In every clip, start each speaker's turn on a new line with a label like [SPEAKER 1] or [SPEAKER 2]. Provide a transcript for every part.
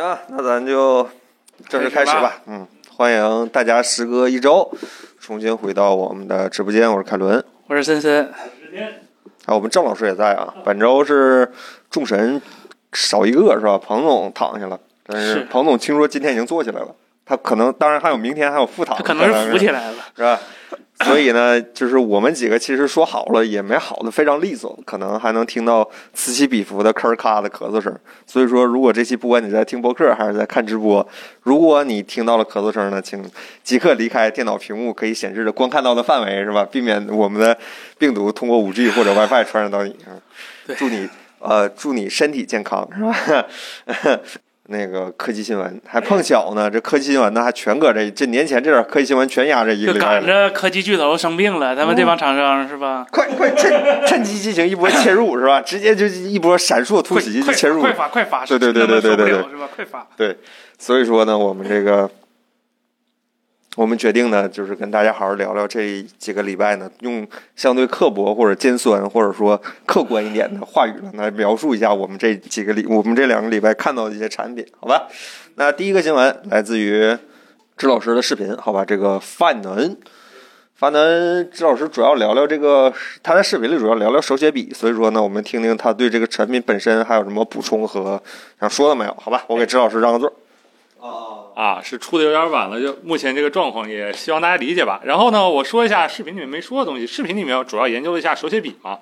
[SPEAKER 1] 啊，那咱就正式开始吧。嗯，欢迎大家时隔一周重新回到我们的直播间，我是凯伦。
[SPEAKER 2] 我是森森，
[SPEAKER 1] 啊，我们郑老师也在啊。本周是众神少一个是吧？彭总躺下了，但是
[SPEAKER 2] 是
[SPEAKER 1] 彭总听说今天已经坐起来了，他可能当然还有明天还有复躺
[SPEAKER 2] 他
[SPEAKER 1] 的
[SPEAKER 2] 可
[SPEAKER 1] 可
[SPEAKER 2] 能
[SPEAKER 1] 能，
[SPEAKER 2] 是浮起来了。
[SPEAKER 1] 是吧？所以呢，就是我们几个其实说好了也没好的非常利索，可能还能听到此起彼伏的吭儿咔的咳嗽声。所以说，如果这期不管你在听播客还是在看直播，如果你听到了咳嗽声呢，请即刻离开电脑屏幕可以显示的观看到的范围，是吧？避免我们的病毒通过 5G 或者 WiFi 传染到你。嗯
[SPEAKER 2] 对
[SPEAKER 1] 祝你呃，祝你身体健康，是吧？ 那个科技新闻还碰巧呢，这科技新闻呢还全搁这这年前这点科技新闻全压这一个嗯
[SPEAKER 2] 就
[SPEAKER 1] 礼拜
[SPEAKER 2] 赶
[SPEAKER 1] 了。
[SPEAKER 2] 着科技巨头生病了，咱们这帮厂商是吧？
[SPEAKER 1] 快快趁趁机进行一波切入是吧？直接就一波闪烁突
[SPEAKER 2] 快
[SPEAKER 1] 袭就
[SPEAKER 2] 快
[SPEAKER 1] 切入
[SPEAKER 2] 快，发快发！
[SPEAKER 1] 对对对对对对对
[SPEAKER 2] 真他妈受不了是吧？快发！
[SPEAKER 1] 对，所以说呢，我们这个我们决定呢，就是跟大家好好聊聊这几个礼拜呢，用相对刻薄或者尖酸或者说客观一点的话语呢，来描述一下我们这几个礼我们这两个礼拜看到的一些产品，好吧？那第一个新闻来自于支老师的视频，好吧？这个范恩。范恩支老师主要聊聊这个，他在视频里主要聊聊手写笔，所以说呢，我们听听他对这个产品本身还有什么补充和想说的没有？好吧，我给支老师让个座。啊，
[SPEAKER 3] 啊，是出的有点晚了，就目前这个状况，也希望大家理解吧。然后呢，我说一下视频里面没说的东西，视频里面主要研究了一下手写笔嘛，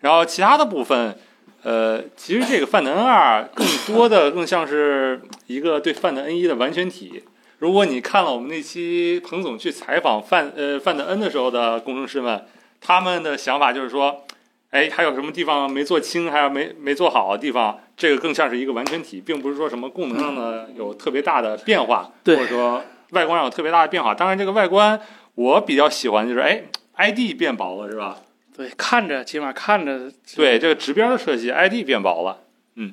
[SPEAKER 3] 然后其他的部分，呃，其实这个范德 N 二更多的更像是一个对范德 N 一的完全体。如果你看了我们那期彭总去采访范呃范德 N 的时候的工程师们，他们的想法就是说，哎，还有什么地方没做清，还有没没做好的地方，这个更像是一个完全体，并不是说什么功能上的有特别大的变化，
[SPEAKER 2] 对
[SPEAKER 3] 或者说外观上有特别大的变化。当然，这个外观我比较喜欢，就是哎，ID 变薄了是吧？
[SPEAKER 2] 对，看着起码看着
[SPEAKER 3] 对，这个直边的设计，ID 变薄了，嗯，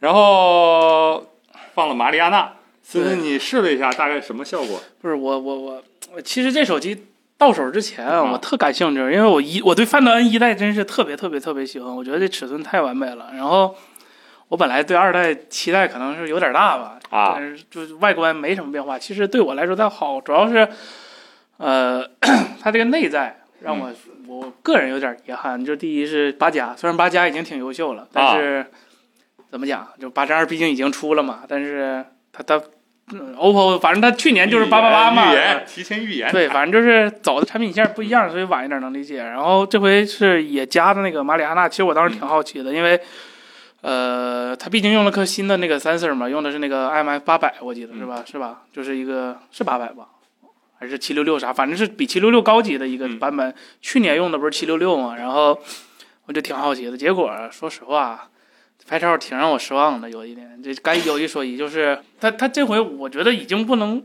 [SPEAKER 3] 然后放了马里亚纳，森森
[SPEAKER 2] 对
[SPEAKER 3] 你试了一下，大概什么效果？
[SPEAKER 2] 不是我我我，我其实这手机到手之前啊，
[SPEAKER 3] 啊
[SPEAKER 2] 我特感兴趣，因为我一我对范德恩一代真是特别特别特别喜欢，我觉得这尺寸太完美了。然后我本来对二代期待可能是有点大吧，
[SPEAKER 3] 啊
[SPEAKER 2] 但是就是外观没什么变化。其实对我来说它好，主要是呃 它这个内在让
[SPEAKER 3] 嗯
[SPEAKER 2] 我、我个人有点遗憾，就第一是八加，虽然八加已经挺优秀了，但是、
[SPEAKER 3] 啊
[SPEAKER 2] 怎么讲，就八加二毕竟已经出了嘛，但是它它。嗯 OPPO 反正它去年就是八八八嘛，呃
[SPEAKER 3] 预言，提前预言，
[SPEAKER 2] 对，反正就是走的产品线不一样，所以晚一点能理解。然后这回是也加的那个马里亚纳，其实我当时挺好奇的，因为呃，它毕竟用了颗新的那个 sensor 嘛，用的是那个 IMX 八百，我记得是吧？是吧？就是一个是八百吧，还是七六六啥？反正是比七六六高级的一个
[SPEAKER 3] 嗯
[SPEAKER 2] 版本。去年用的不是七六六嘛，然后我就挺好奇的。结果说实话。拍照挺让我失望的，有一点，这该有一说一，就是它它这回我觉得已经不能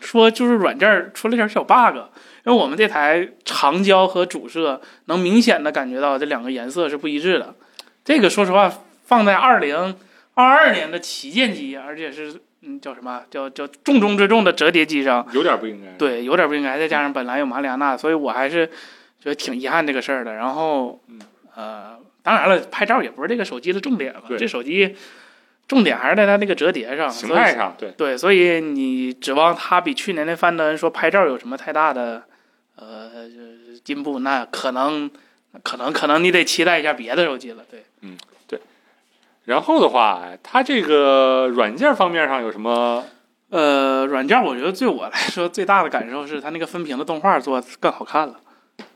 [SPEAKER 2] 说就是软件儿出了点小 bug，因为我们这台长焦和主摄能明显的感觉到这两个颜色是不一致的。这个说实话，放在二零二二年的旗舰机，而且是嗯叫什么叫叫重中之重的折叠机上，
[SPEAKER 3] 有点不应该。
[SPEAKER 2] 对，有点不应该。再加上本来有马里亚纳，所以我还是觉得挺遗憾这个事儿的。然后
[SPEAKER 3] 嗯，
[SPEAKER 2] 呃，当然了，拍照也不是这个手机的重点了，
[SPEAKER 3] 对
[SPEAKER 2] 这手机重点还是在它那个折叠上，
[SPEAKER 3] 形
[SPEAKER 2] 所以
[SPEAKER 3] 态上，对，
[SPEAKER 2] 对，所以你指望它比去年那范德恩说拍照有什么太大的呃就是进步，那可能可能可能你得期待一下别的手机了。对，
[SPEAKER 3] 然后的话，它这个软件方面上有什么？
[SPEAKER 2] 呃，软件我觉得对我来说最大的感受是它那个分屏的动画做得更好看了。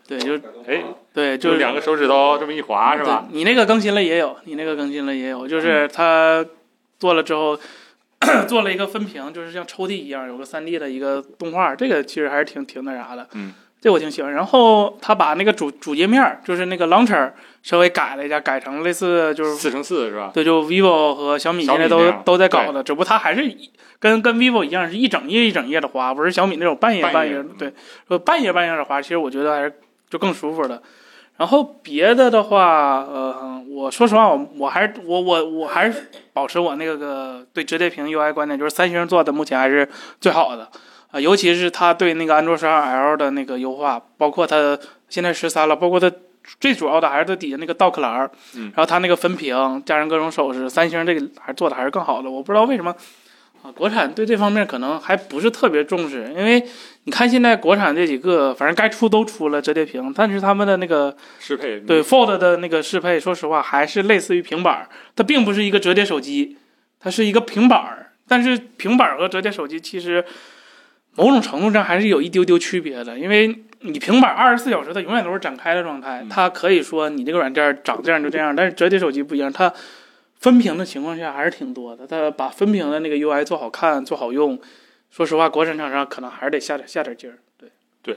[SPEAKER 2] 对，就是
[SPEAKER 3] 哎，
[SPEAKER 2] 对，
[SPEAKER 3] 就
[SPEAKER 2] 就是
[SPEAKER 3] 两个手指头这么一划，是
[SPEAKER 2] 对
[SPEAKER 3] 吧？？嗯
[SPEAKER 2] 你那个更新了也有，你那个更新了也有，就是它做了之后。 做了一个分屏，就是像抽屉一样，有个3 D 的一个动画，这个其实还是挺挺那啥的。
[SPEAKER 3] 嗯，
[SPEAKER 2] 这我挺喜欢。然后他把那个主主页面儿，就是那个 launcher 稍微改了一下，改成类似就是
[SPEAKER 3] 四乘四是吧？
[SPEAKER 2] 对，就 vivo 和小米
[SPEAKER 3] 小
[SPEAKER 2] 现在
[SPEAKER 3] 米那
[SPEAKER 2] 都
[SPEAKER 3] 样
[SPEAKER 2] 都在搞的，只不过它还是一跟跟 vivo 一样，是一整页一整页的花，不是小米那种半页
[SPEAKER 3] 半
[SPEAKER 2] 半
[SPEAKER 3] 页
[SPEAKER 2] 页
[SPEAKER 3] 嗯。
[SPEAKER 2] 对，说半页半页的花，其实我觉得还是就更舒服的。然后别的的话，呃，我说实话，我我还是我我我还是保持我那个个对折叠屏 UI 观点，就是三星做的目前还是最好的，啊、尤其是它对那个安卓十二 L 的那个优化，包括它现在十三了，包括它最主要的还是它底下那个 dock 栏儿，
[SPEAKER 3] 嗯
[SPEAKER 2] 然后它那个分屏加上各种手势，三星这个还做的还是更好的。我不知道为什么啊，国产对这方面可能还不是特别重视，因为你看现在国产这几个，反正该出都出了折叠屏，但是他们的那个
[SPEAKER 3] 适配
[SPEAKER 2] 对 Fold 的那个适配，说实话还是类似于平板儿，它并不是一个折叠手机，它是一个平板儿。但是平板儿和折叠手机其实某种程度上还是有一丢丢区别的，因为你平板二十四小时它永远都是展开的状态，
[SPEAKER 3] 嗯
[SPEAKER 2] 它可以说你这个软件儿长这样就这样，但是折叠手机不一样，它分屏的情况下还是挺多的，它把分屏的那个 UI 做好看、做好用，说实话，国产厂商可能还是得下点下点劲儿。对，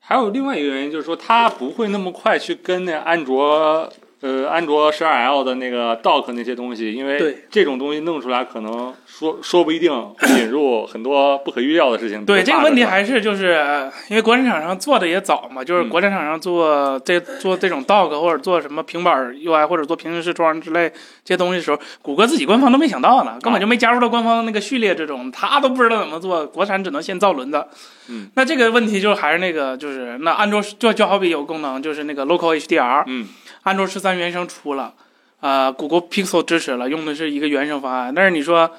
[SPEAKER 3] 还有另外一个原因就是说，它不会那么快去跟那安卓呃安卓十二 L 的那个 Dock 那些东西，因
[SPEAKER 2] 对
[SPEAKER 3] 为这种东西弄出来，可能说说不一定会引入很多不可预料的事情。
[SPEAKER 2] 对
[SPEAKER 3] 比
[SPEAKER 2] 这
[SPEAKER 3] 如
[SPEAKER 2] 个
[SPEAKER 3] bug
[SPEAKER 2] 问题
[SPEAKER 3] 是吧
[SPEAKER 2] 还是就是呃因为国产厂商做的也早嘛，就是
[SPEAKER 3] 嗯
[SPEAKER 2] 国产厂商做这做这种 dock 或者做什么平板儿 UI 或者做平行视窗之类这些东西的时候，谷歌自己官方都没想到呢，根
[SPEAKER 3] 啊
[SPEAKER 2] 本就没加入到官方那个序列之中，他都不知道怎么做，国产只能先造轮子。
[SPEAKER 3] 嗯，
[SPEAKER 2] 那这个问题就还是那个就是那安卓就就好比有功能就是那个 local HDR，
[SPEAKER 3] 嗯
[SPEAKER 2] 安卓十三原生出了，啊、谷歌 Pixel 支持了，用的是一个原生方案。但是你说，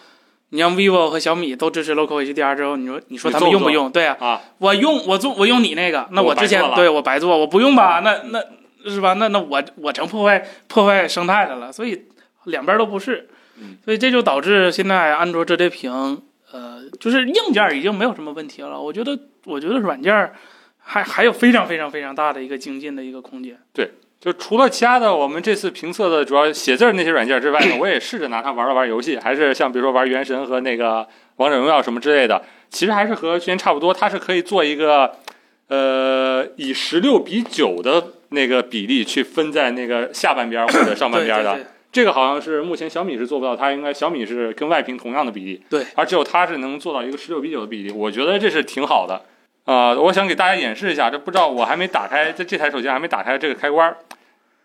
[SPEAKER 2] 你让 vivo 和小米都支持 Local HDR 之后，你说你说他们
[SPEAKER 3] 你做
[SPEAKER 2] 用
[SPEAKER 3] 不
[SPEAKER 2] 不
[SPEAKER 3] 做
[SPEAKER 2] 用？对啊，
[SPEAKER 3] 啊，
[SPEAKER 2] 我用我做我用你那个，那
[SPEAKER 3] 我
[SPEAKER 2] 我之前
[SPEAKER 3] 白做了
[SPEAKER 2] 对我白做，我不用吧？那那是吧？那那我我成破坏破坏生态的了，所以两边都不是
[SPEAKER 3] 嗯，
[SPEAKER 2] 所以这就导致现在安卓折叠屏，呃，就是硬件已经没有什么问题了。我觉得我觉得软件还还有非常非常非常大的一个精进的一个空间。
[SPEAKER 3] 就除了其他的我们这次评测的主要写字儿那些软件之外呢，我也试着拿它玩了玩游戏，还是像比如说玩《原神》和那个《王者荣耀》什么之类的，其实还是和《轩辕差不多，它是可以做一个呃以十六比九的那个比例去分在那个下半边儿或者上半
[SPEAKER 2] 对
[SPEAKER 3] 边儿
[SPEAKER 2] 对
[SPEAKER 3] 的。
[SPEAKER 2] 对
[SPEAKER 3] 这个好像是目前小米是做不到，它应该小米是跟外屏同样的比例，
[SPEAKER 2] 对，
[SPEAKER 3] 而只有它是能做到一个十六比九的比例，我觉得这是挺好的。啊、我想给大家演示一下，这不知道我还没打开，这这台手机还没打开这个开关儿，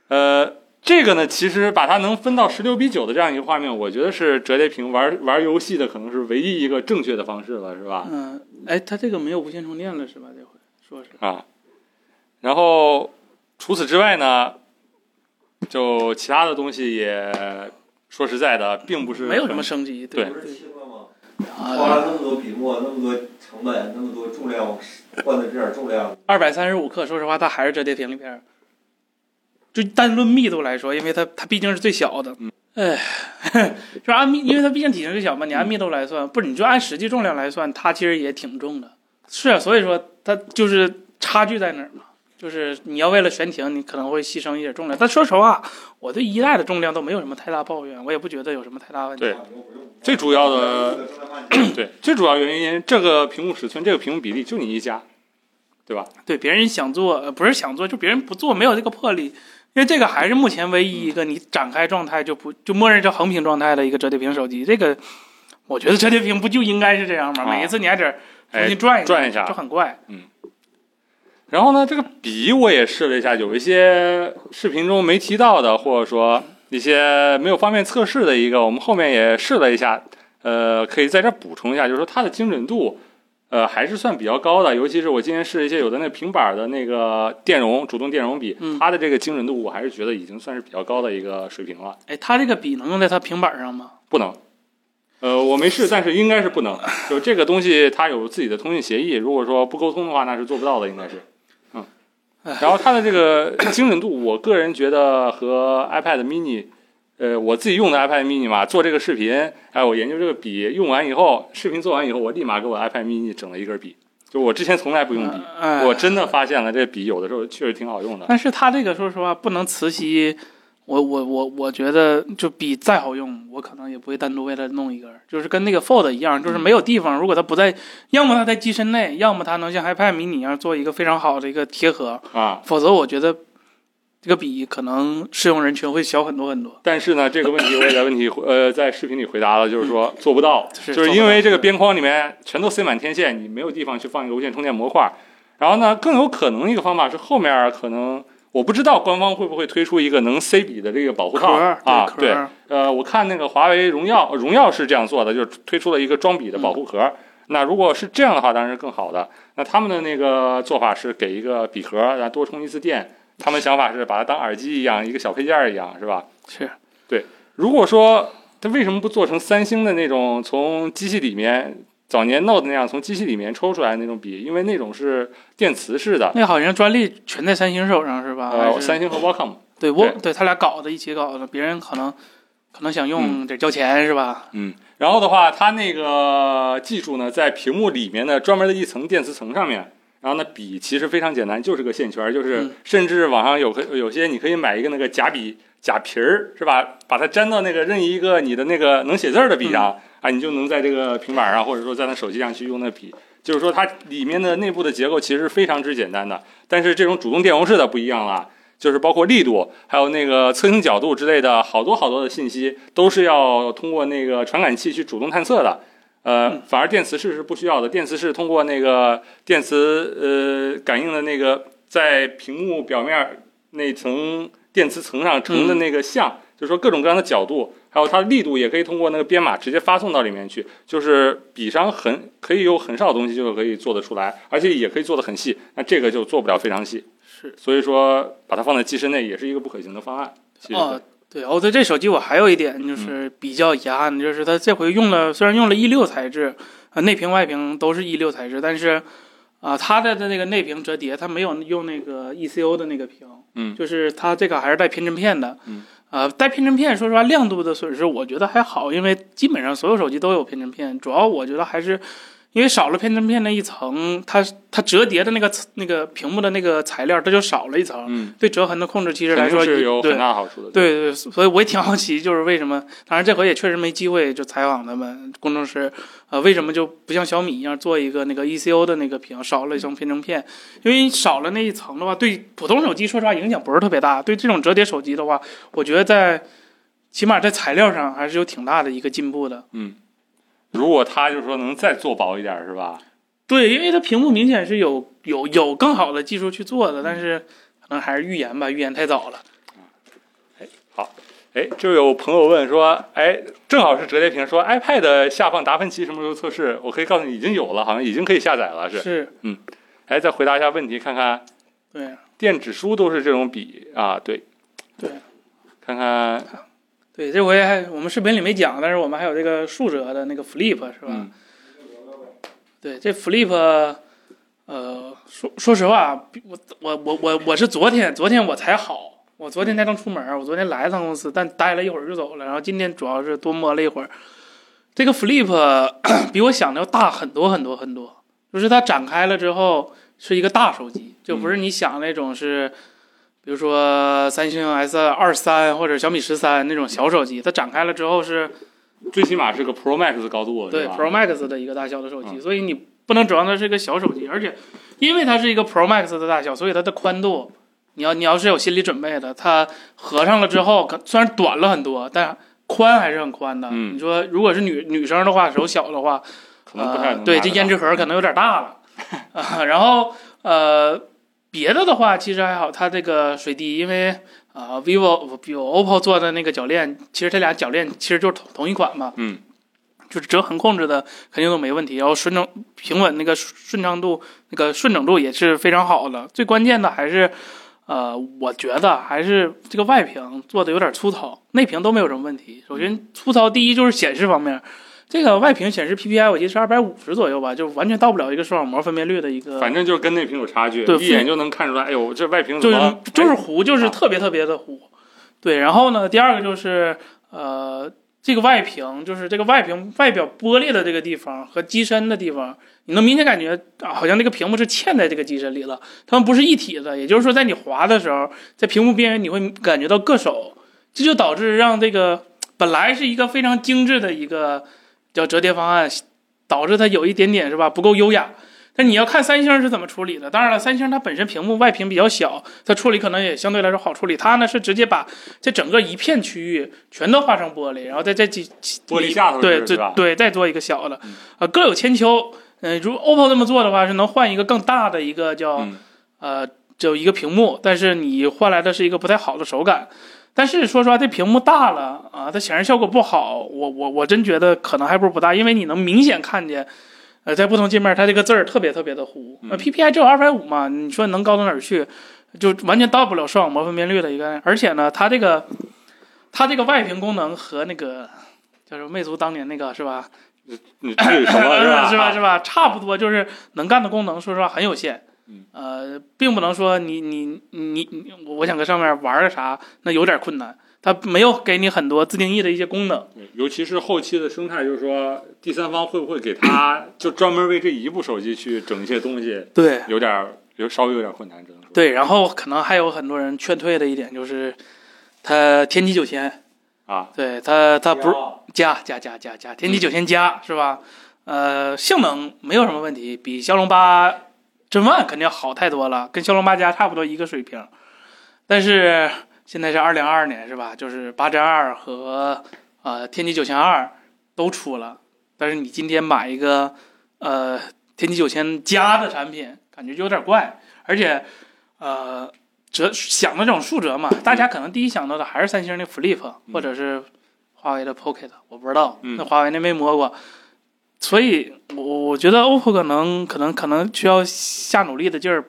[SPEAKER 3] 呃，这个呢，其实把它能分到十六比九的这样一个画面，我觉得是折叠屏玩玩游戏的可能是唯一一个正确的方式了，是吧？
[SPEAKER 2] 嗯，哎，它这个没有无线充电了是吧？这回说是
[SPEAKER 3] 啊，然后除此之外呢，就其他的东西也说实在的，并不是
[SPEAKER 2] 没有什么升级，
[SPEAKER 3] 对
[SPEAKER 2] 对
[SPEAKER 1] 不是轻了吗？花
[SPEAKER 2] 啊，
[SPEAKER 1] 了那么多笔墨，那么多成本，那么多重量，换的这点重量，
[SPEAKER 2] 二百三十五克，说实话，它还是折叠屏里边儿，就单论密度来说，因为它它毕竟是最小的
[SPEAKER 3] 嗯，
[SPEAKER 2] 哎， 就按密，因为它毕竟体型最小嘛，你按密度来算，不是你就按实际重量来算，它其实也挺重的，是啊，所以说它就是差距在哪儿嘛。就是你要为了悬停，你可能会牺牲一点重量。但说实话，我对一代的重量都没有什么太大抱怨，我也不觉得有什么太大问题。
[SPEAKER 3] 对最主要的，对，最主要原因，这个屏幕尺寸，这个屏幕比例就你一家，
[SPEAKER 2] 对别人想做，呃，不是想做，就别人不做，没有这个魄力。因为这个还是目前唯一一个你展开状态就不就默认叫横屏状态的一个折叠屏手机。这个我觉得折叠屏不就应该是这样吗？
[SPEAKER 3] 啊
[SPEAKER 2] 每一次你还得重
[SPEAKER 3] 哎
[SPEAKER 2] 新，转一
[SPEAKER 3] 转一
[SPEAKER 2] 就
[SPEAKER 3] 下。
[SPEAKER 2] 很怪。
[SPEAKER 3] 然后呢，这个笔我也试了一下，有一些视频中没提到的，或者说一些没有方便测试的一个，我们后面也试了一下，呃，可以在这儿补充一下，就是说它的精准度，呃，还是算比较高的。尤其是我今天试了一些有的那平板的那个电容主动电容笔
[SPEAKER 2] 嗯，
[SPEAKER 3] 它的这个精准度，我还是觉得已经算是比较高的一个水平了。
[SPEAKER 2] 哎，它这个笔能用在它平板上吗？
[SPEAKER 3] 不能。呃，我没试，但是应该是不能。就这个东西，它有自己的通信协议，如果说不沟通的话，那是做不到的，应该是。嗯
[SPEAKER 2] 唉。
[SPEAKER 3] 然后它的这个 精准度，我个人觉得和 iPad mini，呃，我自己用的 iPad mini 嘛，做这个视频，哎，我研究这个笔，用完以后，视频做完以后，我立马给我 iPad mini 整了一根笔。就我之前从来不用笔，
[SPEAKER 2] 哎
[SPEAKER 3] 我真的发现了这笔有的时候确实挺好用的。
[SPEAKER 2] 但是它这个说实话不能磁吸，我我我我觉得就笔再好用，我可能也不会单独为了弄一根儿，就是跟那个 Fold 一样，就是没有地方，如果它不在，要么它在机身内，要么它能像 iPad mini 一样做一个非常好的一个贴合，
[SPEAKER 3] 啊，
[SPEAKER 2] 否则我觉得这个笔可能适用人群会小很多很多。
[SPEAKER 3] 但是呢，这个问题我也在问题呃在视频里回答了，就是说做不到，
[SPEAKER 2] 嗯是
[SPEAKER 3] 就是
[SPEAKER 2] 做不
[SPEAKER 3] 因为
[SPEAKER 2] 到
[SPEAKER 3] 这个边框里面全都塞满天线，你没有地方去放一个无线充电模块。然后呢，更有可能一个方法是后面可能我不知道官方会不会推出一个能塞笔的这个保护
[SPEAKER 2] 壳
[SPEAKER 3] 套
[SPEAKER 2] 儿
[SPEAKER 3] 啊，
[SPEAKER 2] 壳
[SPEAKER 3] 对，
[SPEAKER 2] 儿
[SPEAKER 3] 呃，我看那个华为荣耀，荣耀是这样做的，就是推出了一个装笔的保护壳。那如果是这样的话，当然是更好的。那他们的那个做法是给一个笔壳，然后多充一次电。他们想法是把它当耳机一样，一个小配件儿一样，是吧？
[SPEAKER 2] 是
[SPEAKER 3] 如果说它为什么不做成三星的那种从机器里面早年 Note 那样从机器里面抽出来那种笔？因为那种是电磁式的，
[SPEAKER 2] 那个好像专利全在三星手上是吧？还
[SPEAKER 3] 呃，
[SPEAKER 2] 啊是
[SPEAKER 3] 三星和 Wacom，
[SPEAKER 2] 对我
[SPEAKER 3] 对
[SPEAKER 2] 对他俩搞的，一起搞的，别人可能可能想用得交钱是吧？
[SPEAKER 3] 嗯，然后的话，它那个技术呢，在屏幕里面的专门的一层电磁层上面。然后呢，笔其实非常简单，就是个线圈儿，就是
[SPEAKER 2] 嗯
[SPEAKER 3] 甚至网上有可有些你可以买一个那个假笔假皮儿，是吧？把它粘到那个任意一个你的那个能写字儿的笔上，啊，你就能在这个平板儿啊上或者说在那手机上去用那笔。就是说它里面的内部的结构其实非常之简单的，但是这种主动电容式的不一样了，就是包括力度，还有那个测倾角度之类的，好多好多的信息都是要通过那个传感器去主动探测的。呃
[SPEAKER 2] 嗯，
[SPEAKER 3] 反而电磁式是不需要的，电磁式通过那个电磁呃感应的那个在屏幕表面那层电磁层上呈的那个像，就是说各种各样的角度，还有它的力度也可以通过那个编码直接发送到里面去，就是比上很可以有很少的东西就可以做得出来，而且也可以做得很细，那这个就做不了非常细。
[SPEAKER 2] 是
[SPEAKER 3] 所以说把它放在机身内也是一个不可行的方案。其实
[SPEAKER 2] 哦，对哦，对这手机我还有一点
[SPEAKER 3] 嗯
[SPEAKER 2] 就是比较遗憾，的，就是它这回用了虽然用了 E 六材质，啊、内屏外屏都是 E 六材质，但是啊、它的的那个内屏折叠，它没有用那个 ECO 的那个屏，
[SPEAKER 3] 嗯
[SPEAKER 2] 就是它这个还是带偏振片的，
[SPEAKER 3] 嗯，
[SPEAKER 2] 啊、带偏振片，说实话亮度的损失我觉得还好，因为基本上所有手机都有偏振片，主要我觉得还是。因为少了偏振片那一层，它它折叠的那个那个屏幕的那个材料，它就少了一层，
[SPEAKER 3] 嗯，
[SPEAKER 2] 对折痕的控制其实来
[SPEAKER 3] 肯定
[SPEAKER 2] 说
[SPEAKER 3] 是有
[SPEAKER 2] 对
[SPEAKER 3] 很大好处的。
[SPEAKER 2] 对对，所以我也挺好奇，就是为什么？当然这回也确实没机会就采访他们工程师，呃，为什么就不像小米一样做一个那个 ECO 的那个屏，少了一层偏振片？因为少了那一层的话，对普通手机说实话影响不是特别大，对这种折叠手机的话，我觉得在起码在材料上还是有挺大的一个进步的。
[SPEAKER 3] 如果它就是说能再做薄一点，是吧？
[SPEAKER 2] 对，因为它屏幕明显是有有有更好的技术去做的，但是可能还是预言吧，预言太早了。
[SPEAKER 3] 哎，就有朋友问说，哎，正好是折叠屏，说 iPad 的下放达芬奇什么时候测试？我可以告诉你，已经有了，好像已经可以下载了，是。
[SPEAKER 2] 是，
[SPEAKER 3] 哎，再回答一下问题，看看
[SPEAKER 2] 对。
[SPEAKER 3] 电子书都是这种笔啊，对，
[SPEAKER 2] 对，
[SPEAKER 3] 看看，
[SPEAKER 2] 对，这回还我们视频里没讲，但是我们还有这个竖折的那个 flip 是吧？
[SPEAKER 3] 嗯
[SPEAKER 2] 对，这 flip，呃，说说实话，啊比我我我我我是昨天昨天我才好，我昨天才能出门儿，我昨天来了趟公司，但待了一会儿就走了，然后今天主要是多摸了一会儿。这个 flip 咳比我想的要大很多很多很多，就是它展开了之后是一个大手机，就不是你想那种是。比如说三星 S 二三或者小米十三那种小手机，它展开了之后是
[SPEAKER 3] 最起码是个 Pro Max 的高度，
[SPEAKER 2] 对
[SPEAKER 3] 是吧嗯
[SPEAKER 2] Pro Max 的一个大小的手机，所以你不能指望它是一个小手机，而且因为它是一个 Pro Max 的大小，所以它的宽度，你要你要是有心理准备的，它合上了之后，可虽然短了很多，但宽还是很宽的。
[SPEAKER 3] 嗯
[SPEAKER 2] 你说如果是女女生的话，手小的话，
[SPEAKER 3] 可能不太能拿
[SPEAKER 2] 呃、
[SPEAKER 3] 得到、
[SPEAKER 2] 对，这胭脂盒可能有点大了。 啊，然后呃，别的的话其实还好，它这个水滴，因为啊、v i v o vivo OPPO 做的那个铰链，其实这俩铰链其实就是同同一款嘛，
[SPEAKER 3] 嗯，
[SPEAKER 2] 就是折痕控制的肯定都没问题，然后顺整平稳那个顺畅度、那个顺整度也是非常好的。最关键的还是，呃，我觉得还是这个外屏做的有点粗糙，内屏都没有什么问题。首先粗糙，第一就是显示方面，这个外屏显示 PPI 我记得是二百五十左右吧，就完全到不了一个视网膜分辨率的一个，
[SPEAKER 3] 反正就是跟内屏有差距，
[SPEAKER 2] 呃对
[SPEAKER 3] 一眼就能看出来。哎呦，这外屏
[SPEAKER 2] 就
[SPEAKER 3] 怎
[SPEAKER 2] 是
[SPEAKER 3] 么哎
[SPEAKER 2] 就是糊，就是特别特别的糊。对，然后呢，第二个就是呃，这个外屏，就是这个外屏外表玻璃的这个地方和机身的地方，你能明显感觉、啊好像这个屏幕是嵌在这个机身里了，它们不是一体的。也就是说，在你滑的时候，在屏幕边缘你会感觉到硌手，这就导致让这个本来是一个非常精致的一个叫折叠方案，导致它有一点点是吧不够优雅。但你要看三星是怎么处理的。当然了，三星它本身屏幕外屏比较小，它处理可能也相对来说好处理。它呢是直接把这整个一片区域全都画成玻璃，然后在这几
[SPEAKER 3] 玻璃下头
[SPEAKER 2] 对
[SPEAKER 3] 是
[SPEAKER 2] 对
[SPEAKER 3] 吧嗯
[SPEAKER 2] 对再做一个小的，呃各有千秋。嗯、如果 OPPO 这么做的话，是能换一个更大的一个叫、
[SPEAKER 3] 嗯
[SPEAKER 2] 呃就一个屏幕，但是你换来的是一个不太好的手感。但是说实话，这屏幕大了啊，它显示效果不好，我我我真觉得可能还不如不大，因为你能明显看见，呃，在不同界面它这个字儿特别特别的糊。那、
[SPEAKER 3] 嗯
[SPEAKER 2] PPI 只有二百五嘛，你说能高到哪儿去？就完全到不了视网膜分辨率的一个，而且呢，它这个它这个外屏功能和那个叫什么魅族当年那个是吧？
[SPEAKER 3] 你至于什么 是吧？啊
[SPEAKER 2] 是吧？是吧？差不多就是能干的功能，说实话很有限
[SPEAKER 3] 嗯。
[SPEAKER 2] 呃，并不能说你你你你，我我想搁上面玩个啥，那有点困难。它没有给你很多自定义的一些功能。
[SPEAKER 3] 嗯尤其是后期的生态，就是说第三方会不会给他就专门为这一部手机去整一些东西，
[SPEAKER 2] 对
[SPEAKER 3] 有点儿有稍微有点困难，只能说。
[SPEAKER 2] 对，然后可能还有很多人劝退的一点就是，它天玑九千，
[SPEAKER 3] 啊，
[SPEAKER 2] 对它它不是
[SPEAKER 3] 啊嗯
[SPEAKER 2] 加加加加加，天玑九千加是吧？呃，性能没有什么问题，比骁龙八 Gen One 肯定好太多了，跟骁龙八加差不多一个水平。但是现在是二零二二年是吧？就是八 Gen 二和呃天玑九千二都出了，但是你今天买一个呃天玑九千加的产品，感觉就有点怪，而且呃。折想到这种数折嘛，大家可能第一想到的还是三星的 Flip，或者是华为的 Pocket，我不知道，
[SPEAKER 3] 嗯
[SPEAKER 2] 那华为那没摸过，所以我我觉得 OPPO 可能可能可能需要下努力的劲儿，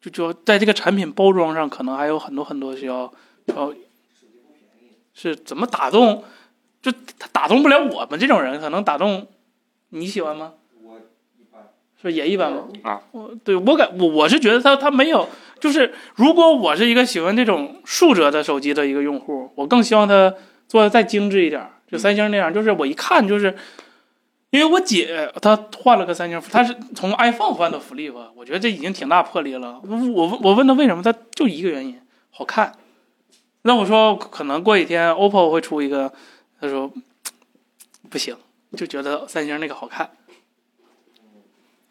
[SPEAKER 2] 就就在这个产品包装上，可能还有很多很多需要需要，是怎么打动，就他打动不了我们这种人，可能打动你喜欢吗？
[SPEAKER 1] 我一般
[SPEAKER 2] 是也一般吗？
[SPEAKER 3] 啊，
[SPEAKER 2] 我对我感我我是觉得它它没有，就是如果我是一个喜欢这种竖折的手机的一个用户，我更希望它做的再精致一点儿，就三星那样，就是我一看就是，因为我姐她换了个三星，她是从 iPhone 换的 Flip，我觉得这已经挺大魄力了。我我我问她为什么，她就一个原因，好看。那我说可能过几天 OPPO 会出一个，她说不行，就觉得三星那个好看。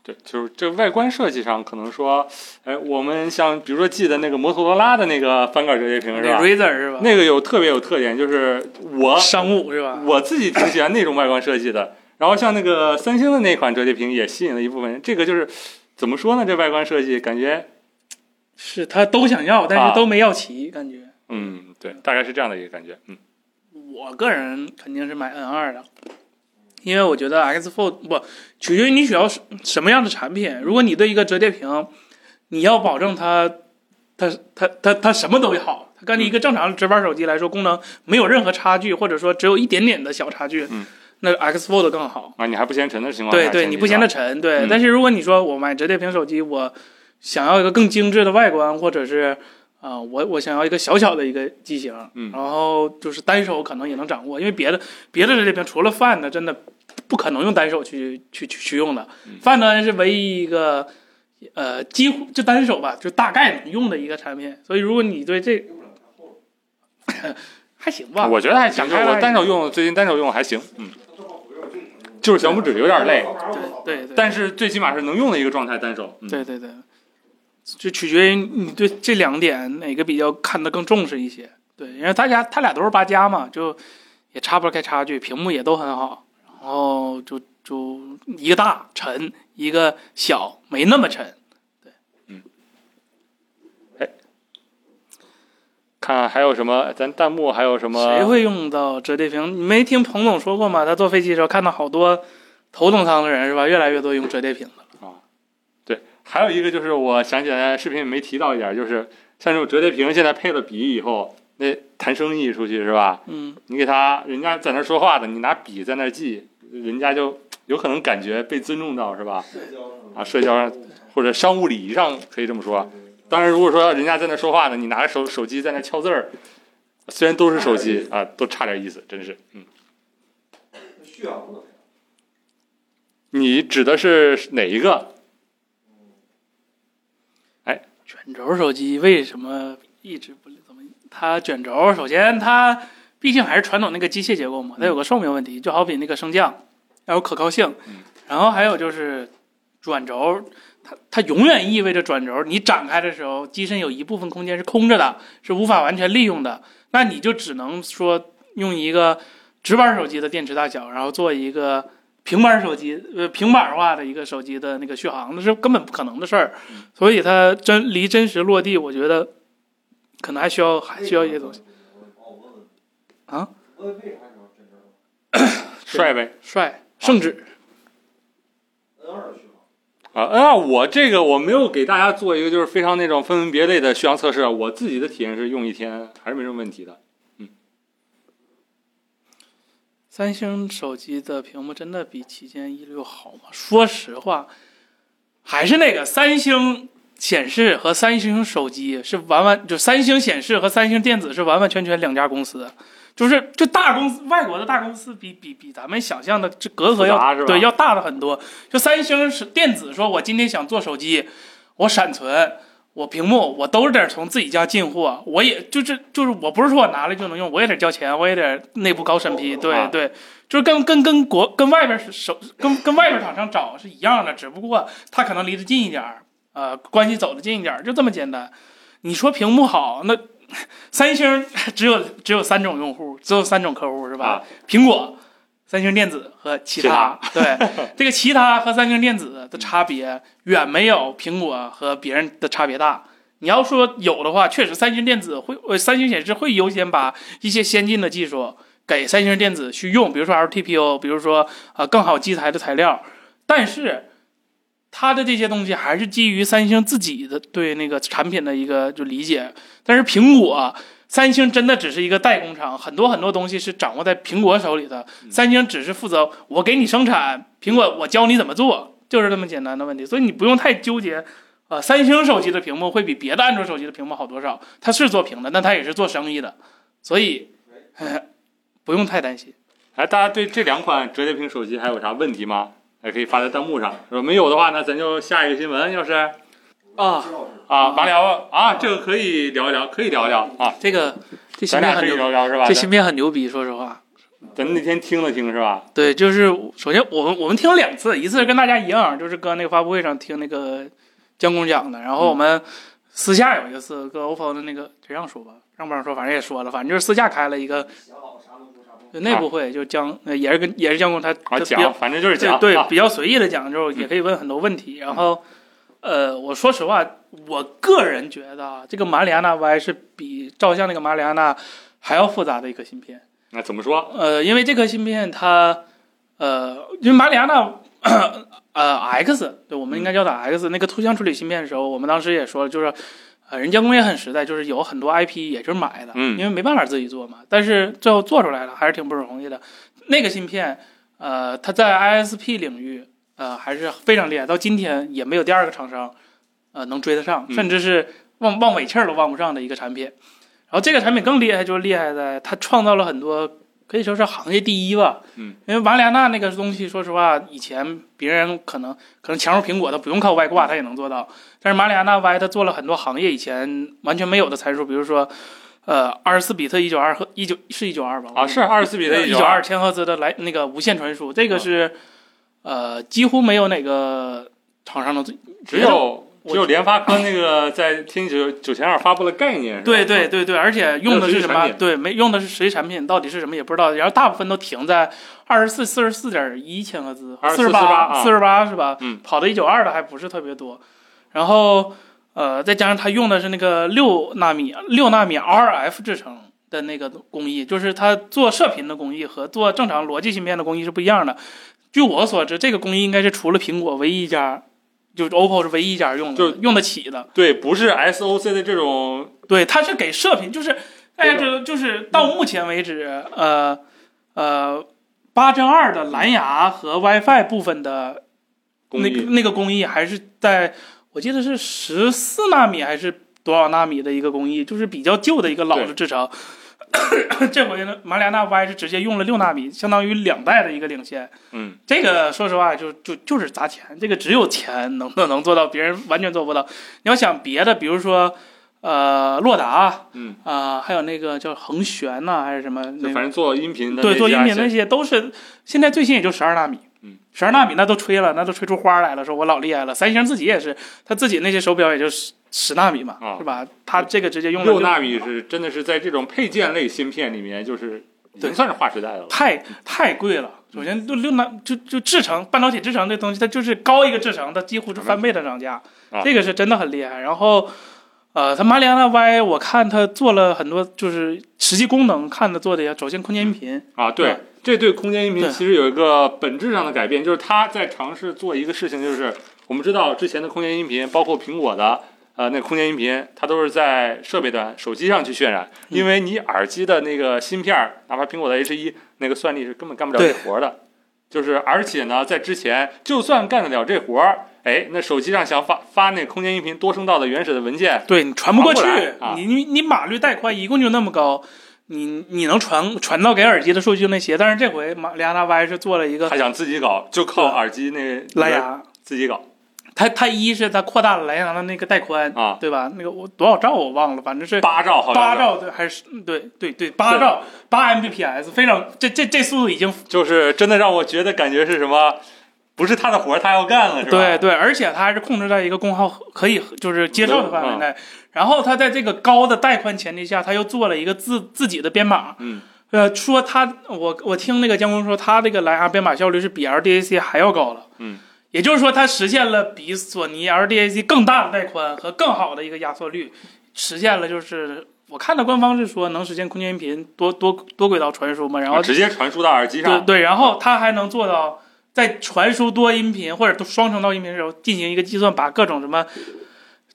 [SPEAKER 3] 对，就是这外观设计上，可能说，哎，我们像比如说记得那个摩托罗拉的那个翻盖折叠屏是
[SPEAKER 2] 那
[SPEAKER 3] 吧？
[SPEAKER 2] Razer 是吧？
[SPEAKER 3] 那个有特别有特点，就是我
[SPEAKER 2] 商务是吧？
[SPEAKER 3] 我自己挺喜欢那种外观设计的。然后像那个三星的那款折叠屏也吸引了一部分人。这个就是怎么说呢？这外观设计感觉，
[SPEAKER 2] 是他都想要，但
[SPEAKER 3] 啊
[SPEAKER 2] 是都没要齐，感觉。
[SPEAKER 3] 嗯，对，大概是这样的一个感觉。嗯，
[SPEAKER 2] 我个人肯定是买 N 二的，因为我觉得 X Fold 不取决于你需要什什么样的产品。如果你对一个折叠屏，你要保证它，它它它它什么都好，它跟一个正常直板手机来说功能没有任何差距，或者说只有一点点的小差距，
[SPEAKER 3] 嗯
[SPEAKER 2] 那 X Fold 更好。
[SPEAKER 3] 啊，你还不嫌沉的情况下
[SPEAKER 2] 对
[SPEAKER 3] 先进是吧，
[SPEAKER 2] 对，你不嫌它沉，对。
[SPEAKER 3] 嗯
[SPEAKER 2] 但是如果你说我买折叠屏手机，我想要一个更精致的外观，或者是啊、呃我我想要一个小小的一个机型，
[SPEAKER 3] 嗯
[SPEAKER 2] 然后就是单手可能也能掌握，因为别的别的折叠屏除了 Find 真的不可能用单手去去去去用的
[SPEAKER 3] 嗯
[SPEAKER 2] ，Find 是唯一一个呃几乎就单手吧，就大概能用的一个产品。所以如果你对这 还行吧，
[SPEAKER 3] 我觉得还行，
[SPEAKER 2] 展
[SPEAKER 3] 就
[SPEAKER 2] 开
[SPEAKER 3] 是
[SPEAKER 2] 了
[SPEAKER 3] 我单手用，最近单手用还行，嗯，就是小拇指有点累，
[SPEAKER 2] 对对对，
[SPEAKER 3] 但是最起码是能用的一个状态，单手。嗯、
[SPEAKER 2] 对对对，就取决于你对这两点哪个比较看得更重视一些。对，因为大家他俩都是八加嘛，就也差不开差距，屏幕也都很好，然后就就一个大沉，一个小没那么沉。
[SPEAKER 3] 看还有什么，咱弹幕啊还有什么？
[SPEAKER 2] 谁会用到折叠屏？你没听彭总说过吗？他坐飞机的时候看到好多头等舱的人是吧？越来越多用折叠屏了。
[SPEAKER 3] 对，还有一个就是我想起来视频里没提到一点，就是像这种折叠屏现在配了笔以后，那谈生意出去是吧？
[SPEAKER 2] 嗯，
[SPEAKER 3] 你给他人家在那儿说话的，你拿笔在那儿记，人家就有可能感觉被尊重到是吧？
[SPEAKER 1] 社交上
[SPEAKER 3] 啊，社交上或者商务礼仪上可以这么说。当然，如果说人家在那儿说话呢，你拿着手手机在那儿敲字儿，虽然都是手机啊，都差点意思，真是。嗯，
[SPEAKER 1] 续航呢？
[SPEAKER 3] 你指的是哪一个？
[SPEAKER 2] 卷轴手机为什么一直不怎么？它卷轴首先它毕竟还是传统那个机械结构嘛，它有个寿命问题，就好比那个升降，要有可靠性
[SPEAKER 3] 嗯，
[SPEAKER 2] 然后还有就是转轴，它它永远意味着转轴你展开的时候，机身有一部分空间是空着的，是无法完全利用的，那你就只能说用一个直板手机的电池大小，然后做一个。平板手机，呃，平板化的一个手机的那个续航，那是根本不可能的事儿。所以它真离真实落地，我觉得可能还需要还需要一些东西。啊？
[SPEAKER 1] 为为啥要真正
[SPEAKER 3] 帅呗。
[SPEAKER 2] 帅、圣旨，
[SPEAKER 1] N 二续航？
[SPEAKER 3] 啊，那我这个我没有给大家做一个就是非常那种分门别类的续航测试啊，我自己的体验是用一天还是没什么问题的。
[SPEAKER 2] 三星手机的屏幕真的比旗舰 E 六好吗？说实话，还是那个三星显示和三星手机是完完就三星显示和三星电子是完完全全两家公司，就是就大公司外国的大公司比比比咱们想象的这隔阂
[SPEAKER 3] 复杂是
[SPEAKER 2] 要
[SPEAKER 3] 吧
[SPEAKER 2] 对要大了很多。就三星是电子，说我今天想做手机，我闪存。我屏幕我都是得从自己家进货，我也就是就是我不是说我拿来就能用，我也得交钱，我也得内部搞审批，对
[SPEAKER 3] 啊
[SPEAKER 2] 对，就是跟跟跟国跟外边手跟跟外边厂商找是一样的，只不过他可能离得近一点儿，呃，关系走得近一点儿，就这么简单。你说屏幕好，那 三星 只有只有三种用户，只有三种客户是吧？
[SPEAKER 3] 啊
[SPEAKER 2] 苹果、三星电子和其他。对，这个其他和三星电子的差别远没有苹果和别人的差别大。你要说有的话，确实三星电子会，呃，三星显示会优先把一些先进的技术给三星电子去用，比如说 LTPO，比如说啊、呃更好基材的材料，但是。它的这些东西还是基于三星自己的对那个产品的一个就理解，但是苹果、三星真的只是一个代工厂，很多很多东西是掌握在苹果手里的。
[SPEAKER 3] 嗯
[SPEAKER 2] 三星只是负责我给你生产，苹果我教你怎么做，就是这么简单的问题。所以你不用太纠结。呃，三星手机的屏幕会比别的安卓手机的屏幕好多少？它是做屏的，但它也是做生意的，所以 呵呵不用太担心。
[SPEAKER 3] 哎，大家对这两款折叠屏手机还有啥问题吗？还可以发在弹幕上。如果没有的话呢，咱就下一个新闻，要是
[SPEAKER 2] 啊，
[SPEAKER 3] 啊，完聊啊，这个可以聊一聊，可以聊一聊啊。
[SPEAKER 2] 这个这芯
[SPEAKER 3] 咱
[SPEAKER 2] 片
[SPEAKER 3] 俩
[SPEAKER 2] 很
[SPEAKER 3] 可以
[SPEAKER 2] 牛，
[SPEAKER 3] 聊聊是吧？
[SPEAKER 2] 这芯片很牛逼，说实话。
[SPEAKER 3] 咱们那天听了听是吧？
[SPEAKER 2] 对，就是首先我们我们听了两次，一次是跟大家一样，就是搁那个发布会上听那个江工讲的，然后我
[SPEAKER 3] 嗯
[SPEAKER 2] 们私下有一次跟 OPPO 的那个这样说吧，让不让说，反正也说了，反正就是私下开了一个就内部会，就江呃也是跟也是江工他
[SPEAKER 3] 啊，
[SPEAKER 2] 他比较
[SPEAKER 3] 讲，反正就是
[SPEAKER 2] 对
[SPEAKER 3] 讲。
[SPEAKER 2] 对
[SPEAKER 3] 啊嗯
[SPEAKER 2] 比较随意的讲，就是也可以问很多问题，然后呃，我说实话，我个人觉得啊，这个马里亚纳 Y 是比照相那个马里亚纳还要复杂的一个芯片。
[SPEAKER 3] 那怎么说？
[SPEAKER 2] 呃，因为这颗芯片它，呃，因为马里亚纳， 呃，X，对，我们应该叫
[SPEAKER 3] 嗯
[SPEAKER 2] 它 X、那个图像处理芯片的时候，我们当时也说了，就是，呃，人家工业很实在，就是有很多 IP 也就是买的，
[SPEAKER 3] 嗯
[SPEAKER 2] 因为没办法自己做嘛，但是最后做出来了还是挺不容易的。那个芯片，呃，它在 ISP 领域，呃，还是非常厉害，到今天也没有第二个厂商，呃，能追得上，
[SPEAKER 3] 嗯
[SPEAKER 2] 甚至是望望尾气儿都望不上的一个产品。然后这个产品更厉害，就是厉害在它创造了很多可以说是行业第一吧。
[SPEAKER 3] 嗯，
[SPEAKER 2] 因为马里亚纳那个东西，说实话，以前别人可能可能强如苹果，它不用靠外挂，它也能做到。但是马里亚纳 Y 它做了很多行业以前完全没有的参数，比如说，呃，二十四比特一九二和一九是一九二吧？
[SPEAKER 3] 啊，是二十嗯四比的
[SPEAKER 2] 嗯呃一九二千赫兹的来那个无线传输，这个是、呃几乎没有哪个厂商能做。
[SPEAKER 3] 只有
[SPEAKER 2] 我
[SPEAKER 3] 只有联发科那个在天九九千二发布了概念。是吧
[SPEAKER 2] 对对，对对，而且用的是什么
[SPEAKER 3] 没有实际产？品
[SPEAKER 2] 对，没用的是实际产品，到底是什么也不知道。然后大部分都停在二十四、四十四点一千赫兹，
[SPEAKER 3] 24
[SPEAKER 2] 四十
[SPEAKER 3] 48
[SPEAKER 2] 四十八是吧？
[SPEAKER 3] 啊嗯，
[SPEAKER 2] 跑到一九二的还不是特别多。然后呃，再加上它用的是那个六纳米、六纳米 RF 制成的那个工艺，就是它做射频的工艺和做正常逻辑芯片的工艺是不一样的。据我所知，这个工艺应该是除了苹果唯一一家，就是 OPPO 是唯一一家用
[SPEAKER 3] 就
[SPEAKER 2] 的用得起的。
[SPEAKER 3] 对，不是 SOC 的这种
[SPEAKER 2] 对，它是给射频，就是哎，
[SPEAKER 3] 对
[SPEAKER 2] 这就是到目前为止，呃呃，八针二的蓝牙和 WiFi 部分的
[SPEAKER 3] 工
[SPEAKER 2] 那
[SPEAKER 3] 艺。
[SPEAKER 2] 个那个工艺，还是在我记得是十四纳米还是多少纳米的一个工艺，就是比较旧的一个老的
[SPEAKER 3] 对
[SPEAKER 2] 制成。 这回呢，马里亚纳 Y 是直接用了六纳米，相当于两代的一个领先。
[SPEAKER 3] 嗯，
[SPEAKER 2] 这个说实话，就就就是砸钱，这个只有钱能能能做到，别人完全做不到。你要想别的，比如说，呃，洛达，
[SPEAKER 3] 嗯，
[SPEAKER 2] 啊、还有那个叫恒玄呐、还是什么，
[SPEAKER 3] 就
[SPEAKER 2] 那
[SPEAKER 3] 反正做音频的
[SPEAKER 2] 对，
[SPEAKER 3] 那
[SPEAKER 2] 做音
[SPEAKER 3] 家
[SPEAKER 2] 频
[SPEAKER 3] 先
[SPEAKER 2] 那些都是现在最新也就十二纳米，
[SPEAKER 3] 嗯，
[SPEAKER 2] 十二纳米那都吹了，那都吹出花来了，说我老厉害了。三星自己也是，他自己那些手表也就十十纳米嘛，
[SPEAKER 3] 啊
[SPEAKER 2] 是吧？他这个直接用了
[SPEAKER 3] 六纳米是真的是在这种配件类芯片里面，就是已经
[SPEAKER 2] 对
[SPEAKER 3] 算是划时代的了。
[SPEAKER 2] 太太贵了。首先，就六纳就就制成半导体制成这东西，它就是高一个制成，它几乎是翻倍的涨价
[SPEAKER 3] 啊，
[SPEAKER 2] 这个是真的很厉害。然后，呃，它马里亚纳 Y，我看它做了很多就是实际功能，看它做的也走线空间音频，
[SPEAKER 3] 啊，对
[SPEAKER 2] 对，
[SPEAKER 3] 这对空间音频
[SPEAKER 2] 对
[SPEAKER 3] 其实有一个本质上的改变，就是它在尝试做一个事情，就是我们知道之前的空间音频，包括苹果的呃，那个空间音频，它都是在设备端、手机上去渲染，因为你耳机的那个芯片儿，哪怕苹果的 H 一，那个算力是根本干不了
[SPEAKER 1] 对
[SPEAKER 3] 这活儿的。就是而且呢，在之前就算干得了这活儿，哎，那手机上想发发那空间音频多声道的原始的文件，
[SPEAKER 2] 对你传不过去
[SPEAKER 3] 传不过来啊，
[SPEAKER 2] 你你你码率带宽一共就那么高，你你能传传到给耳机的数据就那些，但是这回马里亚纳 Y 是做了一个
[SPEAKER 3] 他想自己搞，就靠
[SPEAKER 2] 对
[SPEAKER 3] 耳机那
[SPEAKER 2] 蓝牙，
[SPEAKER 3] 自己搞
[SPEAKER 2] 它它一是它扩大了蓝牙的那个带宽，
[SPEAKER 3] 啊，
[SPEAKER 2] 对吧？那个我多少兆我忘了，反正是
[SPEAKER 3] 八兆好像
[SPEAKER 2] 八
[SPEAKER 3] 是
[SPEAKER 2] 兆对还是嗯对对对八兆八 Mbps，非常这这这速度已经
[SPEAKER 3] 就是真的让我觉得感觉是什么，不是他的活儿他要干了，是吧？
[SPEAKER 2] 对，对，而且它还是控制在一个功耗可以就是接受的范
[SPEAKER 3] 嗯
[SPEAKER 2] 围内。然后它在这个高的带宽前提下，它又做了一个自自己的编码。
[SPEAKER 3] 嗯，
[SPEAKER 2] 呃，说它，我我听那个江工说，它这个蓝牙编码效率是比 LDAC 还要高了。
[SPEAKER 3] 嗯，
[SPEAKER 2] 也就是说，它实现了比索尼 LDAC 更大的带宽和更好的一个压缩率，实现了就是。我看到官方是说能实现空间音频多多多轨道传输嘛，然后
[SPEAKER 3] 直接传输到耳机
[SPEAKER 2] 对
[SPEAKER 3] 上，
[SPEAKER 2] 对，然后它还能做到在传输多音频或者双声道音频的时候进行一个计算，把各种什么。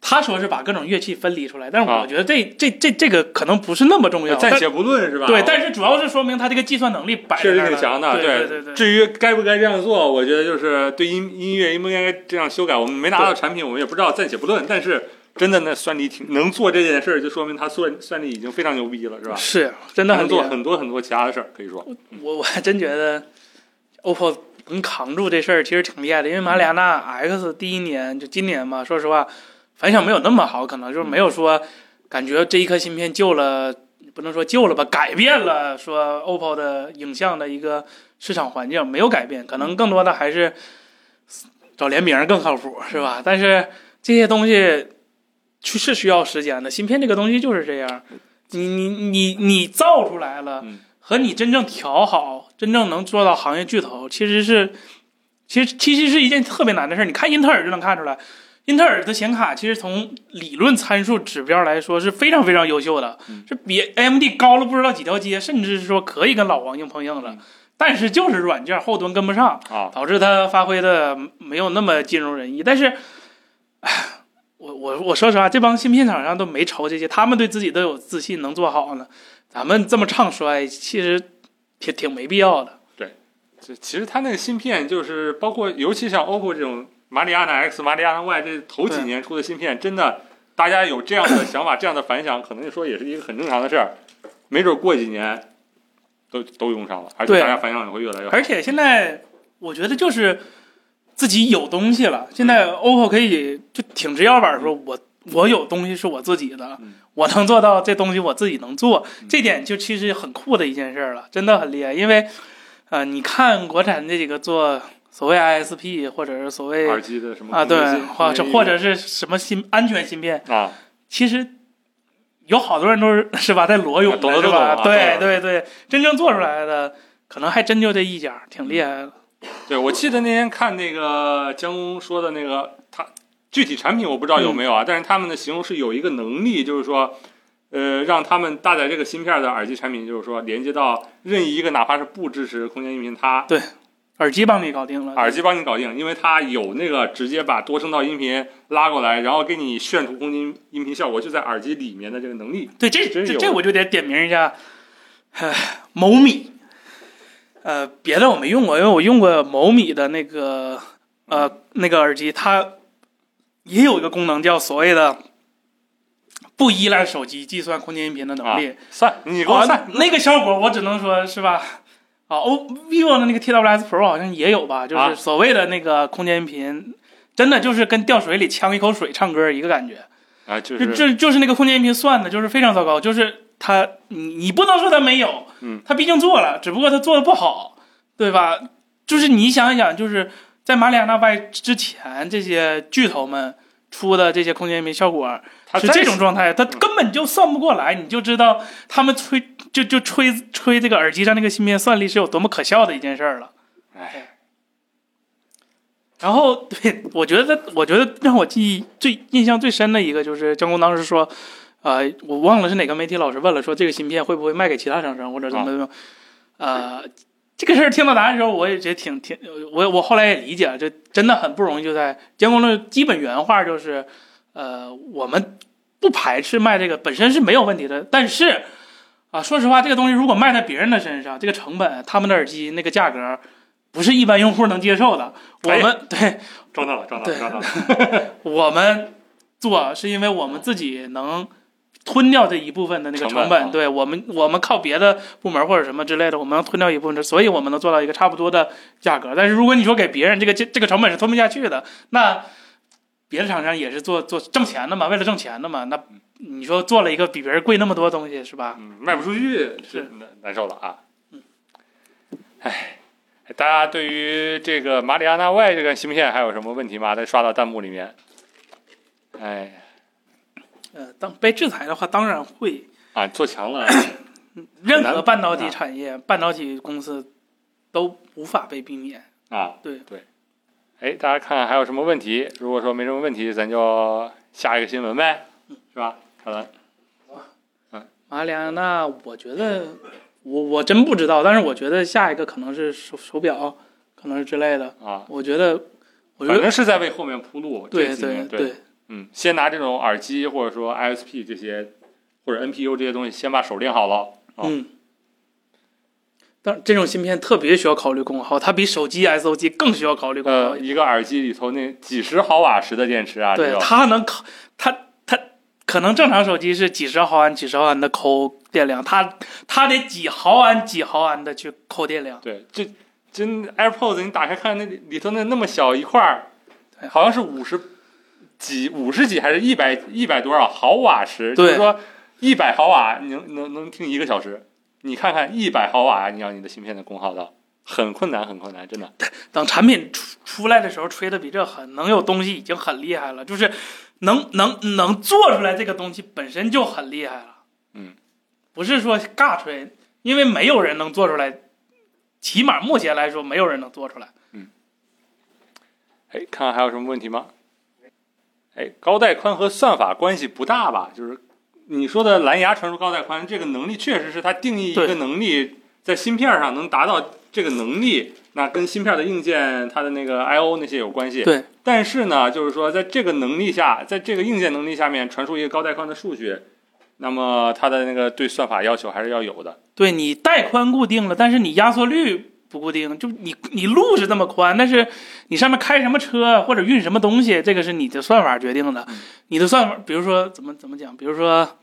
[SPEAKER 2] 他说是把各种乐器分离出来，但是
[SPEAKER 3] 啊
[SPEAKER 2] 我觉得这、这这这个可能不是那么重要。
[SPEAKER 3] 暂
[SPEAKER 2] 但
[SPEAKER 3] 且不论是吧？
[SPEAKER 2] 对，但是主要是说明他这个计算能力摆在
[SPEAKER 3] 确
[SPEAKER 2] 那
[SPEAKER 3] 实
[SPEAKER 2] 儿
[SPEAKER 3] 挺
[SPEAKER 2] 了
[SPEAKER 3] 强的，
[SPEAKER 2] 对对对对
[SPEAKER 3] 至于该不该这样做，我觉得就是对音音乐应不应该这样修改，我们没拿到产品，我们也不知道，暂且不论。但是真的那算力挺能做这件事儿，就说明他算算力已经非常牛逼了，是吧？
[SPEAKER 2] 是真的很
[SPEAKER 3] 能做
[SPEAKER 2] 厉害
[SPEAKER 3] 很多很多其他的事儿，可以说
[SPEAKER 2] 我我还真觉得 OPPO 能扛住这事儿，其实挺厉害的。因为马里亚纳 X 第一年就今年嘛，说实话反响没有那么好，可能就是没有说感觉这一颗芯片救了，不能说救了吧，改变了说 OPPO 的影像的一个市场环境没有改变，可能更多的还是找联名更靠谱，是吧？但是这些东西去是需要时间的，芯片这个东西就是这样。你你你你造出来了，
[SPEAKER 3] 嗯
[SPEAKER 2] 和你真正调好，真正能做到行业巨头，其实是，其实其实是一件特别难的事儿。你看英特尔就能看出来，英特尔的显卡其实从理论参数指标来说是非常非常优秀的，
[SPEAKER 3] 嗯
[SPEAKER 2] 是比 AMD 高了不知道几条街，甚至是说可以跟老王硬碰硬了。
[SPEAKER 3] 嗯
[SPEAKER 2] 但是就是软件后端跟不上，
[SPEAKER 3] 啊，
[SPEAKER 2] 导致它发挥的没有那么尽如人意。但是，唉我我我说实话，这帮芯片厂商都没愁这些，他们对自己都有自信，能做好呢。咱们这么唱衰，其实挺挺没必要的。
[SPEAKER 3] 这其实它那个芯片就是包括，尤其像 OPPO 这种马里亚纳 X、马里亚纳 Y 这头几
[SPEAKER 2] 对
[SPEAKER 3] 年出的芯片，真的大家有这样的想法、这样的反响，可能说也是一个很正常的事儿。没准过几年都都用上了，而且
[SPEAKER 2] 对
[SPEAKER 3] 大家反响也会越来越好。
[SPEAKER 2] 而且现在我觉得就是自己有东西了，现
[SPEAKER 3] 嗯
[SPEAKER 2] 在 OPPO 可以就挺直腰板说，我我有东西是我自己的
[SPEAKER 3] 嗯，
[SPEAKER 2] 我能做到这东西我自己能做
[SPEAKER 3] 嗯，
[SPEAKER 2] 这点就其实很酷的一件事儿了，真的很厉害。因为呃，你看国产这几个做所谓 ISP 或者是所谓
[SPEAKER 3] 耳机的什么
[SPEAKER 2] 啊对
[SPEAKER 3] 空间信，
[SPEAKER 2] 或者
[SPEAKER 3] 那
[SPEAKER 2] 或者是什么芯安全芯片，
[SPEAKER 3] 啊，
[SPEAKER 2] 其实有好多人都是 是吧，在裸泳的
[SPEAKER 3] 懂得
[SPEAKER 2] 是
[SPEAKER 3] 都懂啊
[SPEAKER 2] 吧？对
[SPEAKER 3] 对
[SPEAKER 2] 对对，真正做出来的可能还真就这一家，挺厉害的。
[SPEAKER 3] 对，我记得那天看那个江工说的那个，他具体产品我不知道有没
[SPEAKER 2] 嗯
[SPEAKER 3] 有啊，但是他们的形容是有一个能力，就是说，呃，让他们搭载这个芯片的耳机产品，就是说连接到任意一个哪怕是不支持空间音频，它
[SPEAKER 2] 耳机帮你搞定了，
[SPEAKER 3] 耳机帮你搞定，因为它有那个直接把多声道音频拉过来，然后给你炫出空间音频效果，就在耳机里面的这个能力。
[SPEAKER 2] 对这
[SPEAKER 3] 真
[SPEAKER 2] 这
[SPEAKER 3] 有啊
[SPEAKER 2] 这我就得点名一下，唉某米，呃，别的我没用过，因为我用过某米的那个呃那个耳机，它也有一个功能叫所谓的不依赖手机计算空间音频的
[SPEAKER 3] 啊
[SPEAKER 2] 能力。
[SPEAKER 3] 算，你给我算
[SPEAKER 2] 啊，那个效果我只能说是吧？啊，O vivo 的那个 TWS Pro 好像也有吧，就
[SPEAKER 3] 啊
[SPEAKER 2] 是所谓的那个空间音频，真的就是跟掉水里呛一口水唱歌一个感觉。
[SPEAKER 3] 啊，就
[SPEAKER 2] 就是这就是那个空间音频算的，就是非常糟糕，就是他你你不能说他没有，
[SPEAKER 3] 嗯，
[SPEAKER 2] 他毕竟做了，只不过他做的不好，对吧？就是你想一想，就是在马里亚纳外之前，这些巨头们出的这些空间音频效果
[SPEAKER 3] 它
[SPEAKER 2] 是
[SPEAKER 3] 在
[SPEAKER 2] 这种状态，他根本就算不过来，你就知道他们吹就就吹吹这个耳机上那个芯片算力是有多么可笑的一件事儿了。
[SPEAKER 3] 哎，
[SPEAKER 2] 然后，对我觉得，我觉得让我记忆最印象最深的一个就是江工当时说，呃，我忘了是哪个媒体老师问了，说这个芯片会不会卖给其他厂商或者怎么怎么，呃，这个事儿听到答案的时候，我也觉得挺挺，我我后来也理解了，这真的很不容易，就在江工的基本原话就是，呃，我们不排斥卖这个，本身是没有问题的。但是啊，说实话，这个东西如果卖在别人的身上，这个成本，他们的耳机那个价格，不是一般用户能接受的。我
[SPEAKER 3] 哎
[SPEAKER 2] 们、对
[SPEAKER 3] 撞到了，撞到了，
[SPEAKER 2] 对
[SPEAKER 3] 撞到了。
[SPEAKER 2] 我们做是因为我们自己能吞掉这一部分的那个
[SPEAKER 3] 成
[SPEAKER 2] 成
[SPEAKER 3] 本
[SPEAKER 2] 本，
[SPEAKER 3] 啊
[SPEAKER 2] 对我们我们靠别的部门或者什么之类的，我们能吞掉一部分，所以我们能做到一个差不多的价格。但是如果你说给别人这个这这个成本是吞不下去的，那别的厂商也是做做挣钱的嘛，为了挣钱的嘛，那你说做了一个比别人贵那么多东西是吧？
[SPEAKER 3] 嗯，卖不出去
[SPEAKER 2] 是
[SPEAKER 3] 难难受了啊
[SPEAKER 2] 嗯。
[SPEAKER 3] 唉，大家对于这个马里亚纳外这个芯片还有什么问题吗？再刷到弹幕里面。哎，
[SPEAKER 2] 呃，当被制裁的话，当然会。
[SPEAKER 3] 啊，做强了，
[SPEAKER 2] 任何半导体
[SPEAKER 3] 啊
[SPEAKER 2] 产业、半导体公司都无法被避免。
[SPEAKER 3] 啊，
[SPEAKER 2] 对
[SPEAKER 3] 对。哎，大家看看还有什么问题？如果说没什么问题，咱就下一个新闻呗，
[SPEAKER 2] 嗯
[SPEAKER 3] 是吧？好了，
[SPEAKER 2] 马里亚纳，我觉得我我真不知道，但是我觉得下一个可能是手手表，可能是之类的。
[SPEAKER 3] 啊，
[SPEAKER 2] 我觉得，我觉
[SPEAKER 3] 反
[SPEAKER 2] 得
[SPEAKER 3] 正是在为后面铺路。
[SPEAKER 2] 对
[SPEAKER 3] 这几
[SPEAKER 2] 对
[SPEAKER 3] 年对，嗯，先拿这种耳机或者说 ISP 这些或者 NPU 这些东西，先把手练好了。啊
[SPEAKER 2] 嗯。但这种芯片特别需要考虑功耗，它比手机 SOG 更需要考虑功耗
[SPEAKER 3] 呃，。一个耳机里头那几十毫瓦时的电池啊，
[SPEAKER 2] 对
[SPEAKER 3] 这，种
[SPEAKER 2] 它能考它它可能正常手机是几十毫安、几十毫安的抠电量，它它得几毫安、几毫安的去抠电量。
[SPEAKER 3] 对，这真 AirPods 你打开看那里里头那那么小一块儿
[SPEAKER 2] 对，
[SPEAKER 3] 好像是五十几、五十几还是一百一百多少毫瓦时？
[SPEAKER 2] 对
[SPEAKER 3] 就是说一百毫瓦你能能能听一个小时，你看看一百毫瓦，你要你的芯片的功耗到。很困难，很困难，真的。
[SPEAKER 2] 等产品出出来的时候，吹的比这狠，能有东西已经很厉害了，就是能能能做出来这个东西本身就很厉害了。
[SPEAKER 3] 嗯，
[SPEAKER 2] 不是说尬吹，因为没有人能做出来，起码目前来说没有人能做出来。
[SPEAKER 3] 哎，看看还有什么问题吗？哎，高带宽和算法关系不大吧？就是你说的蓝牙传输高带宽这个能力，确实是它定义一个
[SPEAKER 2] 对
[SPEAKER 3] 能力在芯片上能达到这个能力，那跟芯片的硬件它的那个 I O 那些有关系。
[SPEAKER 2] 对。
[SPEAKER 3] 但是呢，就是说在这个能力下，在这个硬件能力下面传输一个高带宽的数据，那么它的那个对算法要求还是要有的。
[SPEAKER 2] 对你带宽固定了，但是你压缩率不固定，就你你路是这么宽，但是你上面开什么车啊或者运什么东西，这个是你的算法决定的。
[SPEAKER 3] 嗯
[SPEAKER 2] 你的算法，比如说怎么怎么讲，比如说，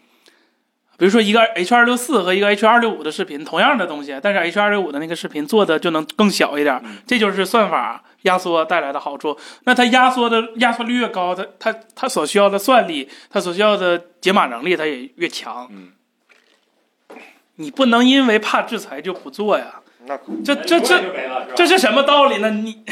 [SPEAKER 2] 比如说一个 H 二六四和一个 H 二六五的视频，同样的东西，但是 H 二六五的那个视频做的就能更小一点
[SPEAKER 3] 嗯，
[SPEAKER 2] 这就是算法压缩带来的好处。那它压缩的压缩率越高，它它它所需要的算力，它所需要的解码能力，它也越强。
[SPEAKER 3] 嗯，
[SPEAKER 2] 你不能因为怕制裁就不做呀。
[SPEAKER 1] 那
[SPEAKER 2] 这这这
[SPEAKER 3] 就没了是吧
[SPEAKER 2] 这是什么道理呢？你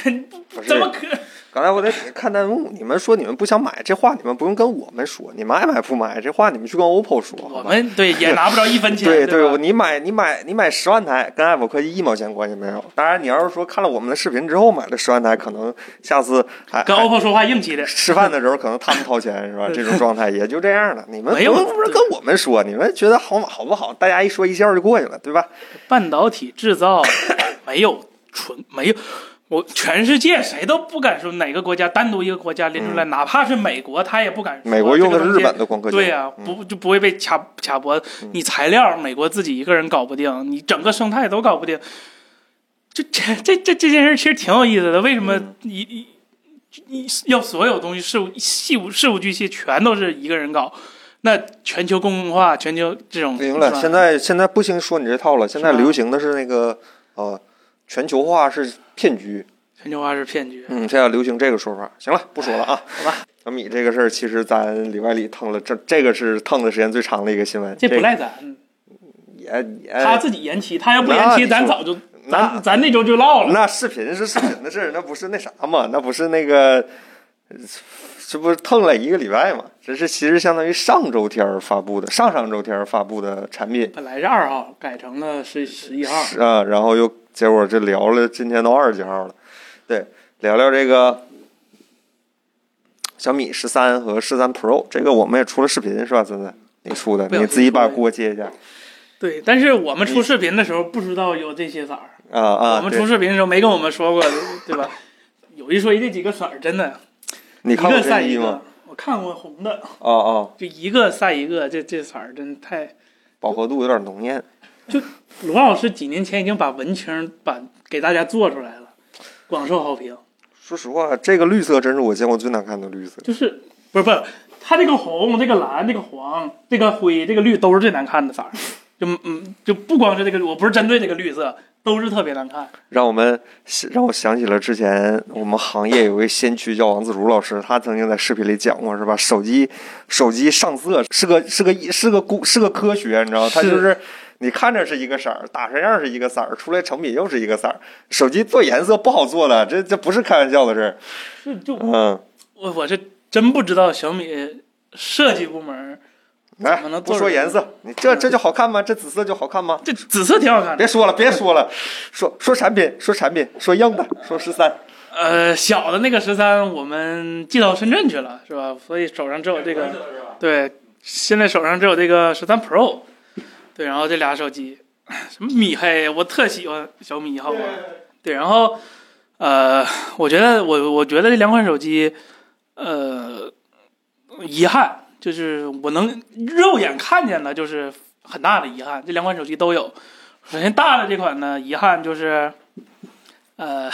[SPEAKER 1] 不是
[SPEAKER 2] 怎么 可？
[SPEAKER 1] 刚才我在看弹幕，你们说你们不想买这话，你们不用跟我们说，你们爱买不买这话，你们去跟 OPPO 说。
[SPEAKER 2] 我
[SPEAKER 1] 好吧
[SPEAKER 2] 们对也拿不着一分钱，
[SPEAKER 1] 对
[SPEAKER 2] 对吧
[SPEAKER 1] 对，你买你买你买十万台，跟爱否科技一毛钱关系没有。当然，你要是说看了我们的视频之后买了十万台，可能下次还
[SPEAKER 2] 跟 OPPO 说话硬气的，
[SPEAKER 1] 吃饭的时候可能他们掏钱是 吧？这种状态也就这样了。你们不
[SPEAKER 2] 没有
[SPEAKER 1] 用不是跟我们说，你们觉得好好不好？大家一说一笑就过去了，对吧？
[SPEAKER 2] 半导体 制造没有纯没有，我全世界谁都不敢说哪个国家单独一个国家拎出来，哪怕是美国，他也不敢说。
[SPEAKER 1] 嗯美国用的是日
[SPEAKER 2] 啊这个东
[SPEAKER 1] 本
[SPEAKER 2] 西。
[SPEAKER 1] 的光刻机，
[SPEAKER 2] 对呀、不就不会被卡卡脖子？
[SPEAKER 1] 嗯
[SPEAKER 2] 你材料美国自己一个人搞不定，你整个生态都搞不定。这这这这这件事其实挺有意思的。为什么
[SPEAKER 1] 嗯
[SPEAKER 2] 一一一要所有东西事物细无事无巨细全都是一个人搞？那全球公共化，全球这种
[SPEAKER 1] 不行了，
[SPEAKER 2] 是吧
[SPEAKER 1] 现在现在不兴说你这套了，现在
[SPEAKER 2] 是吧
[SPEAKER 1] 流行的是那个呃，全球化是骗局。
[SPEAKER 2] 全球化是骗局。
[SPEAKER 1] 嗯，现在流行这个说法。行了，不说了
[SPEAKER 2] 哎
[SPEAKER 1] 啊，好吧。小米这个事儿，其实咱里外里蹭了，这这个是蹭的时间最长的一个新闻。
[SPEAKER 2] 这
[SPEAKER 1] 这
[SPEAKER 2] 不赖咱，
[SPEAKER 1] 也也
[SPEAKER 2] 他自己延期，他要不
[SPEAKER 1] 那
[SPEAKER 2] 延期，
[SPEAKER 1] 你
[SPEAKER 2] 咱
[SPEAKER 1] 说
[SPEAKER 2] 早就咱
[SPEAKER 1] 那
[SPEAKER 2] 咱那周就唠了。
[SPEAKER 1] 那视频是视频的事儿，那不是那啥嘛，那不是那个，这不是蹭了一个礼拜嘛？这是其实相当于上周天儿发布的，上上周天儿发布的产品
[SPEAKER 2] 本来是二号，改成了是十一号。
[SPEAKER 1] 是啊，然后又结果这聊了，今天都二十几号了，对，聊聊这个小米十三和十三 Pro，这个我们也出了视频是吧？森森，你出的，
[SPEAKER 2] 不小
[SPEAKER 1] 你
[SPEAKER 2] 心
[SPEAKER 1] 自己把
[SPEAKER 2] 出了
[SPEAKER 1] 锅接一下
[SPEAKER 2] 对，但是我们
[SPEAKER 1] 你
[SPEAKER 2] 出视频的时候不知道有这些色儿，
[SPEAKER 1] 啊啊！
[SPEAKER 2] 我们
[SPEAKER 1] 对
[SPEAKER 2] 出视频的时候没跟 我们说过，对吧？有一说一，这几个色儿真的
[SPEAKER 1] 你看
[SPEAKER 2] 一
[SPEAKER 1] 过
[SPEAKER 2] 个赛
[SPEAKER 1] 真
[SPEAKER 2] 一
[SPEAKER 1] 一吗
[SPEAKER 2] 个？，我看过红的，
[SPEAKER 1] 哦哦，
[SPEAKER 2] 就一个赛一个，这这色儿真太。
[SPEAKER 1] 饱和度有点浓艳。
[SPEAKER 2] 鲁望老师几年前已经把文青把给大家做出来了，广受好评。
[SPEAKER 1] 说实话，这个绿色真是我见过最难看的绿色。
[SPEAKER 2] 就是不是不是，它这个红、这个蓝、这个黄、这个灰、这个绿都是最难看的色儿。就嗯，就不光是这个，我不是针对这个绿色，都是特别难看。
[SPEAKER 1] 让我们让我想起了之前我们行业有位先驱叫王自如老师，他曾经在视频里讲过，是吧？手机手机上色是个是个是个古是个科学，你知道吗？它
[SPEAKER 2] 是
[SPEAKER 1] 就是你看着是一个色儿，打成样是一个色儿，出来成品又是一个色儿。手机做颜色不好做了，这这不是开玩笑的事儿。
[SPEAKER 2] 是就
[SPEAKER 1] 嗯，
[SPEAKER 2] 我我是真不知道小米设计部门儿
[SPEAKER 1] 来
[SPEAKER 2] 怎么能
[SPEAKER 1] 哎不
[SPEAKER 2] 做
[SPEAKER 1] 说
[SPEAKER 2] 出
[SPEAKER 1] 颜色，你这这就好看吗？这紫色就好看吗？
[SPEAKER 2] 这紫色挺好看的。
[SPEAKER 1] 别说了，别说了，说说产品，说产品，说硬的，说十三。
[SPEAKER 2] 呃，小的那个十三我们寄到深圳去了，是吧？所以手上只有这个。对，现在手上只有这个十三 Pro，对，然后这俩手机，什么米黑，我特喜欢小米一号啊，对，然后呃，我觉得我我觉得这两款手机，呃，遗憾就是我能肉眼看见的，就是很大的遗憾，这两款手机都有。首先大的这款呢，遗憾就是，呃，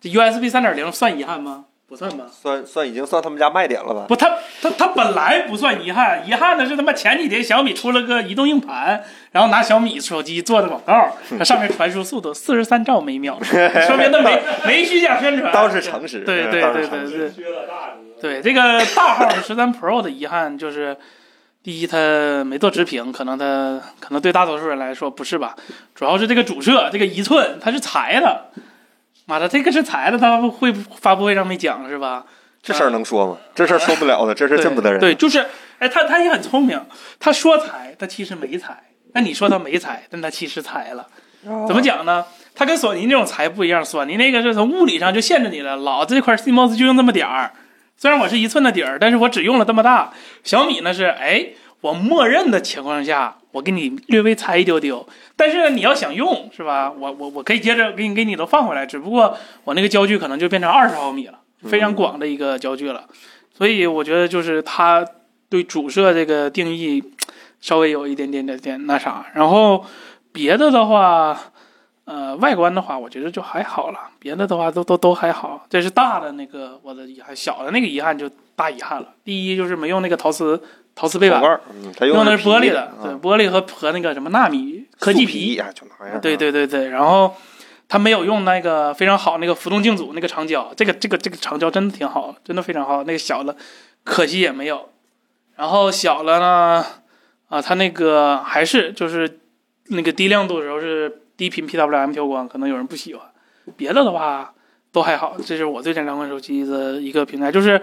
[SPEAKER 2] 这 USB 三点零算遗憾吗？不算吧。
[SPEAKER 1] 算算已经算他们家卖点了吧？
[SPEAKER 2] 不，它它它本来不算遗憾，遗憾的是他妈前几天小米出了个移动硬盘，然后拿小米手机做的广 告，它上面传输速度四十三兆每 秒，说明它没没虚假宣传，
[SPEAKER 1] 倒是常识嗯
[SPEAKER 2] 对对
[SPEAKER 1] 倒是
[SPEAKER 2] 对
[SPEAKER 1] 常
[SPEAKER 2] 对
[SPEAKER 1] 识
[SPEAKER 2] 对
[SPEAKER 3] 缺了大哥。
[SPEAKER 2] 对，这个大号十三 Pro 的遗憾就是，第一它没做直屏，可能它可能对大多数人来说不是吧，主要是这个主摄这个一寸它是裁的，妈的这个是裁的，它会发布会上没讲是吧？
[SPEAKER 1] 这事儿能说吗？这事儿说不了的，这事儿
[SPEAKER 2] 对
[SPEAKER 1] 见不得人。
[SPEAKER 2] 对，就是，哎，他他也很聪明，他说裁，他其实没裁。那你说他没裁，但他其实裁了。
[SPEAKER 4] 哦
[SPEAKER 3] 嗯
[SPEAKER 2] 怎么讲呢？他跟索尼那种裁不一样，索尼那个是从物理上就限制你了，老子这块 CMOS 就用这么点儿。虽然我是一寸的底儿，但是我只用了这么大。小米呢是，哎，我默认的情况下，我给你略微裁一丢丢，但是呢，你要想用是吧？我我我可以接着给你给你都放回来，只不过我那个焦距可能就变成二十毫米了，非常广的一个焦距了。所以我觉得就是它对主摄这个定义稍微有一点点点点那啥。然后别的的话，呃，外观的话，我觉得就还好了。别的的话都都都还好，这是大的那个我的遗憾，小的那个遗憾就大遗憾了。第一就是没用那个陶瓷陶瓷背
[SPEAKER 1] 口
[SPEAKER 2] 板
[SPEAKER 1] 盖，儿，嗯，他
[SPEAKER 2] 用的是玻
[SPEAKER 1] 皮
[SPEAKER 2] 璃的，对，
[SPEAKER 1] 啊
[SPEAKER 2] 玻璃和和那个什么纳米科技
[SPEAKER 1] 素皮
[SPEAKER 2] 皮，
[SPEAKER 1] 呀，就那样。
[SPEAKER 2] 对，对对对，然后他没有用那个非常好那个浮动镜组那个长焦，这个这个这个长焦真的挺好，真的非常好。那个小了，可惜也没有。然后小了呢，啊，它那个还是就是那个低亮度的时候是低频 PWM 调光，可能有人不喜欢。别的的话都还好，这是我对这两款手机的一个评价，就是，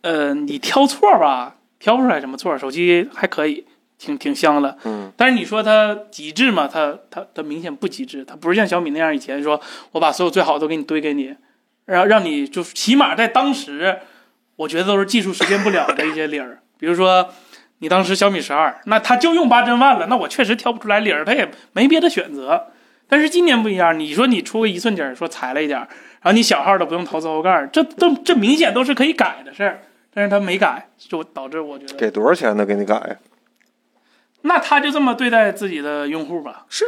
[SPEAKER 2] 呃，你挑错儿吧，挑不出来什么错儿，手机还可以，挺挺香的。
[SPEAKER 1] 嗯，
[SPEAKER 2] 但是你说它极致嘛，它它它明显不极致，它不是像小米那样以前说我把所有最好都给你堆给你，让让你就是起码在当时，我觉得都是技术实现不了的一些理儿，比如说。你当时小米十二，那它就用八针万了，那我确实挑不出来理儿，它也没别的选择。但是今年不一样，你说你出个一寸底儿，说裁了一点儿，然后你小号的不用陶瓷后盖儿，这这这明显都是可以改的事儿，但是他没改，就导致我觉得，
[SPEAKER 1] 给多少钱呢？给你改？
[SPEAKER 2] 那他就这么对待自己的用户吧。
[SPEAKER 1] 是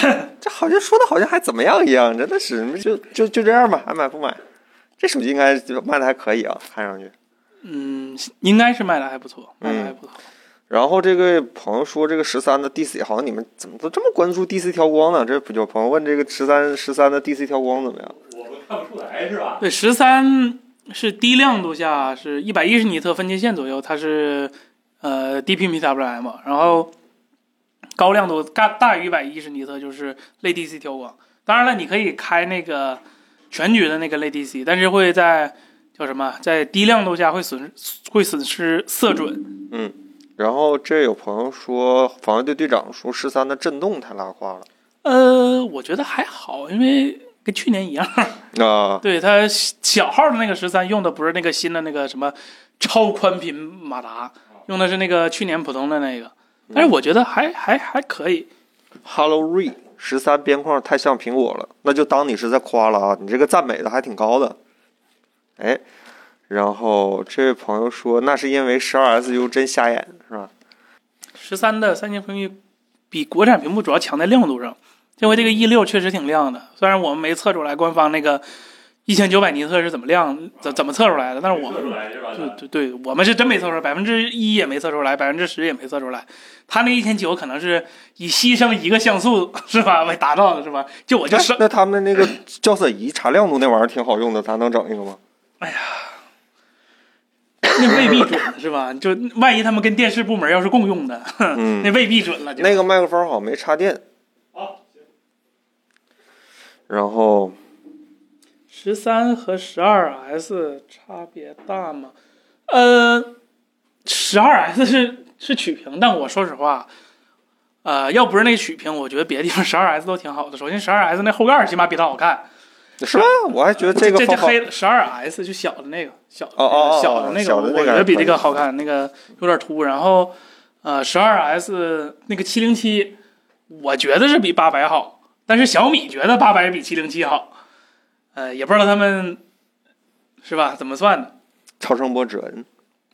[SPEAKER 1] 啊。这好像说的好像还怎么样一样，真的是就就就这样吧，爱买不买。这手机应该就卖的还可以啊，看上去。
[SPEAKER 2] 嗯，应该是卖的还不错，卖的还不错。
[SPEAKER 1] 然后这个朋友说，这个十三的 DC 好像你们怎么都这么关注 DC 调光呢？这有朋友问这个十三十三的 DC 调光怎么样？
[SPEAKER 3] 我们看不出来是吧？
[SPEAKER 2] 对，十三是低亮度下是一百一十尼特分界线左右，它是呃低频 PWM，然后高亮度大大于一百一十尼特就是类 DC 调光。当然了，你可以开那个全局的那个类 DC，但是会在叫什么，在低亮度下会损会损失色准。
[SPEAKER 1] 然后这有朋友说，防卫队队长说十三的震动太拉胯了。
[SPEAKER 2] 呃，我觉得还好，因为跟去年一样。
[SPEAKER 1] 啊、
[SPEAKER 2] 对它小号的那个十三用的不是那个新的那个什么超宽频马达，用的是那个去年普通的那个，但是我觉得还还还可以。
[SPEAKER 1] h e l l o Re 十三边框太像苹果了，那就当你是在夸了啊，你这个赞美的还挺高的。哎，然后这位朋友说，那是因为十二 SU 真瞎眼，是吧？
[SPEAKER 2] 十三的三星屏幕比国产屏幕主要强在亮度上，这回这个 E 六确实挺亮的，虽然我们没测出来官方那个一千九百尼特是怎么亮怎怎么测出来的，但是我们对对对，我们是真没测出来，百分之一也没测出来，百分之十也没测出来。他那一千九可能是以牺牲一个像素是吧为达到的，是吧？就我就
[SPEAKER 1] 哎
[SPEAKER 2] 是
[SPEAKER 1] 那他们那个校色仪查亮度那玩意儿挺好用的，咱能整一个吗？
[SPEAKER 2] 那未必准是吧？就万一他们跟电视部门要是共用的，
[SPEAKER 1] 嗯
[SPEAKER 2] 那，未必准了。就
[SPEAKER 1] 那个麦克风好像没插电。然后
[SPEAKER 2] 十三和十二 S 差别大吗？呃，十二 S 是是曲屏，但我说实话，呃，要不是那曲屏，我觉得别的地方十二 S 都挺好的。首先，十二 S 那后盖儿起码比它好看，
[SPEAKER 1] 是吧？我还觉得
[SPEAKER 2] 这
[SPEAKER 1] 这个
[SPEAKER 2] 这
[SPEAKER 1] 方法
[SPEAKER 2] 黑十二 S 就小的那个小
[SPEAKER 1] 哦哦哦
[SPEAKER 2] 小的那个，
[SPEAKER 1] 小的那个
[SPEAKER 2] 我觉得比这
[SPEAKER 1] 可以
[SPEAKER 2] 个好看，那个有点凸。然后，呃，十二 S 那个七零七，我觉得是比八百好，但是小米觉得八百比七零七好，呃，也不知道他们是吧怎么算的。
[SPEAKER 1] 超声波指纹，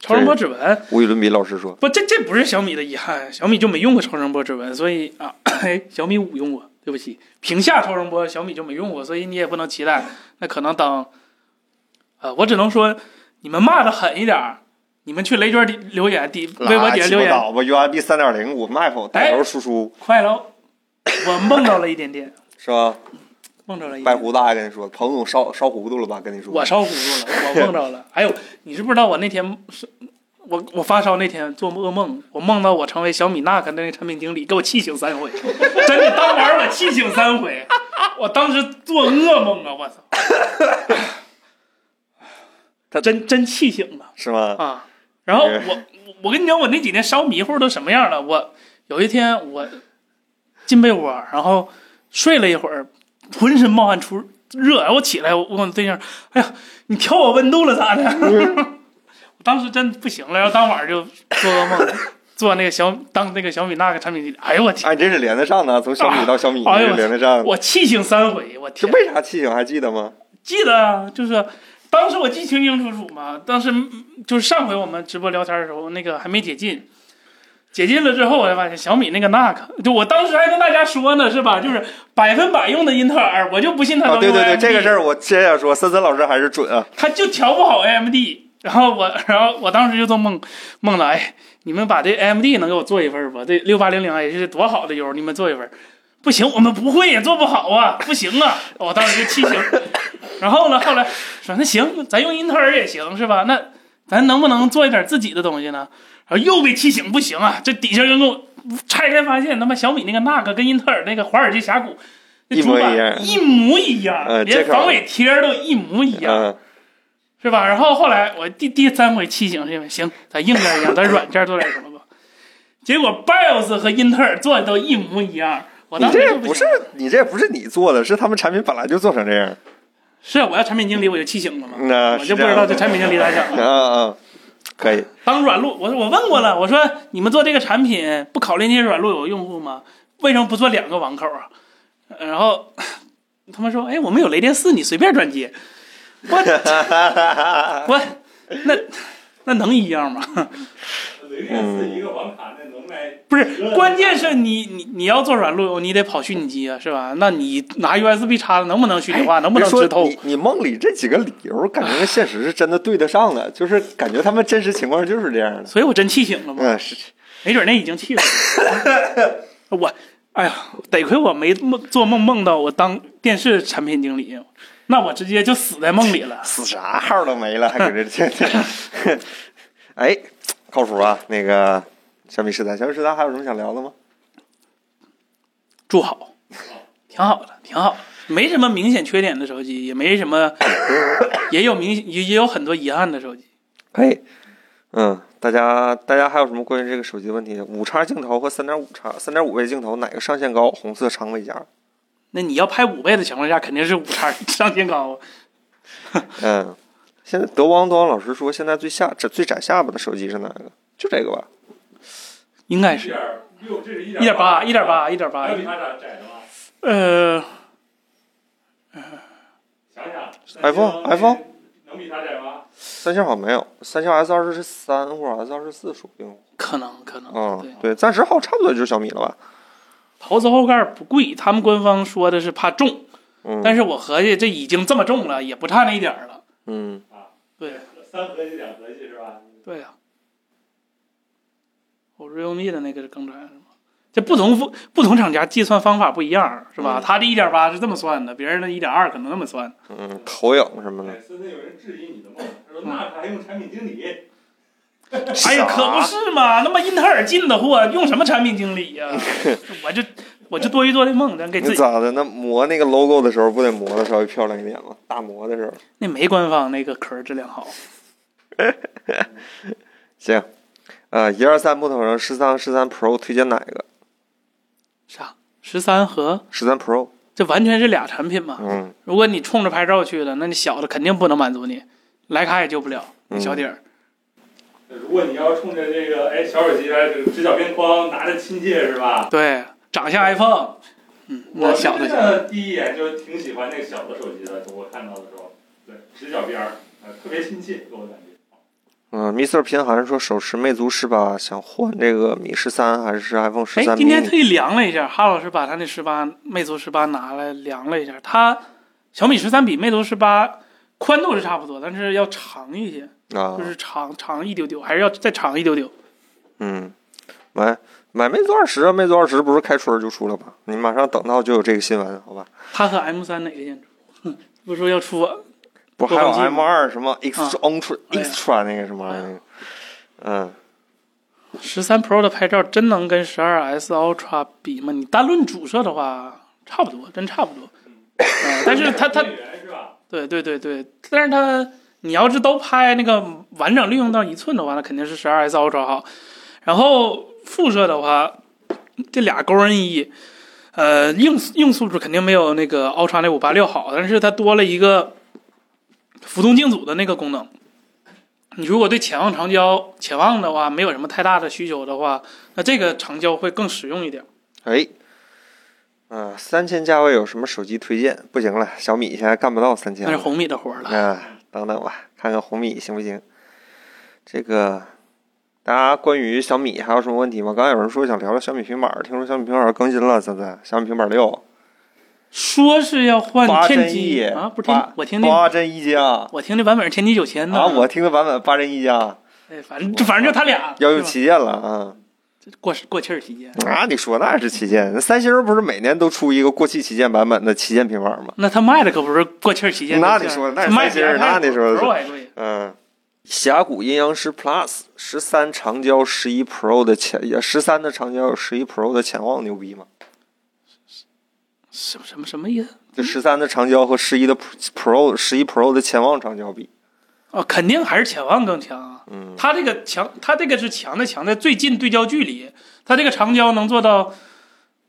[SPEAKER 2] 超声波指纹，
[SPEAKER 1] 无与伦比。老师说，
[SPEAKER 2] 不，这这不是小米的遗憾，小米就没用过超声波指纹，所以啊， 哎，小米五用过，对不起，屏下超声波小米就没用过，所以你也不能期待。那可能等，呃，我只能说，你们骂的狠一点儿，你们去雷军底留言底微博
[SPEAKER 1] 拉
[SPEAKER 2] 底下
[SPEAKER 1] 鸡
[SPEAKER 2] 留
[SPEAKER 1] 巴
[SPEAKER 2] 言，哎
[SPEAKER 1] 倒吧！USB 三点零五 Map 带头输出
[SPEAKER 2] 快了，我梦到了一点点，
[SPEAKER 1] 是吧？
[SPEAKER 2] 梦到了一
[SPEAKER 1] 白
[SPEAKER 2] 点点。
[SPEAKER 1] 胡子还跟你说，彭总烧烧糊涂了吧？跟你说，
[SPEAKER 2] 我烧糊涂了，我梦到了。还有，你是不知道我那天是，我我发烧那天做噩梦，我梦到我成为小米娜克那个产品经理，给我气醒三回， 真的当晚我气醒三回，我当时做噩梦啊，我操！
[SPEAKER 1] 他
[SPEAKER 2] 真真气醒了
[SPEAKER 1] 是 吗？
[SPEAKER 2] 啊！然后
[SPEAKER 1] 是
[SPEAKER 2] 我我我跟你讲，我那几天烧迷糊都什么样了？我有一天我进被窝，然后睡了一会儿，浑身冒汗出热，然后我起来，我问我对象，哎呀，你调我温度了咋的？ 我当时真不行了，然后当晚上就做噩梦，做那个小当那个小米那个产品经理，哎呦我天，
[SPEAKER 1] 哎，你真是连得上的，从小米到小米，
[SPEAKER 2] 哎
[SPEAKER 1] 你
[SPEAKER 2] 呦
[SPEAKER 1] 是连得上的。
[SPEAKER 2] 我气醒三回，我
[SPEAKER 1] 这
[SPEAKER 2] 天，
[SPEAKER 1] 为啥气醒还记得吗？
[SPEAKER 2] 记得啊，就是当时我记清清楚楚嘛，当时嗯就是上回我们直播聊天的时候，那个还没解禁。解禁了之后，我才发现小米那个 NUC，就我当时还跟大家说呢，是吧？就是百分百用的英特尔，我就不信它
[SPEAKER 1] 啊，
[SPEAKER 2] 能
[SPEAKER 1] 对
[SPEAKER 2] 用 AMD、
[SPEAKER 1] 对对，这个事儿我接着说，森森老师还是准啊。
[SPEAKER 2] 他就调不好 AMD。然后我，然后我当时就做梦，梦到哎，你们把这 AMD 能给我做一份吧？这六八零零 A 是多好的油，你们做一份。不行，我们不会也做不好啊，不行啊！我当时 就气醒。然后呢，后来说那行，咱用英特尔也行是吧？那咱能不能做一点自己的东西呢？然后又被气醒，不行啊！这底下人给我拆开发现，他妈小米那个那个跟英特尔那个华尔街峡谷那
[SPEAKER 1] 一模
[SPEAKER 2] 主板
[SPEAKER 1] 一样
[SPEAKER 2] 一模一样，
[SPEAKER 1] 呃
[SPEAKER 2] 连
[SPEAKER 1] 接口
[SPEAKER 2] 防伪贴儿都一模一样。
[SPEAKER 1] 嗯，
[SPEAKER 2] 是吧？然后后来我第第三回气醒是因为行，咱硬件一样，咱软件做点什么吧。结果 BIOS 和英特尔做的都一模一样，我
[SPEAKER 1] 你
[SPEAKER 2] 当
[SPEAKER 1] 这
[SPEAKER 2] 时
[SPEAKER 1] 也
[SPEAKER 2] 就
[SPEAKER 1] 不是
[SPEAKER 2] 行了
[SPEAKER 1] 你这也不是你做的，是他们产品本来就做成这样。
[SPEAKER 2] 是啊我要产品经理我就气醒了嘛，
[SPEAKER 1] 那
[SPEAKER 2] 我
[SPEAKER 1] 啊是
[SPEAKER 2] 就不
[SPEAKER 1] 这
[SPEAKER 2] 知
[SPEAKER 1] 样
[SPEAKER 2] 道
[SPEAKER 1] 的
[SPEAKER 2] 这产品经理咋想
[SPEAKER 1] 啊
[SPEAKER 2] 的。
[SPEAKER 1] 啊，可 以。
[SPEAKER 2] 当软路，我说我问过了，我说你们做这个产品不考虑那些软路有用户吗？为什么不做两个网口啊？呃然后他们说，哎，我们有雷电四，你随便转接。我我那那能一样吗？
[SPEAKER 3] 雷电四一个网卡，那能卖
[SPEAKER 2] 不是，关键是你你你要做软路由，你得跑虚拟机啊，是吧？那你拿 USB 插的能不能虚拟化，能不能
[SPEAKER 1] 别说
[SPEAKER 2] 直透
[SPEAKER 1] 哎你？你梦里这几个理由，感觉跟现实是真的对得上的，就是感觉他们真实情况就是这样的。
[SPEAKER 2] 所以我真气醒了嘛，
[SPEAKER 1] 嗯，是
[SPEAKER 2] 没准那已经气 死了。我，哎呀，得亏我没梦做梦梦到我当电视产品经理，那我直接就死在梦里了。
[SPEAKER 1] 死啥号都没了，还搁这这这， 哎，靠谱啊！那个小米十三，小米十三还有什么想聊的吗？
[SPEAKER 2] 祝好，挺好的，挺好的，没什么明显缺点的手机，也没 什么，也有明也也有很多遗憾的手机。
[SPEAKER 1] 可以。嗯，大家大家还有什么关于这个手机问题？五叉镜头和三点五叉三点五倍镜头哪个上限高？红色长尾夹。
[SPEAKER 2] 那你要拍五倍的情况下，肯定是五叉上天高啊。
[SPEAKER 1] 嗯，现在德王德王老师说，现在最下这最窄下巴的手机是哪个？就这个吧。
[SPEAKER 2] 应该
[SPEAKER 3] 一
[SPEAKER 2] 是
[SPEAKER 3] 点六，这是一
[SPEAKER 2] 一点八，一点，八，一点八
[SPEAKER 3] 还有。比它窄窄的吗？
[SPEAKER 2] 呃，
[SPEAKER 3] 想想
[SPEAKER 1] iPhone，iPhone？
[SPEAKER 3] 能能比它点儿吗？
[SPEAKER 1] 三星好像没有，三星 S 二十三或者 S 二十四属于用户。
[SPEAKER 2] 可能可能，对
[SPEAKER 1] 嗯，，啊对，暂时好像差不多也就是小米了吧。
[SPEAKER 2] 陶瓷后盖儿不贵，他们官方说的是怕重，
[SPEAKER 1] 嗯，
[SPEAKER 2] 但
[SPEAKER 1] 是
[SPEAKER 2] 是我合计这已经这么重了，也不差那一点儿了。
[SPEAKER 1] 嗯，
[SPEAKER 2] 对
[SPEAKER 3] 三合计两合计是吧？
[SPEAKER 2] 对呀、我 realme 的那个是更传是吗？这不同不不同厂家计算方法不一样是吧？
[SPEAKER 1] 嗯
[SPEAKER 2] 他的一点八是这么算的，别人的一点二可能那么算。
[SPEAKER 1] 嗯，投影什么的。
[SPEAKER 3] 哎，孙子有人质疑你的梦，他说那还用产品经理？
[SPEAKER 2] 哎
[SPEAKER 1] 啥
[SPEAKER 2] 呀，可不是嘛！那么英特尔进的货，用什么产品经 理呀、我这我这多余做的梦，咱给自
[SPEAKER 1] 你
[SPEAKER 2] 己
[SPEAKER 1] 咋的？那磨那个 logo 的时候，不得磨的稍微漂亮一点吗？大磨的时候。
[SPEAKER 2] 那没官方那个壳儿质量好。
[SPEAKER 1] 行，呃，一二三木头人，十三十三 Pro 推荐哪个？
[SPEAKER 2] 啥？十三和
[SPEAKER 1] 十三 Pro，
[SPEAKER 2] 这完全是俩产品嘛。
[SPEAKER 1] 嗯
[SPEAKER 2] 如果你冲着拍照去的，那你小的肯定不能满足你，徕卡也救不了，
[SPEAKER 1] 嗯
[SPEAKER 2] 那小底儿。
[SPEAKER 3] 如果你要冲着这个哎小手机还是直角边框拿着亲切是吧？
[SPEAKER 2] 对，长相 iPhone，嗯，
[SPEAKER 3] 我
[SPEAKER 2] 那小的行。
[SPEAKER 3] 的第一眼就挺喜欢那个小的手机的，就我看到的时候，对直角边儿，呃，特别亲切，给我感觉。
[SPEAKER 1] 嗯，Mr. 贫寒说手持魅族十八，想换这个米十三还是 iPhone 十
[SPEAKER 2] 哎，
[SPEAKER 1] 三
[SPEAKER 2] 今天
[SPEAKER 1] mini？
[SPEAKER 2] 特意量了一下，哈老师把他那十八魅族十八拿来量了一下，它小米十三比魅族十八宽度是差不多，但是要长一些，
[SPEAKER 1] 啊
[SPEAKER 2] 就，是长长一丢丢，还是要再长一丢丢。
[SPEAKER 1] 嗯，买买魅族二十，啊魅族二十不是开春儿就出了吗？你马上等到就有这个新闻，好吧？
[SPEAKER 2] 它和 M 三哪个先出？ 哼不是说要出啊
[SPEAKER 1] 不还有
[SPEAKER 2] 多放心
[SPEAKER 1] M 二什么 Extra Ultra
[SPEAKER 2] 哎呀
[SPEAKER 1] Extra 那个什么玩意儿那个？嗯，
[SPEAKER 2] 十三 Pro 的拍照真能跟十二 S Ultra 比吗？你单论主摄的话，差不多，真差不多。呃但是它它
[SPEAKER 3] 店员是吧？
[SPEAKER 2] 对对对对，但是它你要是都拍那个完整利用到一寸的话，那肯定是十二 S Ultra 好。然后副摄的话，这俩勾 N 一，呃，硬硬素质肯定没有那个 Ultra 那五八六好，但是它多了一个浮动镜组的那个功能。你如果对潜望长焦、潜望的话没有什么太大的需求的话，那这个长焦会更实用一点。
[SPEAKER 1] 哎，嗯、三千价位有什么手机推荐？不行了，小米现在干不到三千
[SPEAKER 2] 那是。红米的活儿了。
[SPEAKER 1] 啊，等等吧，看看红米行不行。这个，大家关于小米还有什么问题吗？刚才有人说想聊聊小米平板儿，听说小米平板儿更新了，现在小米平板六
[SPEAKER 2] 说是要换
[SPEAKER 1] 八
[SPEAKER 2] 天
[SPEAKER 1] 针
[SPEAKER 2] 玑
[SPEAKER 1] 一
[SPEAKER 2] 啊，不是天
[SPEAKER 1] 八，
[SPEAKER 2] 我听那
[SPEAKER 1] 八针一加
[SPEAKER 2] 我听那版本是天玑九千呢。
[SPEAKER 1] 啊，我听的版本八针一加
[SPEAKER 2] 哎，反正就反正就他俩
[SPEAKER 1] 要用
[SPEAKER 2] 是吧
[SPEAKER 1] 旗舰了啊！
[SPEAKER 2] 过时过气儿旗舰。
[SPEAKER 1] 啊，你说那是旗舰？那三星儿不是每年都出一个过气旗舰版本的旗舰平板儿吗？
[SPEAKER 2] 那他卖的可不是过气儿旗舰，
[SPEAKER 1] 那
[SPEAKER 2] 就
[SPEAKER 1] 你
[SPEAKER 2] 是
[SPEAKER 1] 说那是
[SPEAKER 2] 卖
[SPEAKER 1] 三星儿
[SPEAKER 2] 比
[SPEAKER 1] 那你说的是
[SPEAKER 2] Pro 还贵。
[SPEAKER 1] 嗯，峡谷阴阳师 Plus 十三长焦十一 Pro 的潜，十三的长焦有十一 Pro 的潜望牛逼吗？
[SPEAKER 2] 什么什么什么意思？
[SPEAKER 1] 就十三的长焦和十一的 Pro 十一 Pro 的潜望长焦比，
[SPEAKER 2] 哦，肯定还是潜望更强啊。
[SPEAKER 1] 嗯，
[SPEAKER 2] 它这个强，它这个是强的强在最近对焦距离，它这个长焦能做到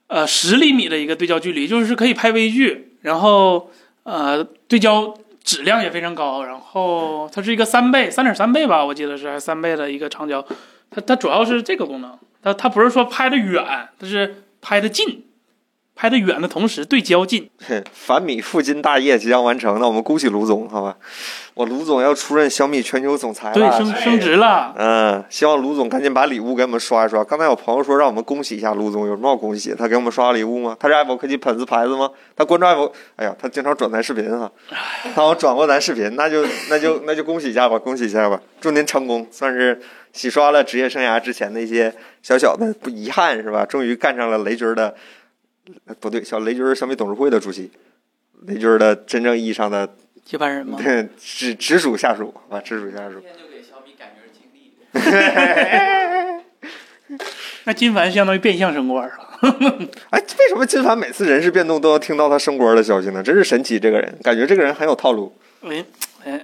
[SPEAKER 2] 呃十厘米的一个对焦距离，就是可以拍微距，然后呃对焦质量也非常高，然后它是一个三倍三点三倍吧，我记得是还是三倍的一个长焦，它它主要是这个功能，它它不是说拍的远，它是拍的近。拍的远的同时对焦近，
[SPEAKER 1] 嘿反米负金大业即将完成，那我们恭喜卢总，好吧？我卢总要出任小米全球总裁
[SPEAKER 2] 对升
[SPEAKER 1] 了。
[SPEAKER 2] 升值 了。
[SPEAKER 1] 嗯，希望卢总赶紧把礼物给我们刷一刷。刚才有朋友说让我们恭喜一下卢总，有什么好恭喜？他给我们刷礼物吗？他是爱博科技粉丝牌子吗？他关注爱博？哎呀，他经常转咱视频哈、他好像转过咱视频，那就那就那就恭喜一下吧，恭喜一下吧，祝您成功，算是洗刷了职业生涯之前的一些小小的不遗憾是吧？终于干上了雷军儿的，呃不对，小雷军儿小米董事会的主席，雷军儿的真正意义上的
[SPEAKER 2] 接班人吗？
[SPEAKER 1] 直直属下属啊，直属下属。
[SPEAKER 4] 天就给小米改名儿经理，
[SPEAKER 2] 那金凡相当于变相升官了。
[SPEAKER 1] 哎，为什么金凡每次人事变动都要听到他升官的消息呢？真是神奇，这个人感觉这个人很有套路，
[SPEAKER 2] 哎哎，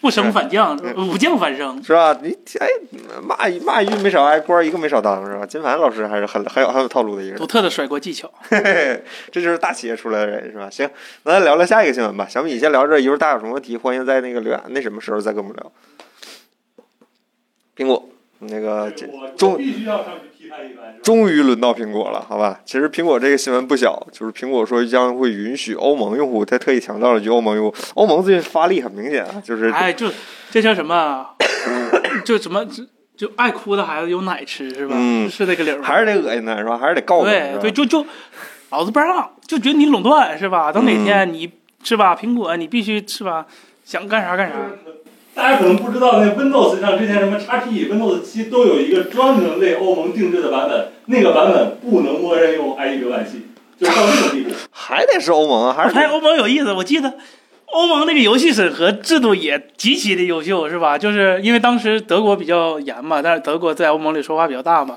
[SPEAKER 2] 不升反降，
[SPEAKER 1] 嗯
[SPEAKER 2] 不降反升。
[SPEAKER 1] 是吧？你哎，骂骂一句没少挨，官儿一个没少当，是吧？金凡老师还是很很有很有套路的一个人
[SPEAKER 2] 独，特的甩锅技巧。
[SPEAKER 1] 嘿嘿 这就是大企业出来的人，是吧？行，那咱聊聊下一个新闻吧。小米先聊到这儿，一会儿大家有什么问题，欢迎在那个留言那什么时候再跟我们聊。苹果，嗯。那个这
[SPEAKER 3] 我
[SPEAKER 1] 终
[SPEAKER 3] 必须要上去踢他一番。
[SPEAKER 1] 终于轮到苹果了，好吧？其实苹果这个新闻不小，就是苹果说将会允许欧盟用户，他特意强调了一句欧盟用户。欧盟最近发力很明显啊，就是
[SPEAKER 2] 哎，就这叫什么？ 就什么就就爱哭的孩子有奶吃是吧？
[SPEAKER 1] 嗯
[SPEAKER 2] 是那个理儿吧？
[SPEAKER 1] 还是得恶心他是吧？还是得告他是
[SPEAKER 2] 对
[SPEAKER 1] 吧
[SPEAKER 2] 对，就就老子不让，就觉得你垄断是吧？等哪
[SPEAKER 1] 嗯
[SPEAKER 2] 天你、是吧？苹果你必须是吧？想干啥干啥。
[SPEAKER 3] 大家可能不知道，那 Windows 上之前什么 XP、Windows 七都有一个专门为欧盟定制的版本，那个版本不能默认用 IE 浏览器，就是到这种地步。
[SPEAKER 1] 还得是欧盟啊，还是
[SPEAKER 2] 哎，欧盟有意思，我记得欧盟那个游戏审核制度也极其的优秀，是吧？就是因为当时德国比较严嘛，但是德国在欧盟里说话比较大嘛，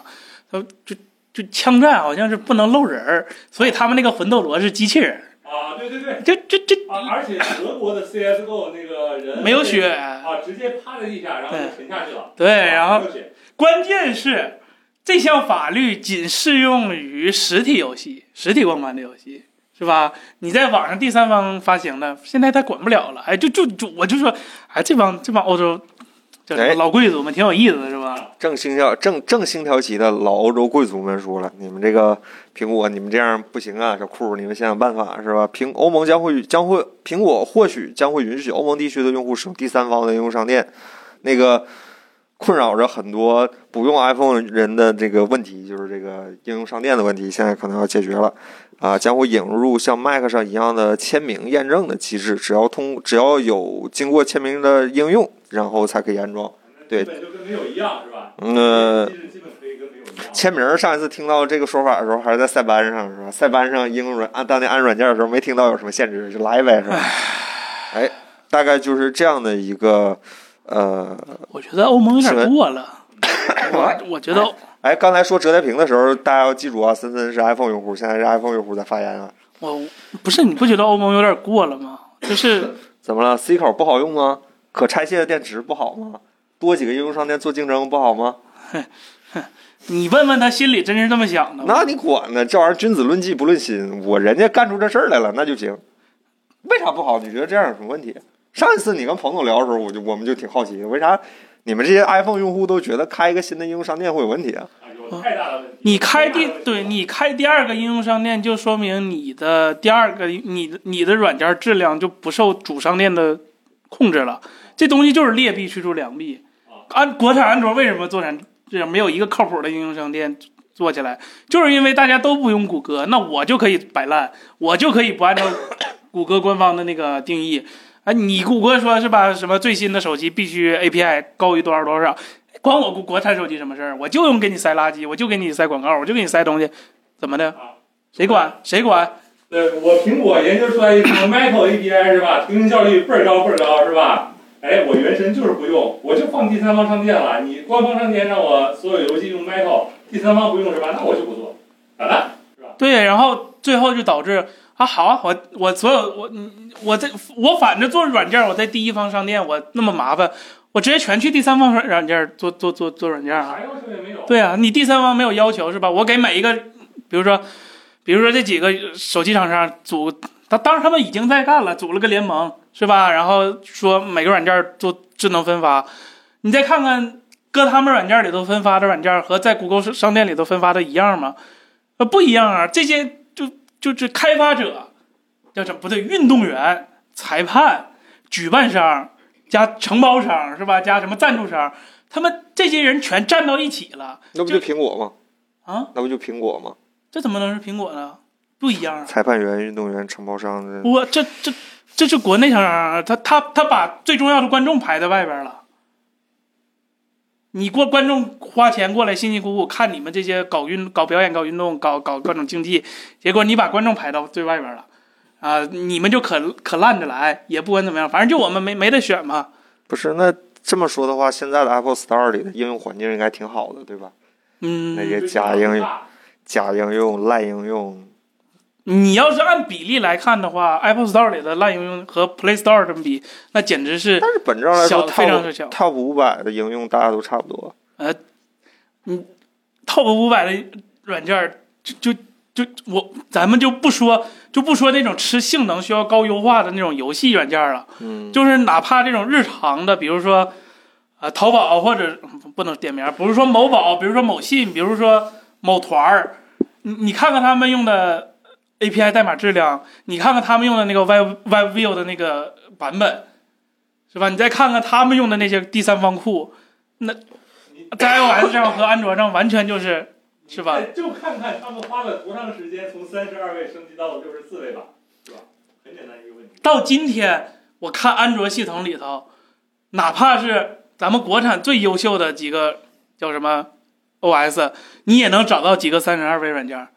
[SPEAKER 2] 他就就枪战好像是不能漏人儿，所以他们那个魂斗罗是机器人儿，
[SPEAKER 3] 啊，对对对，
[SPEAKER 2] 就就就
[SPEAKER 3] 啊，而且德国的 CSGO 那个人
[SPEAKER 2] 没有血。
[SPEAKER 3] 啊，直接趴在地下，然后就沉下去了。
[SPEAKER 2] 对，然后
[SPEAKER 3] 没有血
[SPEAKER 2] 关键是这项法律仅适用于实体游戏、实体光盘的游戏，是吧？你在网上第三方发行的，现在他管不了了。哎，就就就我就说，哎，这帮这帮欧洲叫什
[SPEAKER 1] 哎
[SPEAKER 2] 么老贵族们挺有意思的，是吧？
[SPEAKER 1] 正星条正正星条旗的老欧洲贵族们说了，你们这个苹果，你们这样不行啊，小库，你们想想办法是吧？苹欧盟将会将会苹果或许将会允许欧盟地区的用户使用第三方的应用商店，那个困扰着很多不用 iPhone 人的这个问题，就是这个应用商店的问题，现在可能要解决了。啊，将会引入像 Mac 上一样的签名验证的机制，只要通只要有经过签名的应用，然后才可以安装。对
[SPEAKER 3] 基本就跟没有一样，是吧？
[SPEAKER 1] 嗯、呃
[SPEAKER 3] 机制基本可以跟没有一样。
[SPEAKER 1] 签名儿上一次听到这个说法的时候，还是在塞班上是吧？塞班上应用软按当年安软件的时候，没听到有什么限制，就来呗是吧？哎，大概就是这样的一个呃，
[SPEAKER 2] 我觉得欧盟有
[SPEAKER 1] 是
[SPEAKER 2] 点
[SPEAKER 1] 吧
[SPEAKER 2] 过了，我我觉得
[SPEAKER 1] 哎，刚才说折叠屏的时候，大家要记住啊，森森是 iPhone 用户，现在是 iPhone 用户在发言啊。
[SPEAKER 2] 我不是你不觉得欧盟有点过了吗？就是
[SPEAKER 1] 怎么了？C 口不好用吗？可拆卸的电池不好吗？多几个应用商店做竞争不好吗？
[SPEAKER 2] 你问问他心里真是这么想的吗？
[SPEAKER 1] 那你管呢？这玩意儿君子论迹不论心，我人家干出这事儿来了，那就行。为啥不好？你觉得这样有什么问题？上一次你跟彭总聊的时候，我就我们就挺好奇，为啥你们这些 iPhone 用户都觉得开一个新的应用商店会有问题啊？
[SPEAKER 3] 啊，有太大的问题。
[SPEAKER 2] 你开
[SPEAKER 3] 太
[SPEAKER 2] 第
[SPEAKER 3] 大的问题
[SPEAKER 2] 对
[SPEAKER 3] 了
[SPEAKER 2] 你开第二个应用商店，就说明你的第二个你的你的软件质量就不受主商店的控制了。这东西就是劣币驱逐良币。安国产安卓为什么做成这样？没有一个靠谱的应用商店做起来，就是因为大家都不用谷歌，那我就可以摆烂，我就可以不按照 谷歌官方的那个定义。哎，你谷歌说是吧？什么最新的手机必须 API 高于多少多少？关我国国产手机什么事儿？我就用给你塞垃圾，我就给你塞广告，我就给你塞东西，怎么的
[SPEAKER 3] 啊？
[SPEAKER 2] 谁管？谁管？
[SPEAKER 3] 对，我苹果研究出来一个 Micro API 是吧？通信效率倍儿高倍儿高是吧？哎，我原神就是不用，我就放第三方商店了。你官方商店让我所有游戏用 Micro，第三方不用是吧？那我就不做，咋办？
[SPEAKER 2] 对，然后最后就导致啊，好啊，我我所有我嗯我在我反正做软件，我在第一方商店我那么麻烦，我直接全去第三方软软件做做做做软件啊。
[SPEAKER 3] 啥要求也没有。
[SPEAKER 2] 对啊，你第三方没有要求是吧？我给每一个，比如说，比如说这几个手机厂商组，当当然他们已经在干了，组了个联盟是吧？然后说每个软件做智能分发，你再看看搁他们软件里头分发的软件和在谷歌商店里头分发的一样吗？呃，不一样啊，这些就就是开发者叫什么不对，运动员、裁判、举办商加承包商是吧？加什么赞助商？他们这些人全站到一起了，
[SPEAKER 1] 那不就苹果吗？
[SPEAKER 2] 啊，
[SPEAKER 1] 那不就苹果吗？
[SPEAKER 2] 这怎么能是苹果呢？不一样啊！
[SPEAKER 1] 裁判员、运动员、承包商的，
[SPEAKER 2] 我这这这是国内厂商，他他他把最重要的观众排在外边了。你过观众花钱过来辛辛苦苦看你们这些搞运搞表演、搞运动、搞搞各种竞技，结果你把观众排到最外边了，啊、你们就可可烂着来，也不管怎么样，反正就我们没没得选嘛。
[SPEAKER 1] 不是？那这么说的话，现在的 Apple Store 里的应用环境应该挺好的，对吧？那
[SPEAKER 2] 嗯，
[SPEAKER 1] 些假应用、假应用、烂应用，
[SPEAKER 2] 你要是按比例来看的话，Apple Store 里的烂应用和 Play Store 这么比，那简直是
[SPEAKER 1] 但是本质上来
[SPEAKER 2] 小
[SPEAKER 1] 说
[SPEAKER 2] 的非常之
[SPEAKER 1] ，Top
[SPEAKER 2] 小。
[SPEAKER 1] Top 五百的应用大家都差不多。
[SPEAKER 2] Top 五百的软件儿，就就就我咱们就不说就不说那种吃性能需要高优化的那种游戏软件儿了，
[SPEAKER 1] 嗯，
[SPEAKER 2] 就是哪怕这种日常的，比如说啊，淘宝或者嗯不能点名儿，比如说某宝，比如说某信，比如说某团儿，你你看看他们用的 API 代码质量，你看看他们用的那个 Web Web View 的那个版本，是吧？你再看看他们用的那些第三方库，那在 iOS 上和安卓上完全就是是吧？
[SPEAKER 3] 就看看他们花了多长时间从三十二位升级到六十四位吧，是吧？很简单一个问题。
[SPEAKER 2] 到今天，我看安卓系统里头，哪怕是咱们国产最优秀的几个叫什么 OS，你也能找到几个三十二位软件儿。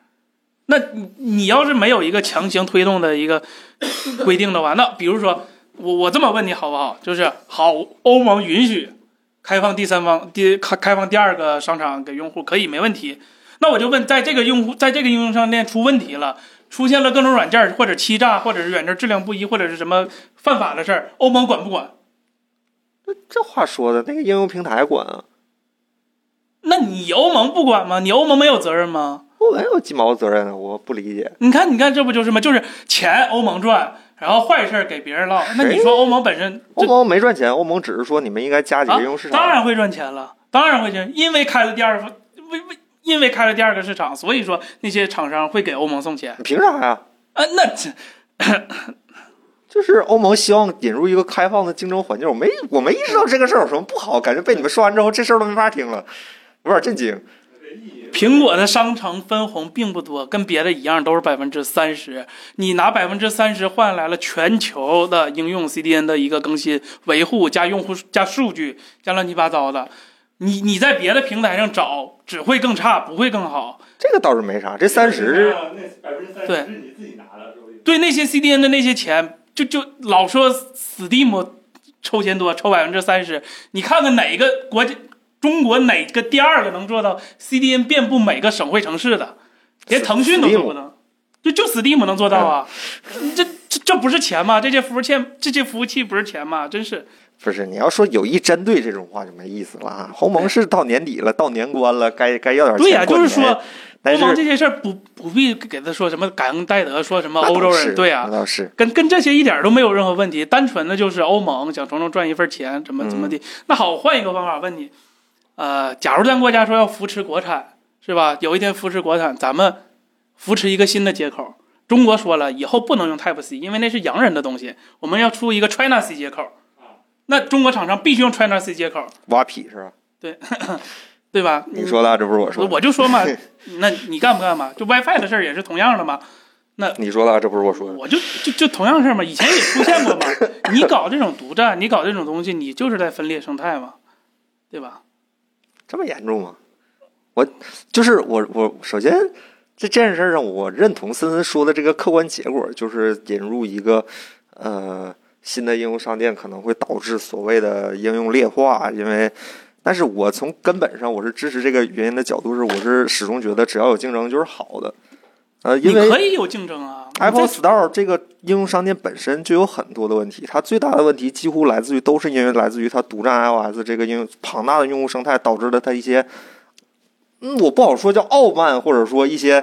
[SPEAKER 2] 那你你要是没有一个强行推动的一个 规定的话，那比如说我我这么问你好不好？就是好，欧盟允许开放第三方第开开放第二个商场给用户，可以没问题。那我就问，在这个用户在这个应用商店出问题了。出现了各种软件儿或者欺诈，或者是软件儿质量不一，或者是什么犯法的事儿，欧盟管不管？
[SPEAKER 1] 这话说的，那个应用平台管啊，
[SPEAKER 2] 那你欧盟不管吗？你欧盟没有责任吗？
[SPEAKER 1] 我没有鸡毛责任啊，我不理解。
[SPEAKER 2] 你看，你看，这不就是吗？就是钱欧盟赚，然后坏事儿给别人落。那你说欧盟本身
[SPEAKER 1] 欧
[SPEAKER 2] 这啊
[SPEAKER 1] 盟没赚钱，欧盟只是说你们应该加几个应用市场。
[SPEAKER 2] 当然会赚钱了，当然会赚，因为开了第二个，为为因为开了第二个市场，所以说那些厂商会给欧盟送钱。
[SPEAKER 1] 凭啥呀？
[SPEAKER 2] 啊，那这
[SPEAKER 1] 就是欧盟希望引入一个开放的竞争环境，我没我没意识到这个事儿有什么不好，感觉被你们说完之后，这事儿都没法听了，有点震惊。
[SPEAKER 2] 苹果的商城分红并不多，跟别的一样都是百分之三十。你拿百分之三十换来了全球的应用 CDN 的一个更新、维护加用户加数据加乱七八糟的，你你在别的平台上找只会更差，不会更好。
[SPEAKER 1] 这个倒是没啥，这三十
[SPEAKER 3] 那百分之三
[SPEAKER 2] 对
[SPEAKER 3] 是你自己拿的，说不定
[SPEAKER 2] 对那些 CDN 的那些钱，就就老说 Steam 抽钱多，抽百分之三十。你看看哪个国家，中国哪个第二个能做到 CDN 遍布每个省会城市的？连腾讯都做不到，就就 Steam 能做到啊？
[SPEAKER 1] 嗯
[SPEAKER 2] 这这这不是钱吗？这些服务器，这些服务器不是钱吗？真是
[SPEAKER 1] 不是你要说有意针对这种话就没意思了啊。欧盟是到年底了，到年关了，该该要点钱
[SPEAKER 2] 对呀、
[SPEAKER 1] 过
[SPEAKER 2] 就是
[SPEAKER 1] 年哎
[SPEAKER 2] 说，
[SPEAKER 1] 但
[SPEAKER 2] 欧盟
[SPEAKER 1] 是
[SPEAKER 2] 这些事儿不不必给他说什么感恩戴德，说什么
[SPEAKER 1] 那倒
[SPEAKER 2] 欧洲
[SPEAKER 1] 是
[SPEAKER 2] 人对呀、啊
[SPEAKER 1] 那倒是
[SPEAKER 2] 跟跟这些一点都没有任何问题，单纯的就是欧盟想从中赚一份钱，怎么怎么地。那好，我换一个方法问你，呃，假如咱国家说要扶持国产，是吧？有一天扶持国产，咱们扶持一个新的接口。中国说了，以后不能用 Type C，因为那是洋人的东西，我们要出一个 China C 接口。那中国厂商必须用 China C 接口，
[SPEAKER 1] 挖痞是吧？
[SPEAKER 2] 对吧？
[SPEAKER 1] 你说的啊，这不是我说的。
[SPEAKER 2] 我就 说嘛，那你干不干嘛？就 WiFi 的事儿也是同样的嘛。
[SPEAKER 1] 你说的啊，这不是我说的。
[SPEAKER 2] 我就就就同样事儿嘛，以前也出现过嘛。你搞这种独占，你搞这种东西，你就是在分裂生态嘛，对吧？
[SPEAKER 1] 这么严重吗？我就是我我首先这件事儿上，我认同森森说的这个客观结果，就是引入一个呃新的应用商店可能会导致所谓的应用劣化，因为。但是我从根本上我是支持这个原因的角度是，我是始终觉得只要有竞争就是好的，呃，
[SPEAKER 2] 你
[SPEAKER 1] 因为
[SPEAKER 2] 可以有竞争啊。
[SPEAKER 1] Apple
[SPEAKER 2] 你
[SPEAKER 1] Store 这个应用商店本身就有很多的问题，它最大的问题几乎来自于都是因为来自于它独占 iOS 这个应用庞大的用户生态导致的它一些，嗯，我不好说叫傲慢，或者说一些，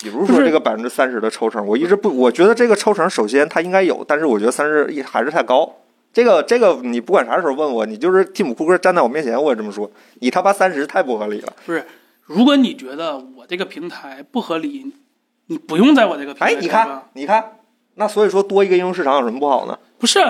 [SPEAKER 1] 比如
[SPEAKER 2] 不
[SPEAKER 1] 说
[SPEAKER 2] 是
[SPEAKER 1] 这个百分之三十的抽成，我一直不，我觉得这个抽成首先它应该有，但是我觉得三十还是太高。这个这个你不管啥时候问我，你就是蒂姆库克站在我面前，我也这么说，你他妈三十太不合理了。
[SPEAKER 2] 如果你觉得我这个平台不合理，你不用在我这个平台
[SPEAKER 1] 哎
[SPEAKER 2] 上。，
[SPEAKER 1] 你看，你看，那所以说多一个应用市场有什么不好呢？
[SPEAKER 2] 不是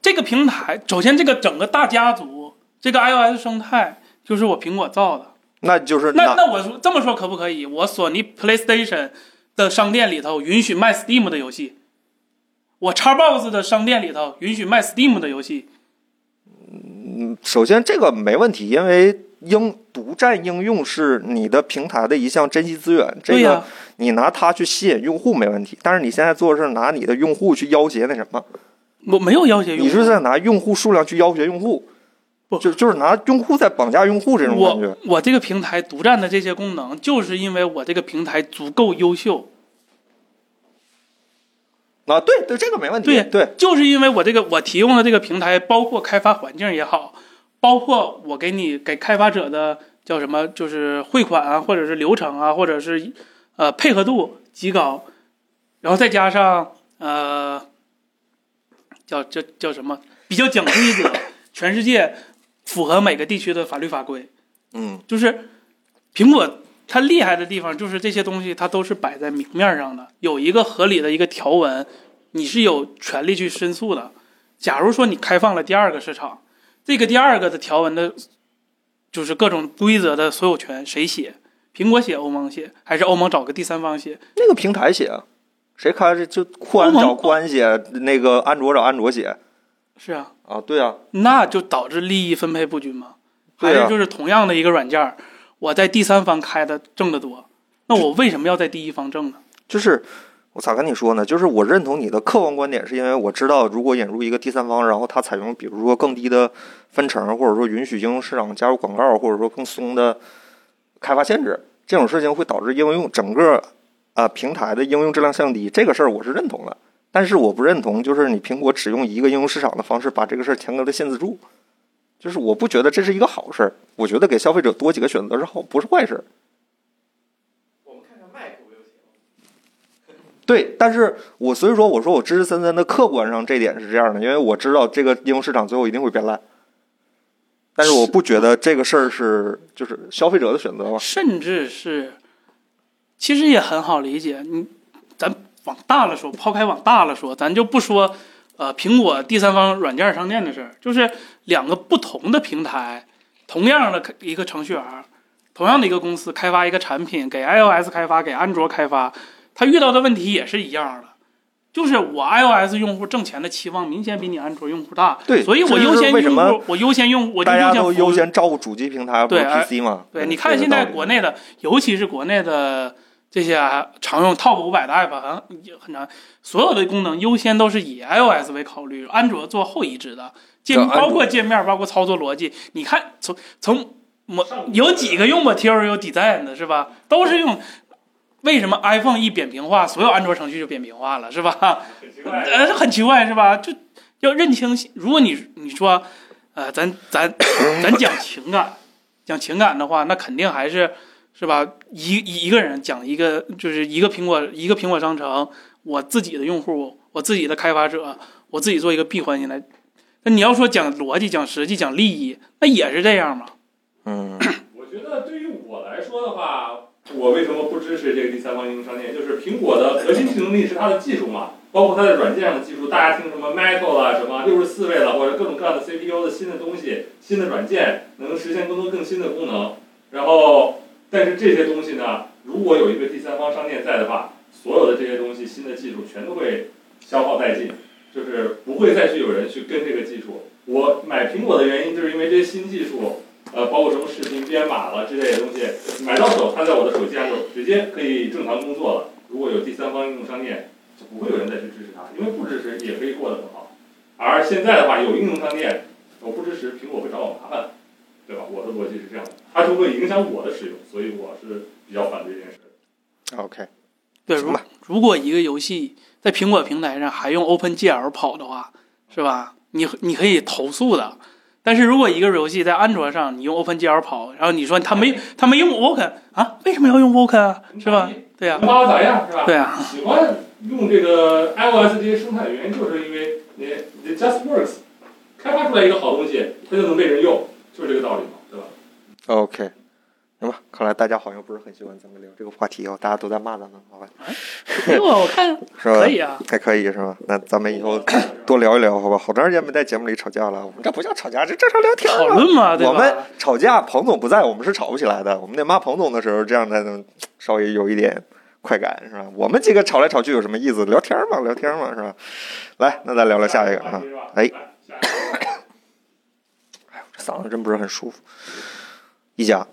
[SPEAKER 2] 这个平台，首先这个整个大家族，这个 iOS 生态就是我苹果造的。
[SPEAKER 1] 那就是
[SPEAKER 2] 那那我说这么说可不可以？我索尼 PlayStation 的商店里头允许卖 Steam 的游戏，我 Xbox 的商店里头允许卖 Steam 的游戏。
[SPEAKER 1] 首先这个没问题，因为应独占应用是你的平台的一项珍稀资源，这
[SPEAKER 2] 对呀、
[SPEAKER 1] 个你拿它去吸引用户没问题。但是你现在做的是拿你的用户去要挟那什么，
[SPEAKER 2] 我没有要挟用户。
[SPEAKER 1] 你是在拿用户数量去要挟用户
[SPEAKER 2] 不，
[SPEAKER 1] 就就是拿用户在绑架用户这种感觉
[SPEAKER 2] 我。我这个平台独占的这些功能，就是因为我这个平台足够优秀，
[SPEAKER 1] 啊，对对，这个没问题，
[SPEAKER 2] 对
[SPEAKER 1] 对，
[SPEAKER 2] 就是因为我这个我提供的这个平台，包括开发环境也好，包括我给你给开发者的叫什么，就是汇款啊，或者是流程啊，或者是呃配合度极高，然后再加上呃叫叫叫什么比较讲规则，全世界符合每个地区的法律法规。
[SPEAKER 1] 嗯
[SPEAKER 2] 就是苹果它厉害的地方，就是这些东西它都是摆在明面上的，有一个合理的一个条文，你是有权利去申诉的。假如说你开放了第二个市场，这个第二个的条文的，就是各种规则的所有权谁写？苹果写，欧盟写，还是欧盟找个第三方写？
[SPEAKER 1] 那个平台写，啊谁开这就酷安
[SPEAKER 2] 欧盟
[SPEAKER 1] 找酷安写，那个安卓找安卓写
[SPEAKER 2] 是啊，
[SPEAKER 1] 啊，对啊，
[SPEAKER 2] 那就导致利益分配不均嘛。还
[SPEAKER 1] 对啊
[SPEAKER 2] 是就是同样的一个软件儿，我在第三方开的挣得多，那我为什么要在第一方挣呢？
[SPEAKER 1] 就是我咋跟你说呢？就是我认同你的客观观点，是因为我知道，如果引入一个第三方，然后它采用比如说更低的分成，或者说允许应用市场加入广告，或者说更松的开发限制，这种事情会导致应用整个啊、呃平台的应用质量降低。这个事儿我是认同的，但是我不认同就是你苹果只用一个应用市场的方式把这个事儿严格的限制住。就是我不觉得这是一个好事儿，我觉得给消费者多几个选择是好，不是坏事儿。
[SPEAKER 4] 我们看看 Mac 不就行了？
[SPEAKER 1] 对，但是我所以说我说我支持森森的客观上这点是这样的，因为我知道这个应用市场最后一定会变烂，但是我不觉得这个事儿是就是消费者的选择嘛。
[SPEAKER 2] 甚至是，其实也很好理解。你，咱往大了说，抛开往大了说，咱就不说呃苹果第三方软件商店的事儿，就是两个不同的平台，同样的一个程序员，同样的一个公司开发一个产品，给 iOS 开发，给安卓开发，他遇到的问题也是一样的。就是我 iOS 用户挣钱的期望明显比你安卓用户大，
[SPEAKER 1] 对
[SPEAKER 2] 所以
[SPEAKER 1] 这
[SPEAKER 2] 我
[SPEAKER 1] 就是
[SPEAKER 2] 优先
[SPEAKER 1] 为什
[SPEAKER 2] 用
[SPEAKER 1] 么
[SPEAKER 2] 户，我优先用，我就
[SPEAKER 1] 大家都
[SPEAKER 2] 优先服务
[SPEAKER 1] 优先照顾主机平台，不是
[SPEAKER 2] 对而
[SPEAKER 1] PC 嘛？嗯
[SPEAKER 2] 对，你看现在国
[SPEAKER 1] 内
[SPEAKER 2] 内的，尤其是国内的这些啊常用 Top 五百的 app，好像也很难，所有的功能优先都是以 iOS 为考虑，安卓做后移植的界，
[SPEAKER 1] 对安卓
[SPEAKER 2] 包括界面，包括操作逻辑。你看，从从我有几个用 Material Design 的是吧？都是用。为什么 iPhone 一扁平化，所有安卓程序就扁平化了，是吧？
[SPEAKER 3] 很奇怪
[SPEAKER 2] 呃，很奇怪是吧？就要认清，如果你你说，呃，咱咱咱讲情感，讲情感的话，那肯定还是是吧？一一一个人讲一个，就是一个苹果一个苹果商城，我自己的用户，我自己的开发者，我自己做一个闭环进来。那你要说讲逻辑、讲实际、讲利益，那也是这样嘛？
[SPEAKER 1] 嗯，
[SPEAKER 3] 我觉得对于我来说的话，我为什么不支持这个第三方应用商店？就是苹果的核心竞争力是它的技术嘛，包括它的软件上的技术。大家听什么 Metal 啊，什么六十四位了，或者各种各样的 CPU 的新的东西、新的软件，能实现更多更新的功能。然后，但是这些东西呢，如果有一个第三方商店在的话，所有的这些东西、新的技术全都会消耗殆尽，就是不会再去有人去跟这个技术。我买苹果的原因就是因为这些新技术。呃，包括什么视频编码了之类的东西，买到手，它在我的手机上就直接可以正常工作了。如果有第三方应用商店，就不会有人再去支持它，因为不支持也可以过得很好。而现在的话，有应用商店，我不支持，苹果会找我麻烦，对吧？我的逻辑是这样的，它就会影响我的使用，所以我是比较反对这件事。
[SPEAKER 1] OK，
[SPEAKER 2] 对，
[SPEAKER 1] 行
[SPEAKER 2] 如
[SPEAKER 1] 吧
[SPEAKER 2] 如果一个游戏在苹果平台上还用 OpenGL 跑的话，是吧？你你可以投诉的。但是如果一个游戏在安卓上你用 OpenGL 跑，然后你说他没他没用 Open 啊，为什么要用 Open 啊？是吧？对呀、
[SPEAKER 3] 能把我咋样，是吧？
[SPEAKER 2] 对呀、
[SPEAKER 3] 喜欢用这个 iOS 这些生态的原因，就是因为你你 Just Works 开发出来一个好东西，它就能被人用，就是这个道理嘛，对吧？
[SPEAKER 1] OK，行吧，看来大家好像不是很喜欢咱们聊这个话题哦，大家都在骂咱们，好吧？
[SPEAKER 2] 哎呦我看
[SPEAKER 1] 是吧？
[SPEAKER 2] 可以啊，
[SPEAKER 1] 还可以是吧？那咱们以后多聊一聊，好吧？好长时间没在节目里吵架了，我们这不叫吵架，这正常聊天儿
[SPEAKER 2] 讨
[SPEAKER 1] 嘛
[SPEAKER 2] 论嘛，啊对
[SPEAKER 1] 我们
[SPEAKER 2] 吧？
[SPEAKER 1] 吵架，彭总不在，我们是吵不起来的。我们得骂彭总的时候，这样才能稍微有一点快感，是吧？我们几个吵来吵去有什么意思？聊天嘛，聊天嘛，是吧？来，那咱聊聊下一个啊。哎，嗓子真不是很舒服。一家，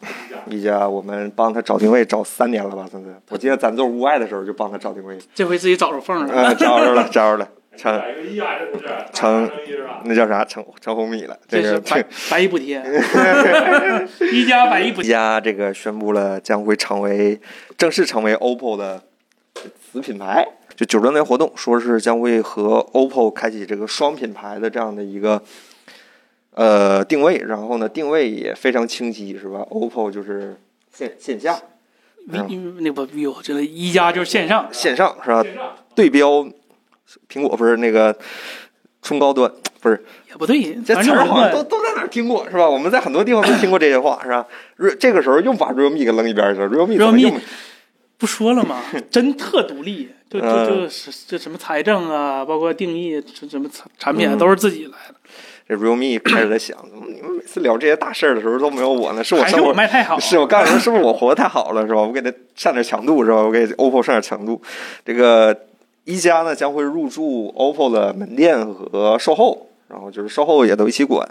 [SPEAKER 1] 一家，我们帮他找定位找三年了吧？现在，我记得咱做屋外的时候就帮他找定位，
[SPEAKER 2] 这回自己找着缝了。
[SPEAKER 1] 嗯，找着了，找着了，成
[SPEAKER 3] 打一个一啊，这不是
[SPEAKER 1] 成
[SPEAKER 3] 打一个一是吧？
[SPEAKER 1] 那叫啥？成成红米了。这
[SPEAKER 2] 是
[SPEAKER 1] 个这
[SPEAKER 2] 百百亿 补贴，一加百亿补
[SPEAKER 1] 一
[SPEAKER 2] 贴，
[SPEAKER 1] 加这个宣布了将会成为正式成为 OPPO 的子品牌。就九周年活动，说是将会和 OPPO 开启这个双品牌的这样的一个呃定位，然后呢定位也非常清晰，是吧？OPPO 就是线线下
[SPEAKER 2] 那不 vivo 这个一加就是线上，
[SPEAKER 1] 线上是吧？
[SPEAKER 3] 线上
[SPEAKER 1] 对标苹果不是那个中高端，不是
[SPEAKER 2] 也不对，
[SPEAKER 1] 这
[SPEAKER 2] 反
[SPEAKER 1] 词
[SPEAKER 2] 正
[SPEAKER 1] 儿
[SPEAKER 2] 我
[SPEAKER 1] 好像都
[SPEAKER 2] 们
[SPEAKER 1] 都在哪儿听过是吧？我们在很多地方都听过这些话是吧？Re- 这个时候又把 realme 给扔一边去了，realme 怎么
[SPEAKER 2] Realme
[SPEAKER 1] 又没
[SPEAKER 2] 不说 了嘛，真特独立，就就
[SPEAKER 1] 嗯
[SPEAKER 2] 就是这什么财政啊，包括定义这什么产产
[SPEAKER 1] 嗯
[SPEAKER 2] 品啊都是自己来的，
[SPEAKER 1] 这 realme 开始在想，怎么你们每次聊这些大事儿的时候都没有我呢？是我
[SPEAKER 2] 还是
[SPEAKER 1] 生
[SPEAKER 2] 我
[SPEAKER 1] 活
[SPEAKER 2] 卖太好？
[SPEAKER 1] 是我告诉你，是不是我活得太好了，是吧？我给它上点强度，是吧？我给 OPPO 上点强度。这个一加呢将会入驻 OPPO 的门店和售后，然后就是售后也都一起管。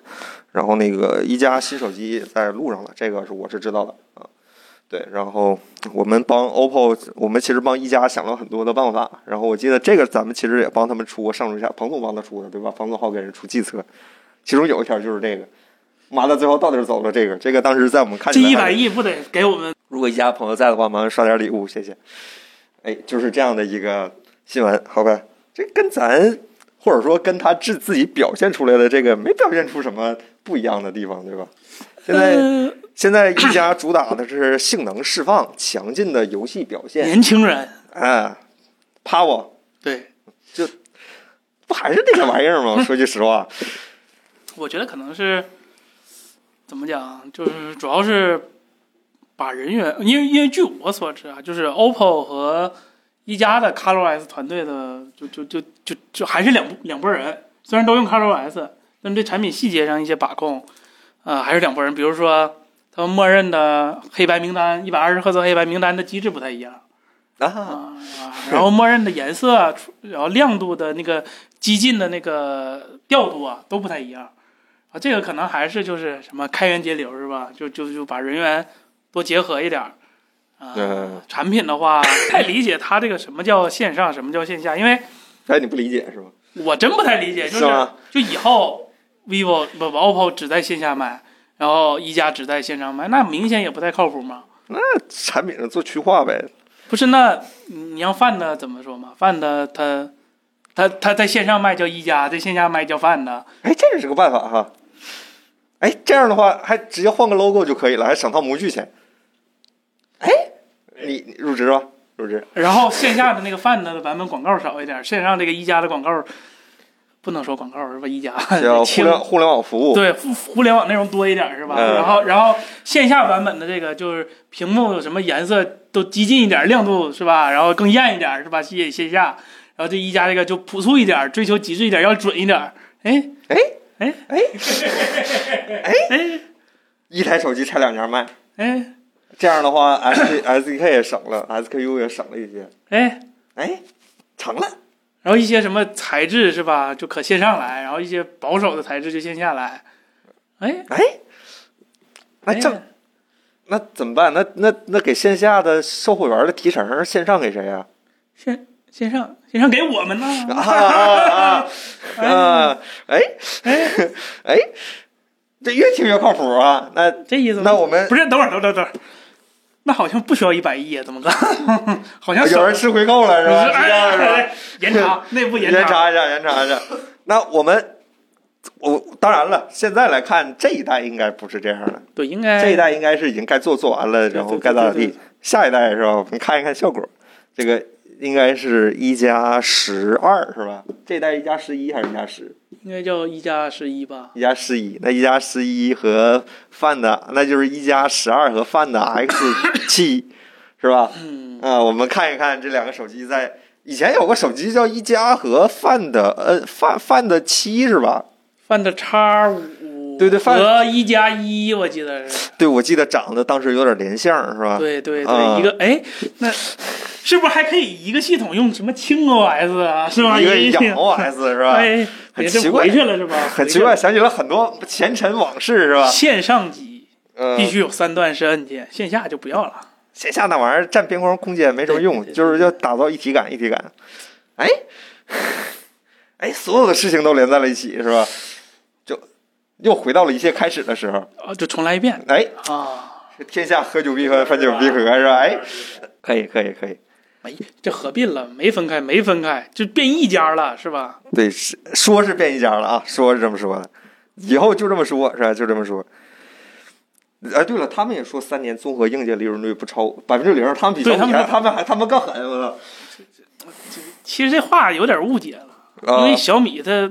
[SPEAKER 1] 然后那个一加新手机在路上了，这个是我是知道的啊。对，然后我们帮 OPPO，我们其实帮一加想了很多的办法。然后我记得这个咱们其实也帮他们出过上中下，彭总帮他出的，对吧？彭总好给人出计策，其中有一条就是这个。妈的，最后到底儿走了这个，这个当时在我们看
[SPEAKER 2] 这
[SPEAKER 1] 起来
[SPEAKER 2] 一
[SPEAKER 1] 还
[SPEAKER 2] 百
[SPEAKER 1] 是
[SPEAKER 2] 亿不得给我们
[SPEAKER 1] 如果一家朋友在的话，麻烦刷点礼物，谢谢。哎，就是这样的一个新闻，好吧？这跟咱或者说跟他自自己表现出来的这个没表现出什么不一样的地方，对吧？现在
[SPEAKER 2] 呃
[SPEAKER 1] 现在一加主打的是性能释放、强劲的游戏表 现，
[SPEAKER 2] 年轻人，
[SPEAKER 1] 啊，趴我
[SPEAKER 2] 对
[SPEAKER 1] 不还是那个玩意儿 吗？说句实话，
[SPEAKER 2] 我觉得可能是怎么讲，就是主要是把人员，因为因为据我所知啊，就是 OPPO 和一加的 ColorOS 团队的，就就就就就还是两拨两拨人，虽然都用 ColorOS，但对产品细节上一些把控，呃，还是两拨人。比如说，他们默认的黑白名单，一百二十赫兹黑白名单的机制不太一样。
[SPEAKER 1] 啊，
[SPEAKER 2] 啊，然后默认的颜色啊，出然后亮度的那个激进的那个调度啊，都不太一样。啊，这个可能还是就是什么开源节流是吧？就就就把人员多结合一点儿。啊、
[SPEAKER 1] 嗯
[SPEAKER 2] 产品的话，不太理解它这个什么叫线上，什么叫线下，因为
[SPEAKER 1] 哎，你不理解是吧？
[SPEAKER 2] 我真不太理解，就是
[SPEAKER 1] 吗
[SPEAKER 2] 就以后 vivo 不不 OPPO 只在线下卖，然后一加只在线上卖，那明显也不太靠谱嘛。
[SPEAKER 1] 产品上做区划呗，
[SPEAKER 2] 不是，那你让范的怎么说嘛？范的他他他在线上卖叫一家，在线下卖叫范的。
[SPEAKER 1] 哎，这也是个办法哈。哎，这样的话还直接换个 logo 就可以了，还省趟模具钱。哎，你你入职吧，入职。
[SPEAKER 2] 然后线下的那个范的版本广告少一点，线上这个一家的广告不能说广告是吧？一家
[SPEAKER 1] 叫互
[SPEAKER 2] 轻
[SPEAKER 1] 联互联网服务。
[SPEAKER 2] 对互互联网内容多一点是吧？
[SPEAKER 1] 嗯
[SPEAKER 2] 然后然后线下版本的这个就是屏幕有什么颜色都激进一点，亮度是吧？然后更艳一点是吧？吸引线下。然后这一家这个就朴素一点，追求极致一点，要准一点。哎
[SPEAKER 1] 哎
[SPEAKER 2] 哎
[SPEAKER 1] 哎
[SPEAKER 2] 哎
[SPEAKER 1] 一台手机拆两家卖，
[SPEAKER 2] 哎
[SPEAKER 1] 这样的话 S SDK 也省了，SKU 也省了一些。
[SPEAKER 2] 哎，
[SPEAKER 1] 哎，成了。
[SPEAKER 2] 然后一些什么材质是吧，就可线上来，然后一些保守的材质就线下来。哎，
[SPEAKER 1] 哎，那
[SPEAKER 2] 哎
[SPEAKER 1] 这、那怎么办？那那那给线下的售货员的提成，线上给谁 呀、
[SPEAKER 2] 线线上线上给我们呢？
[SPEAKER 1] 啊啊啊！啊！哎哎，这越听越靠谱啊！那
[SPEAKER 2] 这意思吗？
[SPEAKER 1] 那我们
[SPEAKER 2] 不是，等会儿，等会儿，等会儿，那好像不需要一百亿啊，怎么干？ 好像
[SPEAKER 1] 有人吃回扣了是吧？是这样
[SPEAKER 2] 哎
[SPEAKER 1] 是吧？
[SPEAKER 2] 哎严查内部
[SPEAKER 1] 严
[SPEAKER 2] 查，
[SPEAKER 1] 查一下，严查一下。那我们，我当然了，现在来看这一代应该不是这样的，
[SPEAKER 2] 对，应该
[SPEAKER 1] 这一代应该是已经该做做完了，
[SPEAKER 2] 哎对
[SPEAKER 1] 然后
[SPEAKER 2] 对
[SPEAKER 1] 该咋咋
[SPEAKER 2] 对对
[SPEAKER 1] 地。下一代是吧？我们看一看效果。这个应该是一加十二是吧？这一代一加十一还是一加十？
[SPEAKER 2] 应该叫一加十一吧？
[SPEAKER 1] 一加十一，那一加十一和 Find，那就是一加十二和 Find X 七， 是吧？
[SPEAKER 2] 嗯，
[SPEAKER 1] 啊、我们看一看这两个手机在以前有个手机叫一加和 Find，呃，Find Find 七是吧？
[SPEAKER 2] 范的叉五
[SPEAKER 1] 对对范
[SPEAKER 2] 和一加一，我记得是，
[SPEAKER 1] 对，我记得长得当时有点连相，是吧？
[SPEAKER 2] 对对
[SPEAKER 1] 啊
[SPEAKER 2] 对，一个哎，那是不是还可以一个系统用什么轻 OS 啊？是吧？
[SPEAKER 1] 一个
[SPEAKER 2] 一
[SPEAKER 1] 仰 OS 是吧？
[SPEAKER 2] 哎，
[SPEAKER 1] 很
[SPEAKER 2] 也是
[SPEAKER 1] 奇怪
[SPEAKER 2] 回去了是吧？
[SPEAKER 1] 很奇怪，想起了很多前尘往事，是
[SPEAKER 2] 回去
[SPEAKER 1] 吧
[SPEAKER 2] 了，？线上级
[SPEAKER 1] 嗯、
[SPEAKER 2] 必须有三段式按键，线下就不要了。
[SPEAKER 1] 线下那玩意儿占边框空间没什么用
[SPEAKER 2] 对，对对
[SPEAKER 1] 就是要打造一体感，一体感。哎，哎，所有的事情都连在了一起，是吧？就又回到了一切开始的时候。
[SPEAKER 2] 啊，就重来一遍
[SPEAKER 1] 哎，
[SPEAKER 2] 啊！
[SPEAKER 1] 天下合久必分，分久必合，是吧？哎，可以，可以，可以。
[SPEAKER 2] 没，这合并了，没分开，没分开，就变一家了，是吧？
[SPEAKER 1] 对，是说是变一家了啊，说是这么说的，以后就这么说，是吧？就这么说。哎，对了，他们也说三年综合应届利润率不超百分之零，他们比
[SPEAKER 2] 对
[SPEAKER 1] 他
[SPEAKER 2] 他们
[SPEAKER 1] 们他们还他们更狠，我操！
[SPEAKER 2] 其实这话有点误解了，
[SPEAKER 1] 啊
[SPEAKER 2] 因为小米它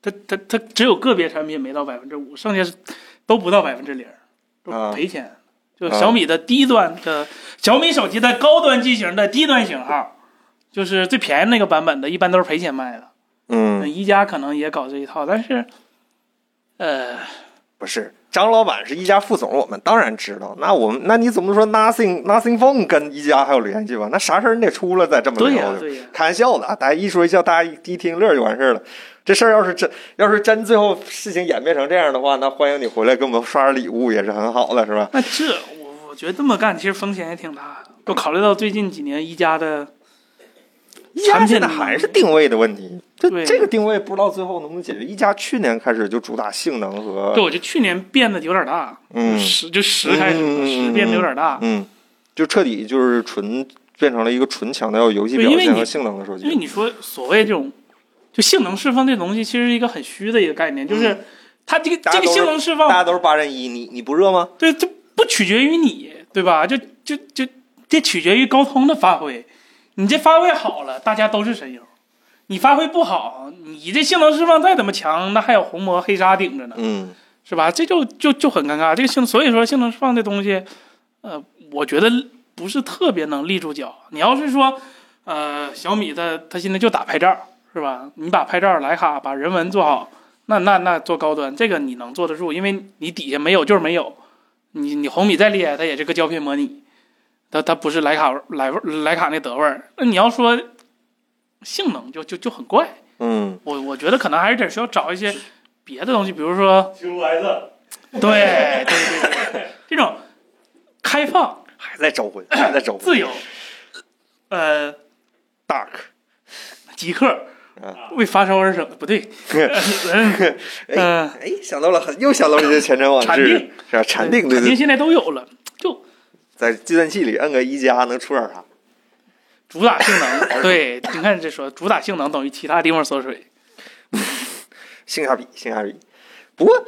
[SPEAKER 2] 它它它只有个别产品没到百分之五，剩下是都不到百分之零，
[SPEAKER 1] 啊
[SPEAKER 2] 都赔钱。就小米的低端的小米手机的高端机型的低端型号，就是最便宜那个版本的，一般都是赔钱卖的。那
[SPEAKER 1] 嗯，
[SPEAKER 2] 一加可能也搞这一套，但是，呃，
[SPEAKER 1] 不是，张老板是一加副总，我们当然知道。那我们那你怎么说 Nothing Nothing Phone 跟一加还有联系吧？那啥事儿你得出了再这么
[SPEAKER 2] 对呀、
[SPEAKER 1] 聊
[SPEAKER 2] 对呀、
[SPEAKER 1] 开玩笑的啊，大家一说一笑，大家一听乐就完事儿了。这事儿要是真，要是真最后事情演变成这样的话，那欢迎你回来给我们刷点礼物也是很好的，是吧？
[SPEAKER 2] 那这我我觉得这么干其实风险也挺大的。就考虑到最近几年一加的
[SPEAKER 1] 一加
[SPEAKER 2] 产品
[SPEAKER 1] 现在还是定位的问题，这
[SPEAKER 2] 对
[SPEAKER 1] 这个定位不知道最后能不能解决。一加去年开始就主打性能和
[SPEAKER 2] 对，我觉得去年变得有点大，
[SPEAKER 1] 嗯
[SPEAKER 2] 十就十开
[SPEAKER 1] 嗯
[SPEAKER 2] 始
[SPEAKER 1] 嗯
[SPEAKER 2] 吧，
[SPEAKER 1] 嗯
[SPEAKER 2] 十
[SPEAKER 1] 嗯
[SPEAKER 2] 变得有点大，
[SPEAKER 1] 嗯，就彻底就是纯变成了一个纯强调游戏
[SPEAKER 2] 对
[SPEAKER 1] 表
[SPEAKER 2] 因为
[SPEAKER 1] 现
[SPEAKER 2] 你
[SPEAKER 1] 和性能的手
[SPEAKER 2] 因为
[SPEAKER 1] 机。
[SPEAKER 2] 你说所谓这种就性能释放这东西，其实是一个很虚的一个概念，就是它这个
[SPEAKER 1] 嗯大家都
[SPEAKER 2] 这个
[SPEAKER 1] 是
[SPEAKER 2] 性能释
[SPEAKER 1] 大
[SPEAKER 2] 放，
[SPEAKER 1] 家都是八人一，你你不热吗？
[SPEAKER 2] 对，这不取决于你，对吧？就就就这取决于高通的发挥，你这发挥好了，大家都是神游。你发挥不好，你这性能释放再怎么强，那还有红魔黑鲨顶着呢。
[SPEAKER 1] 嗯，
[SPEAKER 2] 是吧？这就就就很尴尬。这个性，所以说性能释放这东西，呃，我觉得不是特别能立住脚。你要是说，呃，小米它它现在就打拍照，是吧？你把拍照、徕卡、把人文做好，那那那做高端，这个你能坐得住，因为你底下没有就是没有。你你红米再厉害，它也是个胶片模拟，它它不是徕卡徕徕卡那德味儿。那你要说性能就就就很怪，
[SPEAKER 1] 嗯，
[SPEAKER 2] 我我觉得可能还是得需要找一些别的东西，比如说。
[SPEAKER 4] Q S
[SPEAKER 2] 对对对对对，这种开放、
[SPEAKER 1] 还在招魂，还在招魂。
[SPEAKER 2] 自由，呃，dark 极客
[SPEAKER 1] 啊
[SPEAKER 2] 为发烧而生，不对，嗯嗯，
[SPEAKER 1] 哎，想到了很，又想到了这些前尘往
[SPEAKER 2] 禅
[SPEAKER 1] 事
[SPEAKER 2] 定，
[SPEAKER 1] 是吧？禅定，对
[SPEAKER 2] 肯呃定
[SPEAKER 1] 对，
[SPEAKER 2] 现在都有了，就
[SPEAKER 1] 在计算器里摁个一加能出点啥？
[SPEAKER 2] 主打 性
[SPEAKER 1] 哦
[SPEAKER 2] 能。对，你看这说主打性能等于其他地方缩水，
[SPEAKER 1] 性价比，性价比。不过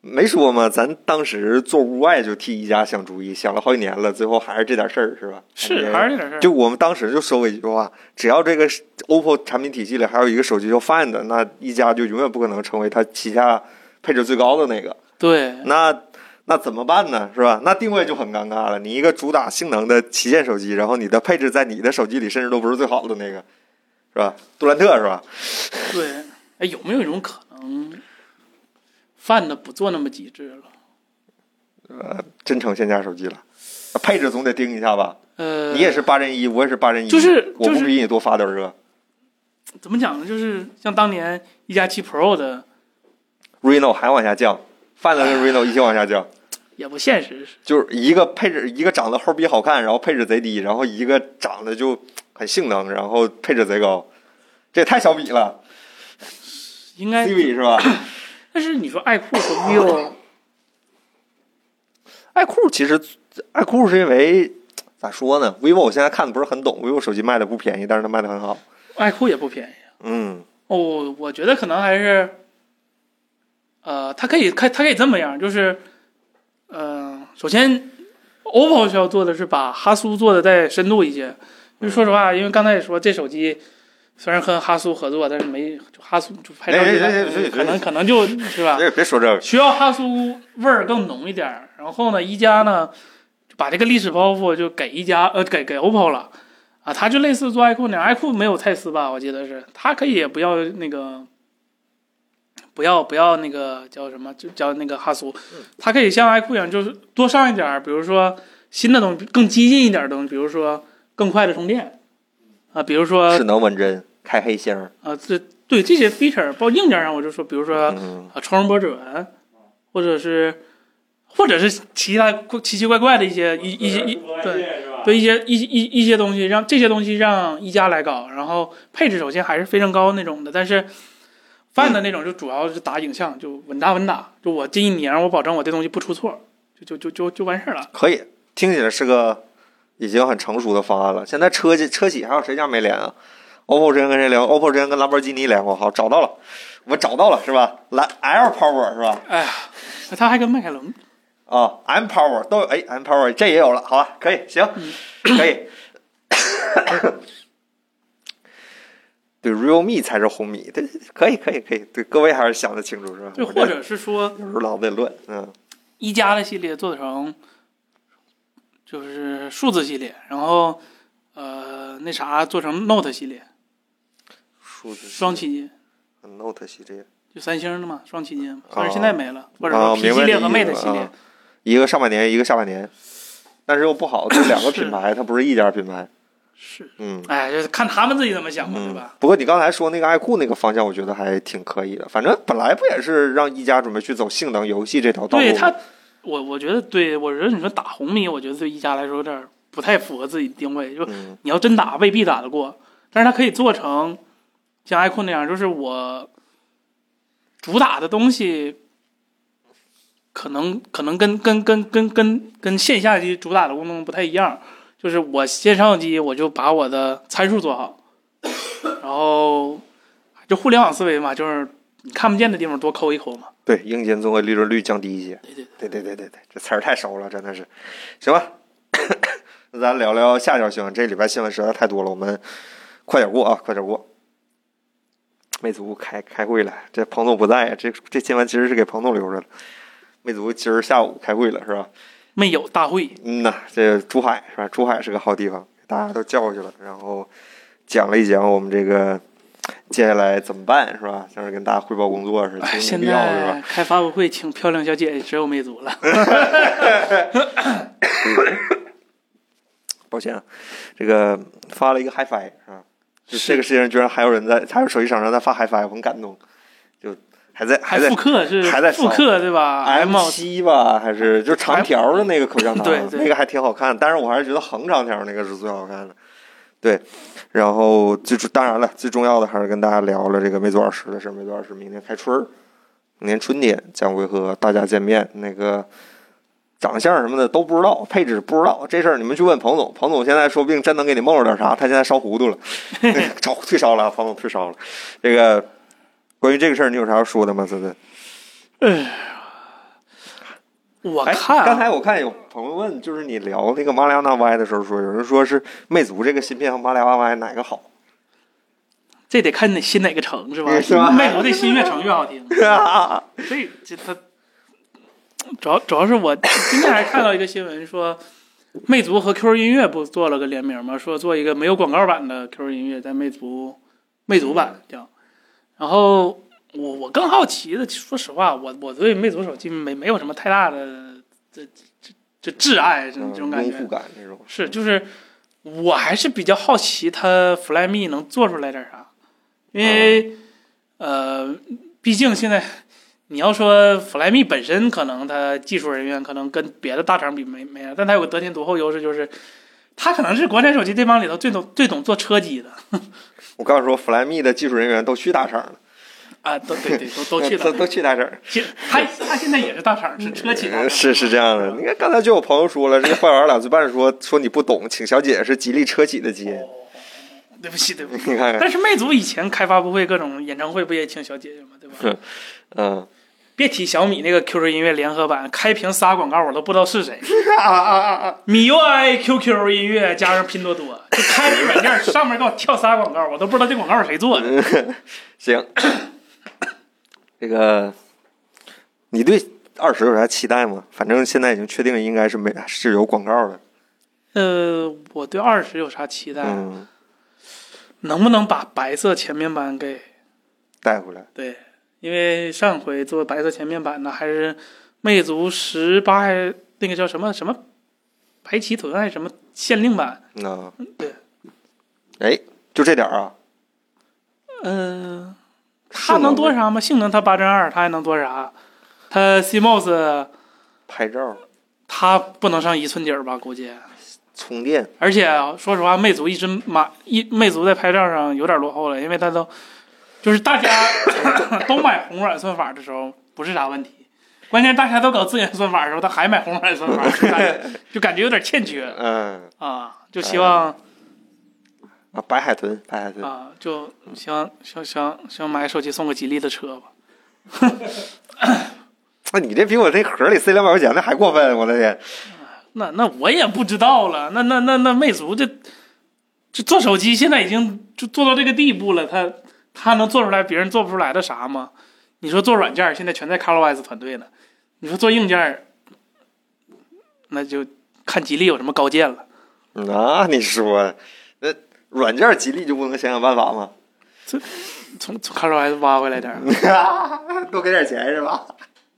[SPEAKER 1] 没说嘛，咱当时做屋外就替一加想主意，想了好几年了，最后还是这点事儿，是吧？
[SPEAKER 2] 是
[SPEAKER 1] 感觉
[SPEAKER 2] 还是这点事儿。
[SPEAKER 1] 就我们当时就说过一句话：只要这个 OPPO 产品体系里还有一个手机叫 Find，那一加就永远不可能成为它旗下配置最高的那个。
[SPEAKER 2] 对，
[SPEAKER 1] 那那怎么办呢？是吧？那定位就很尴尬了。你一个主打性能的旗舰手机，然后你的配置在你的手机里甚至都不是最好的那个，是吧？杜兰特是吧？
[SPEAKER 2] 对，哎，有没有一种可能，犯的不做那么极致了？
[SPEAKER 1] 呃，真成线下手机了，配置总得盯一下吧。
[SPEAKER 2] 呃，
[SPEAKER 1] 你也是八人一，我也是八人一，
[SPEAKER 2] 就是
[SPEAKER 1] 我
[SPEAKER 2] 就
[SPEAKER 1] 不
[SPEAKER 2] 是
[SPEAKER 1] 比你多发点儿热。
[SPEAKER 2] 怎么讲呢？就是像当年一加七 Pro 的。
[SPEAKER 1] Reno 还往下降，Find 跟 Reno 一起往下降，
[SPEAKER 2] 也不现实，
[SPEAKER 1] 就是一个配置，一个长得后逼好看，然后配置贼低，然后一个长得就很性能，然后配置贼高，这也太小比了
[SPEAKER 2] 应该。
[SPEAKER 1] ，CV 是吧？
[SPEAKER 2] 但是你说爱酷和 vivo，
[SPEAKER 1] 爱酷其实，爱酷是因为咋说呢？vivo 我现在看的不是很懂，vivo 手机卖的不便宜，但是它卖的很好。
[SPEAKER 2] 爱酷也不便宜。
[SPEAKER 1] 嗯
[SPEAKER 2] 哦，我我觉得可能还是，呃，它可以开，它可以这么样，就是，呃，首先，OPPO 需要做的是把哈苏做的再深度一些。因为说实话，因为刚才也说这手机虽然跟哈苏合作，但是没就哈苏就拍照
[SPEAKER 1] 哎
[SPEAKER 2] 这
[SPEAKER 1] 哎哎哎哎
[SPEAKER 2] 个，可能可能就是吧，
[SPEAKER 1] 别别说这个，
[SPEAKER 2] 需要哈苏味儿更浓一点儿。然后呢，一加呢就把这个历史包袱就给一加呃给给 OPPO 了啊，它就类似做 iQOO 那样，iQOO 没有蔡司吧？我记得是，它可以也不要那个。不要不要那个叫什么，就叫那个哈苏，它可以像 iQOO 一样，就是多上一点儿，比如说新的东西，更激进一点儿的东西，比如说更快的充电，啊，比如说
[SPEAKER 1] 智能纹针开黑星儿，
[SPEAKER 2] 啊，这对这些 feature，包括硬件上，我就说，比如说
[SPEAKER 1] 嗯，
[SPEAKER 2] 啊，超声波指纹，或者是或者是其他奇奇怪怪的一些呃一一
[SPEAKER 3] 呃
[SPEAKER 2] 些一对对一些一一一些东西，让这些东西让一加来搞，然后配置首先还是非常高那种的，但是 Find 那种就主要是打影像，就稳打稳打，就我这一年我保证我这东西不出错，就就就就就完事儿了。
[SPEAKER 1] 可以，听起来是个已经很成熟的方案了。现在车企车企还有谁家没连啊？OPPO 之前跟谁连？OPPO 之前跟兰博基尼连过，好，找到了，我们找到了是吧？蓝 L Power 是吧？
[SPEAKER 2] 哎呀，他还跟迈凯伦，
[SPEAKER 1] 啊，M Power 都有，哎，M Power 这也有了，好吧，
[SPEAKER 2] 嗯
[SPEAKER 1] 可以，行，可以。对 realme 才是红米，对，可以可以可以，对，各位还是想得清楚是吧？
[SPEAKER 2] 就
[SPEAKER 1] 我
[SPEAKER 2] 或
[SPEAKER 1] 这
[SPEAKER 2] 者是说
[SPEAKER 1] 有时候脑子也乱，嗯，
[SPEAKER 2] 一加的系列做成就是数字系列，然后呃那啥做成 Note 系列，
[SPEAKER 1] 数字
[SPEAKER 2] 双旗舰，
[SPEAKER 1] Note 系列，就
[SPEAKER 2] 就三星的嘛，双旗舰嘛，
[SPEAKER 1] 哦
[SPEAKER 2] 但是现在没了，或者
[SPEAKER 1] 啊，
[SPEAKER 2] 说 P
[SPEAKER 1] 明白
[SPEAKER 2] 系列
[SPEAKER 1] 你
[SPEAKER 2] 和
[SPEAKER 1] 意思
[SPEAKER 2] Mate 系列
[SPEAKER 1] 啊，一个上半年，一个下半年，但是又不好，这两个品牌它不是一家品牌，
[SPEAKER 2] 是，
[SPEAKER 1] 嗯。
[SPEAKER 2] 哎，就是看他们自己怎么想吧，对
[SPEAKER 1] 嗯
[SPEAKER 2] 吧？，
[SPEAKER 1] 不过你刚才说那个爱酷那个方向，我觉得还挺可以的。反正本来不也是让一加准备去走性能游戏这条道路吗？
[SPEAKER 2] 对他，我我觉得对我觉得你说打红米，我觉得对一加来说有点儿不太符合自己的定位，就
[SPEAKER 1] 嗯
[SPEAKER 2] 你要真打未必打得过，但是它可以做成像 iQOO 那样，就是我主打的东西可能可能跟跟跟跟跟跟线下机主打的功能不太一样，就是我线上机我就把我的参数做好，然后就互联网思维嘛，就是你看不见的地方多抠一抠嘛。
[SPEAKER 1] 对硬件综合利润率降低一些。
[SPEAKER 2] 对对
[SPEAKER 1] 对对对对对，这词儿太熟了，真的是。行吧，那咱聊聊下一条新闻。这礼拜新闻实在太多了，我们快点过啊，快点过。魅族开开会了，这彭总不在呀，这这新闻其实是给彭总留着的。魅族今儿下午开会了，是吧？
[SPEAKER 2] 没有大会，
[SPEAKER 1] 嗯呐，这珠海是吧？珠海是个好地方，大家都叫过去了，然后讲了一讲我们这个接下来怎么办，是吧？像是跟大家汇报工作似的，
[SPEAKER 2] 哎，
[SPEAKER 1] 挺
[SPEAKER 2] 现
[SPEAKER 1] 有必要是吧
[SPEAKER 2] 在？开发布会请漂亮小姐姐只有魅族了。
[SPEAKER 1] 抱歉啊，这个发了一个 HiFi 啊，就是这个世界上居然还有人在，还有手机厂商在发 HiFi，我很感动，就还在
[SPEAKER 2] 还
[SPEAKER 1] 在
[SPEAKER 2] 复刻是
[SPEAKER 1] 还在
[SPEAKER 2] 复
[SPEAKER 1] 烧
[SPEAKER 2] 刻对吧
[SPEAKER 1] M
[SPEAKER 2] ？M
[SPEAKER 1] 七吧，还是就是长条的那个口香糖，
[SPEAKER 2] 对对
[SPEAKER 1] 那个还挺好看，但是我还是觉得横长条那个是最好看的。对，然后最主当然了，最重要的还是跟大家聊了这个魅族二十的事儿。魅族二十明年开春儿，明年春天将会和大家见面。那个长相什么的都不知道，配置不知道，这事儿你们去问彭总。彭总现在说不定真能给你蒙着点啥，他现在烧糊涂 了， 烧退烧了，彭总退烧了。这个关于这个事儿，你有啥要说的吗？森森？
[SPEAKER 2] 我
[SPEAKER 1] 哎，
[SPEAKER 2] 看啊
[SPEAKER 1] 刚才我看有朋友问，就是你聊那个马里亚纳 Y 的时候说，有人说是魅族这个芯片和马里亚纳 Y 哪个 好？
[SPEAKER 2] 这得看你新哪个城是 吧？
[SPEAKER 1] 嗯是 吧
[SPEAKER 2] 魅族的新越城越好 听，所以这它主要主要是我今天还看到一个新闻说，魅族和 QQ 音乐不做了个联名吗？说做一个没有广告版的 QQ 音乐，在魅族魅族版叫。然后我我更好奇的，说实话，我我对魅族手机没没有什么太大的这这这挚爱这
[SPEAKER 1] 嗯
[SPEAKER 2] 这种感觉
[SPEAKER 1] 拥，护感这种
[SPEAKER 2] 是，就是我还是比较好奇它 Flyme 能做出来点啥，因为、
[SPEAKER 1] 哦
[SPEAKER 2] 呃，毕竟现在你要说 Flyme 本身可能它技术人员可能跟别的大厂比没没啥，但它有个得天独厚优势，就是它可能是国产手机这帮里头最懂最懂做车机的
[SPEAKER 1] 我刚说 Flyme 的技术人员都去大厂了，
[SPEAKER 2] 啊，都对对，都 都 去
[SPEAKER 1] 都都
[SPEAKER 2] 了。
[SPEAKER 1] 去大厂。
[SPEAKER 2] 其实它它现在也是大厂，是车企大厂
[SPEAKER 1] 嗯 是是这样的，你看刚才就有朋友说了，这个坏玩两岁半说说你不懂，请小姐是吉利车企的基因，
[SPEAKER 2] 哦对不起对不起。
[SPEAKER 1] 你看看，
[SPEAKER 2] 但是魅族以前开发布会、各种演唱会不也请小姐姐吗？对吧？
[SPEAKER 1] 嗯，
[SPEAKER 2] 别提小米那个 QQ 音乐联合版开屏仨广告，我都不知道是谁。
[SPEAKER 1] 啊啊啊啊！
[SPEAKER 2] MIUI、QQ 音乐加上拼多多，就开着软件上面给我跳仨广告，我都不知道这广告是谁做
[SPEAKER 1] 嗯
[SPEAKER 2] 的。
[SPEAKER 1] 行， 这个你对二十有啥期待吗？反正现在已经确定应该是没是有广告的，
[SPEAKER 2] 呃，我对啊二十有啥期待？
[SPEAKER 1] 嗯，
[SPEAKER 2] 能不能把白色前面板给
[SPEAKER 1] 带回来。
[SPEAKER 2] 对？因为上回做白色前面板呢，还是魅族十八那个叫什么什么白旗豚还是什么限定版？
[SPEAKER 1] 那
[SPEAKER 2] 对，
[SPEAKER 1] 嗯啊哎，就这点儿啊，
[SPEAKER 2] 嗯、它能多啥吗？性能它八针二，它还能多啥？它 CMOS
[SPEAKER 1] 拍照、
[SPEAKER 2] 它不能上一寸底儿吧？估计。
[SPEAKER 1] 充电，
[SPEAKER 2] 而且啊说实话，魅族一直买一魅族在拍照上有点落后了，因为它都就是大家都买红软算法的时候不是啥问题，关键大家都搞自研算法的时候，他还买红软算法，就感觉就感觉有点欠缺
[SPEAKER 1] 嗯
[SPEAKER 2] 啊。就希望
[SPEAKER 1] 啊，白海豚，白海豚，
[SPEAKER 2] 啊，就想想想想买手机送个吉利的车吧。
[SPEAKER 1] 那、啊你这比我这盒里塞两百块钱的还过分，我的天！
[SPEAKER 2] 那那我也不知道了，那那那那魅族这就做手机现在已经就做到这个地步了，他他能做出来别人做不出来的啥吗？你说做软件儿现在全在 ColorOS 团队呢，你说做硬件儿，那就看吉利有什么高见了。
[SPEAKER 1] 嗯那你说，那软件吉利就不能想想办法吗？
[SPEAKER 2] 从从 ColorOS 挖回 来点儿，
[SPEAKER 1] 多给点钱是吧？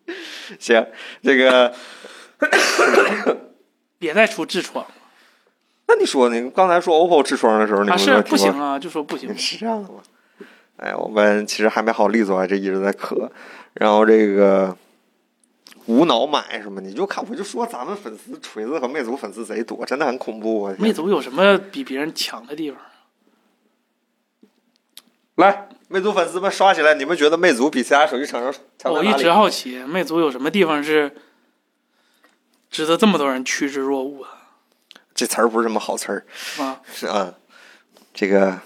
[SPEAKER 1] 行，这个，
[SPEAKER 2] 别再出痔疮了。
[SPEAKER 1] 那你说你刚才说 OPPO 痔疮的时候，你
[SPEAKER 2] 啊，
[SPEAKER 1] 们
[SPEAKER 2] 是
[SPEAKER 1] 有
[SPEAKER 2] 不
[SPEAKER 1] 听
[SPEAKER 2] 行
[SPEAKER 1] 过。
[SPEAKER 2] 啊，就说不 行
[SPEAKER 1] 是这样的吗？哎，我们其实还没好利索啊，这一直在磕。然后这个无脑买什么，你就看，我就说咱们粉丝锤子和魅族粉丝贼多，真的很恐怖啊！
[SPEAKER 2] 魅族有什么比别人强的地方？
[SPEAKER 1] 来，魅族粉丝们刷起来，你们觉得魅族比其他手机厂商强在
[SPEAKER 2] 哦我一
[SPEAKER 1] 哪里
[SPEAKER 2] 直？啊好奇，魅族有什么地方是值得这么多人趋之若鹜啊？
[SPEAKER 1] 这词儿不是什么好词儿，
[SPEAKER 2] 啊，
[SPEAKER 1] 是啊，这个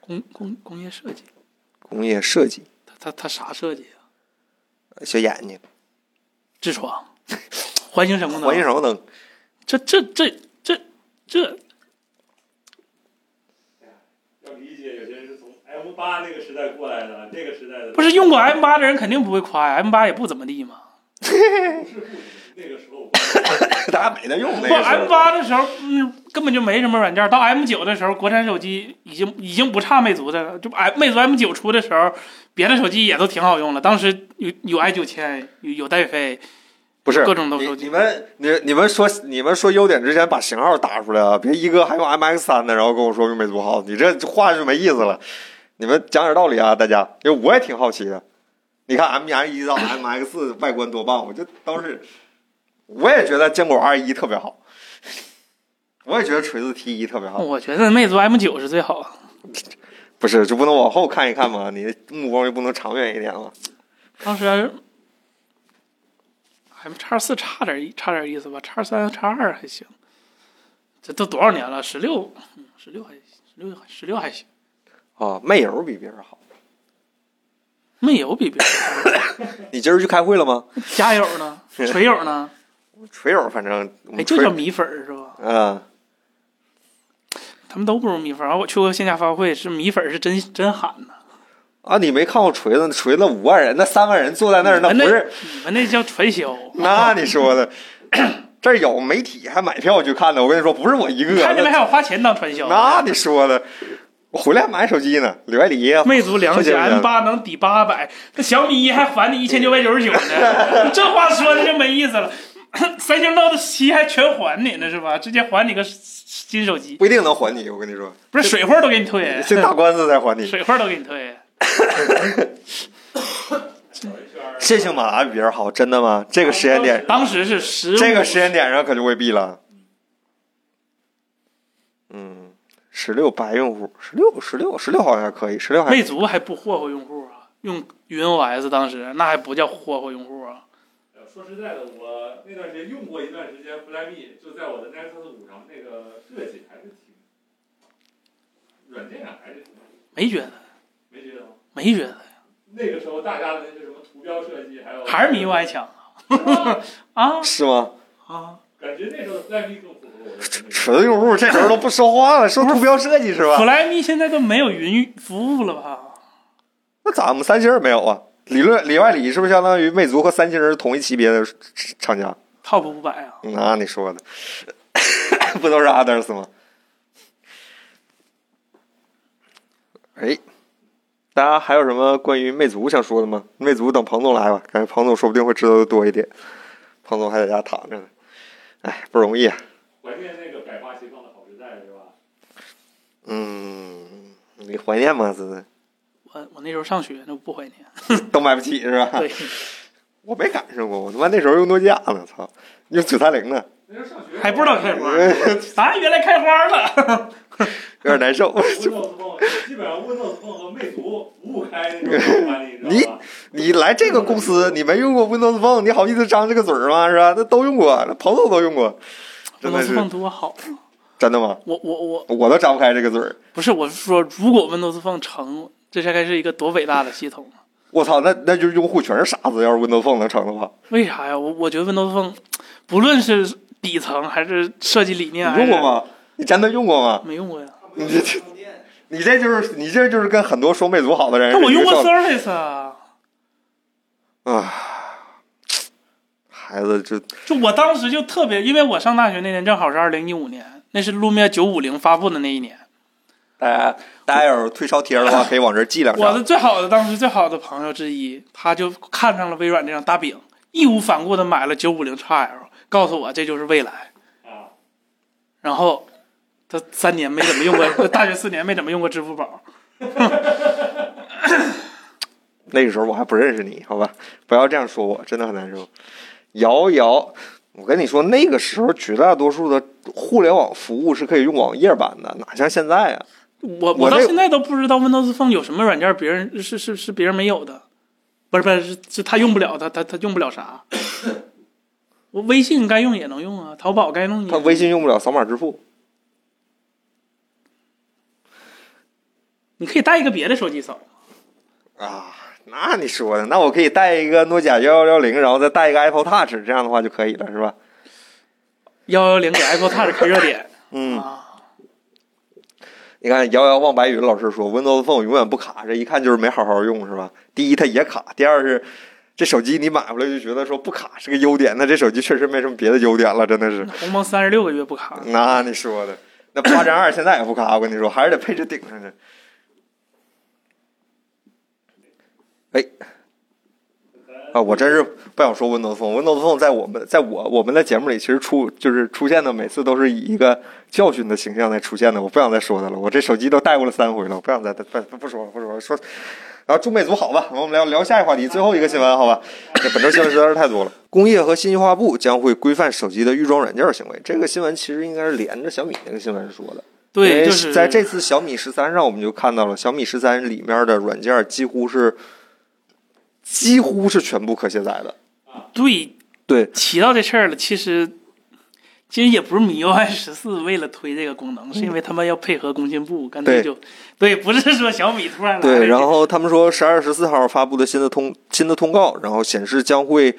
[SPEAKER 2] 工工工业设计，
[SPEAKER 1] 工业设计，
[SPEAKER 2] 它它它啥设计啊？
[SPEAKER 1] 小眼睛，
[SPEAKER 2] 痔疮，环形什么的，
[SPEAKER 1] 环形手 灯，
[SPEAKER 2] 这这这这这
[SPEAKER 3] 要理解有些人是从 M 八那个时代过来的，这个时代的
[SPEAKER 2] 不是用过 M 八的人肯定不会夸呀，M 八也不怎么地嘛。
[SPEAKER 3] 那个时候，
[SPEAKER 1] 大家没得用那
[SPEAKER 2] 不哎
[SPEAKER 1] 个时候
[SPEAKER 2] ，M 八的时候，嗯，根本就没什么软件。到 M 九的时候，国产手机已经已经不差魅族的了。就 M 魅族 M 九出的时候，别的手机也都挺好用了。当时有有 i 九千，有有戴飞，
[SPEAKER 1] 不是
[SPEAKER 2] 各种都
[SPEAKER 1] 你
[SPEAKER 2] 收集
[SPEAKER 1] 你们你你们说你们说优点之前把型号打出来啊，别一哥还用 MX 三呢，然后跟我说用魅族好，你这话就没意思了。你们讲点道理啊，大家，因为我也挺好奇的。你看 M 1一到 MX 四外观多棒，我就当时我也觉得坚果 R 一特别好，我也觉得锤子 T 一特别好。
[SPEAKER 2] 我觉得魅族 M 九是最好的。
[SPEAKER 1] 不是，就不能往后看一看吗？你的目光就不能长远一点吗？
[SPEAKER 2] 当时 M 叉四差点意差点意思吧，叉三叉二还行。这都多少年了？十六，十六还十六十六还行。
[SPEAKER 1] 啊，魅友比别人好。
[SPEAKER 2] 没有比别人好
[SPEAKER 1] 你今儿去开会了吗？
[SPEAKER 2] 家友 呢，锤友呢，
[SPEAKER 1] 锤友反正我
[SPEAKER 2] 哎，
[SPEAKER 1] 们
[SPEAKER 2] 就
[SPEAKER 1] 锤
[SPEAKER 2] 叫米粉儿是吧？
[SPEAKER 1] 嗯。
[SPEAKER 2] 他们都不如米粉儿。然后我去过线下发布会，是米粉儿是真真喊呐。
[SPEAKER 1] 啊，你没看过锤子？锤子五万人，那三万人坐在那儿，那
[SPEAKER 2] 你
[SPEAKER 1] 不
[SPEAKER 2] 们
[SPEAKER 1] 是？
[SPEAKER 2] 你们嗯那叫传销。
[SPEAKER 1] 那你说的， 这儿有媒体还买票去看的。我跟你说，不是我一个。
[SPEAKER 2] 看你们还有花钱当传销。
[SPEAKER 1] 那你说的，我回来还买手机呢，李白梨 呀。
[SPEAKER 2] 魅族良心
[SPEAKER 1] 不行啊
[SPEAKER 2] M 八能抵八百，那小米一还还你一千九百九十九 呢，这话说的就没意思了。三星 Note 七还全还你呢是吧？直接还你个新手机，
[SPEAKER 1] 不一定能还你。我跟 你说，
[SPEAKER 2] 不是水货都给你退，
[SPEAKER 1] 先打官司才还你。
[SPEAKER 2] 水货都给你退。
[SPEAKER 1] 线性马达比别人好，真的吗？这个时间点，
[SPEAKER 2] 当时啊是十
[SPEAKER 1] 这个时间点上可就未必了。嗯，十六白用户，十六十六十六好像还可以，十六还
[SPEAKER 2] 魅族还不霍霍用户啊，用云 OS 当时那还不叫霍霍用户啊。
[SPEAKER 3] 呃说实在的，我那段时间用过一段时间 Flyme，就在我的 Nexus 五上，那个设计还是挺，软件上还是挺，
[SPEAKER 2] 没觉得，
[SPEAKER 3] 没觉得吗？
[SPEAKER 2] 没觉得，
[SPEAKER 3] 那个时候大家的那些什么图标设计，还有
[SPEAKER 2] 还是 MIUI 强啊 啊
[SPEAKER 1] 是吗？
[SPEAKER 2] 啊！
[SPEAKER 3] 感觉那时候 Flyme 更符合我的审美。
[SPEAKER 1] 锤子用户这时候都不说话了，说图标设计是吧？
[SPEAKER 2] Flyme 现在都没有云服务了吧？
[SPEAKER 1] 那咱们三星儿没有啊？理论里外里是不是相当于魅族和三星儿是同一级别的厂家？
[SPEAKER 2] Top 五百啊，
[SPEAKER 1] 那你说的，不都是 others 吗？哎，大家还有什么关于魅族想说的吗？魅族等彭总来吧，感觉彭总说不定会知道的多一点。彭总还在家躺着呢，哎，不容易啊。
[SPEAKER 3] 怀念那个百花齐放的好时代，是吧？
[SPEAKER 1] 嗯，你怀念吗？是
[SPEAKER 2] 我我那时候上学，那我不怀念。
[SPEAKER 1] 都买不起是 吧？
[SPEAKER 2] 对，
[SPEAKER 1] 我没赶上过，我他妈那时候用诺基亚呢，操，用九三零呢，
[SPEAKER 3] 那时候上学
[SPEAKER 2] 还不知道开花 啊，原来开花了。
[SPEAKER 1] 有点难受。
[SPEAKER 3] Windows Phone，基本 上 Windows Phone 和魅族五五开那种管理，
[SPEAKER 1] 你
[SPEAKER 3] 知道吧？
[SPEAKER 1] 你来这个公司，你没用过 Windows Phone，你好意思张这个嘴儿吗？是吧？那都用过，那朋友都用过，真的
[SPEAKER 2] Windows
[SPEAKER 1] 是
[SPEAKER 2] Phone 多好，
[SPEAKER 1] 真的吗？
[SPEAKER 2] 我我我
[SPEAKER 1] 我都张不开这个嘴儿。
[SPEAKER 2] 不是，我是说，如果 Windows Phone 成，这才该是一个多伟大的系统。啊
[SPEAKER 1] 我操，那那就是用户全是傻子。要是 Windows Phone 能成的话，
[SPEAKER 2] 为啥呀？我我觉得 Windows Phone，不论是底层还是设计理念，
[SPEAKER 1] 你用过？吗？你真的用过吗？
[SPEAKER 2] 没用过呀。
[SPEAKER 1] 你这你这就是你这就是跟很多说魅族好的人
[SPEAKER 2] 但我用过
[SPEAKER 1] 是一个状
[SPEAKER 2] Surface 啊，
[SPEAKER 1] 孩子就
[SPEAKER 2] 就我当时就特别，因为我上大学那年正好是二零一五年，那是路面九五零发布的那一年。
[SPEAKER 1] 大家大家有退烧贴的 话，可以往这儿寄两
[SPEAKER 2] 我的
[SPEAKER 1] 张。
[SPEAKER 2] 最好的当时最好的朋友之一，他就看上了微软这张大饼，义无反顾的买了九五零 XL，告诉我这就是未来。
[SPEAKER 3] 啊，
[SPEAKER 2] 然后他三年没怎么用 过，大学四年没怎么用过支付宝。
[SPEAKER 1] 那个时候我还不认识你，好吧？不要这样说我，真的很难受。瑶瑶，我跟你说，那个时候绝大多数的互联网服务是可以用网页版的，哪像现在啊？我
[SPEAKER 2] 我我到
[SPEAKER 1] 那
[SPEAKER 2] 现在都不知道 Windows Phone 有什么软件，别人是是是别人没有的，不是不是是是他用不了，他他他用不了啥。我微信该用也能用啊，淘宝该用也
[SPEAKER 1] 他
[SPEAKER 2] 能
[SPEAKER 1] 微信用不了扫码支付，
[SPEAKER 2] 你可以带一个别的手机扫。
[SPEAKER 1] 啊，那你说的，那我可以带一个诺基亚幺幺幺零，然后再带一个 Apple Touch，这样的话就可以了，是吧？
[SPEAKER 2] 幺幺零给 Apple Touch 开热点
[SPEAKER 1] 嗯，
[SPEAKER 2] 啊，
[SPEAKER 1] 你看遥遥望白云老师说，Windows Phone 永远不卡，这一看就是没好好用，是吧？第一它也卡，第二是这手机你买回来就觉得说不卡是个优点，那这手机确实没什么别的优点了，真的是。
[SPEAKER 2] 鸿蒙三十六个月不卡，
[SPEAKER 1] 那你说的，那八点二现在也不卡，我跟你说，还是得配置顶上去。哎，啊，我真是不想说 Windows Phone。Windows Phone 在我们在我我们的节目里，其实出就是出现的，每次都是以一个教训的形象在出现的。我不想再说它了，我这手机都带过了三回了，我不想再不不不说了，不说了，说。然后中美足好吧，我们聊聊下一个话题，最后一个新闻好吧？这本周新闻实在是太多了。工业和信息化部将会规范手机的预装软件行为。这个新闻其实应该是连着小米那个新闻说的。因
[SPEAKER 2] 对，
[SPEAKER 1] 为
[SPEAKER 2] 就是
[SPEAKER 1] 哎在这次小米十三上，我们就看到了小米十三里面的软件几乎是几乎是全部可卸载的。
[SPEAKER 2] 对
[SPEAKER 1] 对，
[SPEAKER 2] 提到这事儿了，其实其实也不是 MIUI 十四为了推这个功能，是因为他们要配合工信部，干
[SPEAKER 1] 嗯
[SPEAKER 2] 脆
[SPEAKER 1] 对
[SPEAKER 2] 就对，不是说小米突然来了
[SPEAKER 1] 对，然后他们说十二十四号发布的新的通新的通告，然后显示将会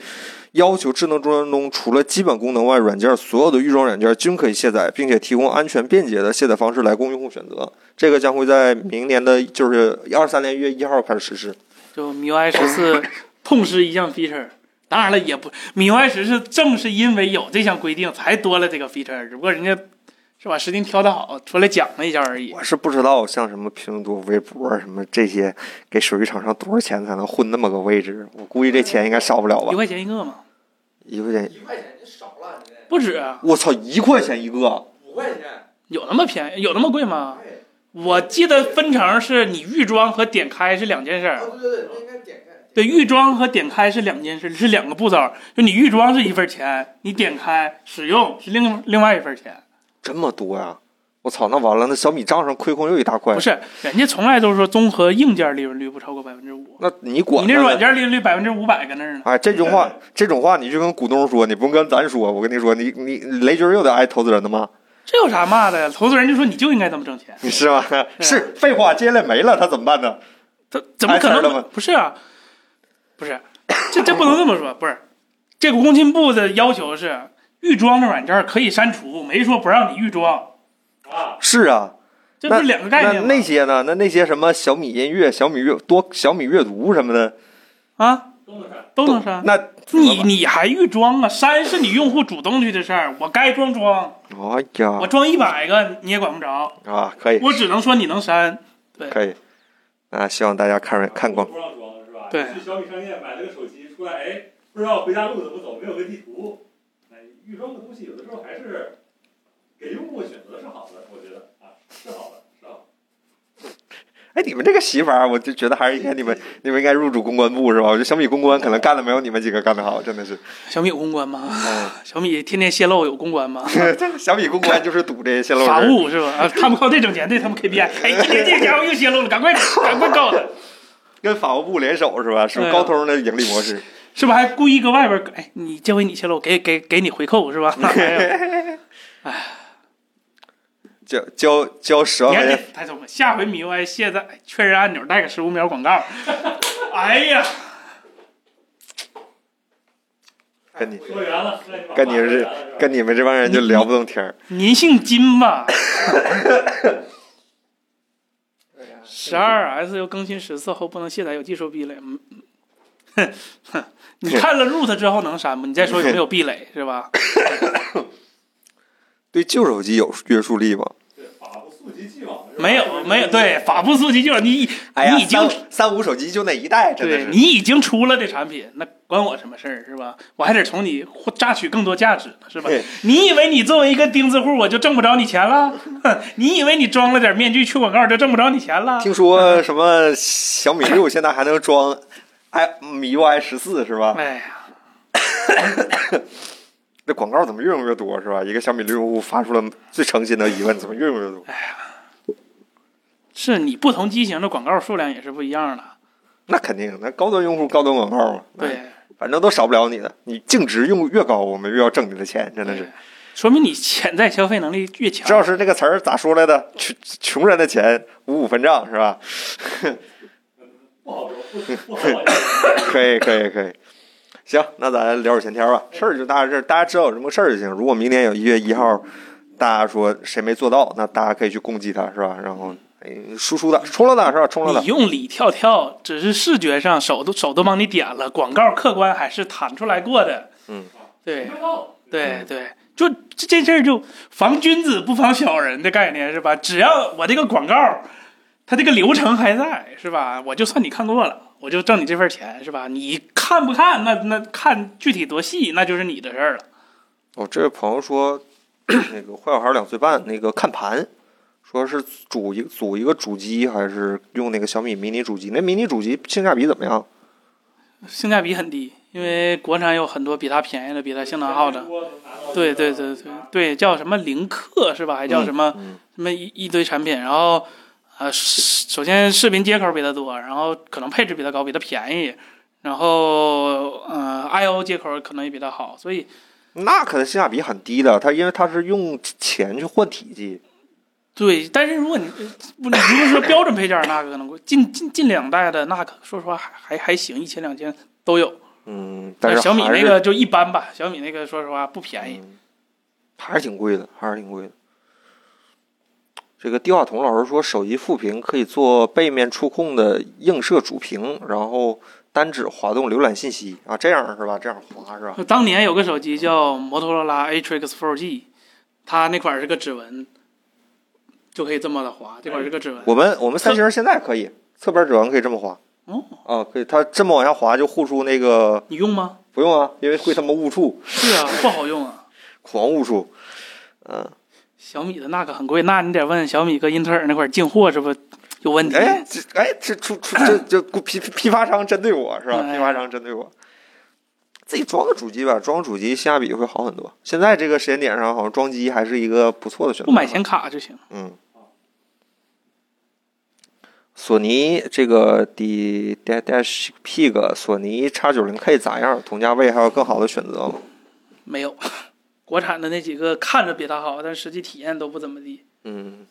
[SPEAKER 1] 要求智能终端中除了基本功能外，软件所有的预装软件均可以卸载，并且提供安全便捷的卸载方式来供用户选择。这个将会在明年的就是二三年一月一号开始实施。
[SPEAKER 2] 就 MIUI 十四痛失一项 feature。当然了，也不 MIUI 十四正是因为有这项规定才多了这个 feature，只不过人家是把时间挑的好，出来讲了一下而已。
[SPEAKER 1] 我是不知道像什么拼多多、微博什么这些，给手机厂商多少钱才能混那么个位置？我估计这钱应该少不了吧
[SPEAKER 2] 一，块钱一个嘛，
[SPEAKER 1] 一块钱。
[SPEAKER 4] 一块钱你少了，你这
[SPEAKER 2] 不止啊，
[SPEAKER 1] 我操，一块钱一个！
[SPEAKER 4] 五块钱，
[SPEAKER 2] 有那么便宜，有那么贵
[SPEAKER 3] 啊
[SPEAKER 2] 吗？
[SPEAKER 4] 哎，
[SPEAKER 2] 我记得分成是你预装和点开是两件事儿。
[SPEAKER 4] 哦对对对，那应该点开，
[SPEAKER 2] 对，预装和点开是两件事，是两个步骤。就你预装是一份钱，你点开使用是另另外一份钱。
[SPEAKER 1] 这么多呀、我操，那完了，那小米账上亏空又一大块
[SPEAKER 2] 不。是，人家从来都说综合硬件利润率不超过百分之五，
[SPEAKER 1] 那你管
[SPEAKER 2] 你那
[SPEAKER 1] 它呢
[SPEAKER 2] 软件利润率百分之五百搁那儿呢。
[SPEAKER 1] 哎，这种话，这种话你就跟股东说，你不用跟咱说。我跟你说，你你雷军又得挨投资人的骂，
[SPEAKER 2] 这有啥骂的呀？投资人就说你就应该这么挣钱，
[SPEAKER 1] 你是吧？是废话，接下来没了，他怎么办呢？
[SPEAKER 2] 他怎么可
[SPEAKER 1] 挨刺儿了
[SPEAKER 2] 能
[SPEAKER 1] 吗？
[SPEAKER 2] 不是啊，不是，这这不能这么说，不是。这个工信部的要求是，预装的软件可以删除，没说不让你预装，
[SPEAKER 3] 啊，
[SPEAKER 1] 是啊，
[SPEAKER 2] 这不是两个概
[SPEAKER 1] 那
[SPEAKER 2] 念吗？
[SPEAKER 1] 那些呢？那那些什么小米音乐、小米阅多、小米阅读什么的，
[SPEAKER 2] 啊，
[SPEAKER 3] 功能上
[SPEAKER 2] 都能删。
[SPEAKER 1] 那
[SPEAKER 2] 你你还预装啊？删是你用户主动去的事儿，我该装装，
[SPEAKER 1] 哎呀
[SPEAKER 2] 我装一百个你也管不着，
[SPEAKER 1] 啊，可以
[SPEAKER 2] 我只能说你能删。
[SPEAKER 1] 可以啊，希望大家看看光。
[SPEAKER 3] 不让装是吧？
[SPEAKER 2] 对
[SPEAKER 3] 去小米商店买了个手机，出来哎，不知道回家路怎么走，没有个地图。哎，预装的东西有的时候还是给用户选择是好的，我觉得啊，是好的，是好
[SPEAKER 1] 哎，你们这个媳妇儿，我就觉得还是应该你们你们应该入主公关部是吧？我觉得小米公关可能干的没有你们几个干的好，真的是。
[SPEAKER 2] 小米有公关吗？
[SPEAKER 1] 嗯
[SPEAKER 2] 小米天天泄露有公关吗？
[SPEAKER 1] 这小米公关就是赌这些泄露人
[SPEAKER 2] 法务是吧？啊，他们靠这挣钱，这他们 KPI。哎，今天这家伙又泄露了，赶快赶快告他，
[SPEAKER 1] 跟法务部联手是吧？是不
[SPEAKER 2] 对
[SPEAKER 1] 是
[SPEAKER 2] 啊
[SPEAKER 1] 高通的盈利模式？
[SPEAKER 2] 是不是还故意搁外边儿？哎，你这回你泄露，给给给你回扣 是吧？哎呦
[SPEAKER 1] 交交交十万
[SPEAKER 2] 你
[SPEAKER 1] 块
[SPEAKER 2] 看这
[SPEAKER 1] 钱，
[SPEAKER 2] 抬头吧，下回 MIUI 卸载确认按钮带个十五 秒广告。哎呀，
[SPEAKER 1] 跟 你
[SPEAKER 3] 说圆了，那把
[SPEAKER 1] 跟你是
[SPEAKER 3] 话说圆了
[SPEAKER 1] 跟你们这帮人就聊不动天儿。
[SPEAKER 2] 您姓 金吧？十二 S 又更新十次后不能卸载，有技术壁垒。嗯， 哼哼你看了 root 之后能删吗？你再说有没有壁垒 是吧？
[SPEAKER 1] 对旧手机有约束力吗？
[SPEAKER 3] 对法不溯及既往，是吧
[SPEAKER 2] 没有，没有，对，法不溯及既往，你
[SPEAKER 1] 哎呀，
[SPEAKER 2] 你已经
[SPEAKER 1] 三三五手机就那一代，真的
[SPEAKER 2] 对
[SPEAKER 1] 是
[SPEAKER 2] 你已经出了这产品，那关我什么事儿是吧？我还得从你获榨取更多价值呢是吧
[SPEAKER 1] 对？
[SPEAKER 2] 你以为你作为一个钉子户我就挣不着你钱了？哼你以为你装了点面具去广告就挣不着你钱了？
[SPEAKER 1] 听说什么小米六现在还能装 i MIUI 十四是吧？
[SPEAKER 2] 哎呀，
[SPEAKER 1] 这广告怎么越用越多是吧？一个小米六用户发出了最诚心的疑问：怎么越用越多？
[SPEAKER 2] 是你不同机型的广告数量也是不一样的。
[SPEAKER 1] 那肯定，那高端用户高端广告嘛，
[SPEAKER 2] 对，，
[SPEAKER 1] 反正都少不了你的。你净值用越高，我们越要挣你的钱，真的是
[SPEAKER 2] 对。说明你潜在消费能力越强。
[SPEAKER 1] 知道是这个词儿咋说来的？穷穷人的钱五五分账是吧？
[SPEAKER 3] 不好说，不不好说。
[SPEAKER 1] 可以，可以，可以。行，那咱聊会儿闲天儿吧。事儿就大致，大家知道有什么事儿就行。如果明年有一月一号，大家说谁没做到，那大家可以去攻击他，是吧？然后，哎，输出的，冲了的，是吧？冲了的
[SPEAKER 2] 你，用里跳跳，只是视觉上手都手都帮你点了，广告客观还是弹出来过的。
[SPEAKER 1] 嗯，
[SPEAKER 2] 对对对，就这这事儿就防君子不防小人的概念是吧？只要我这个广告，它这个流程还在是吧？我就算你看过了，我就挣你这份钱是吧？你看不看那那看具体多细，那就是你的事儿了。
[SPEAKER 1] 我哦这位朋友说， 那个坏小孩两岁半，那个看盘，说是组一组一个主机，还是用那个小米迷你主机？那迷你主机性价比怎么样？
[SPEAKER 2] 性价比很低，因为国产有很多比它便宜的、比它性能好的。对对对对对，叫什么零氪是吧？还叫什么、
[SPEAKER 1] 嗯
[SPEAKER 2] 什么一一堆产品，然后呃，视首先视频接口比它多，然后可能配置比它高，比它便宜，然后呃，I/O 接口可能也比它好，所以
[SPEAKER 1] 那可能性价比很低的，它因为它是用钱去换体积。
[SPEAKER 2] 对。但是如果你呃不，你如果说标准配件儿，那可能贵。近近近两代的那可说实话还还还行，一千两千都有。
[SPEAKER 1] 嗯，但是
[SPEAKER 2] 小米
[SPEAKER 1] 还
[SPEAKER 2] 那
[SPEAKER 1] 是
[SPEAKER 2] 个就一般吧，小米那个说实话不便宜。
[SPEAKER 1] 嗯，还是挺贵的，还是挺贵的。这个地话筒老师说，手机副屏可以做背面触控的映射主屏，然后单指滑动浏览信息啊，这样是吧？这样滑是吧？
[SPEAKER 2] 当年有个手机叫摩托罗拉 Atrix 4G，它那款是个指纹，就可以这么的滑，这款是个指纹。
[SPEAKER 1] 我们我们三星现在可以侧边指纹可以这么滑
[SPEAKER 2] 哦，
[SPEAKER 1] 啊，可以，它这么往下滑就护出那个
[SPEAKER 2] 你用吗？
[SPEAKER 1] 不用啊，因为会他妈误触，
[SPEAKER 2] 是啊，不好用啊。
[SPEAKER 1] 狂误触，嗯、
[SPEAKER 2] 小米的那个很贵，那你得问小米跟英特尔那块进货是不是有问题？
[SPEAKER 1] 哎，这哎这出出这这批批发商针对我是吧？
[SPEAKER 2] 哎
[SPEAKER 1] 批发商针对我，自己装个主机吧，装主机性价比会好很多。现在这个时间点上，好像装机还是一个不错的选择。
[SPEAKER 2] 不买显卡就行。
[SPEAKER 1] 嗯。索尼这个 D D Dash Pig，索尼 X 九零 K 咋样？同价位还有更好的选择吗？
[SPEAKER 2] 没有，国产的那几个看着比它好，但实际体验都不怎么地。
[SPEAKER 1] 嗯，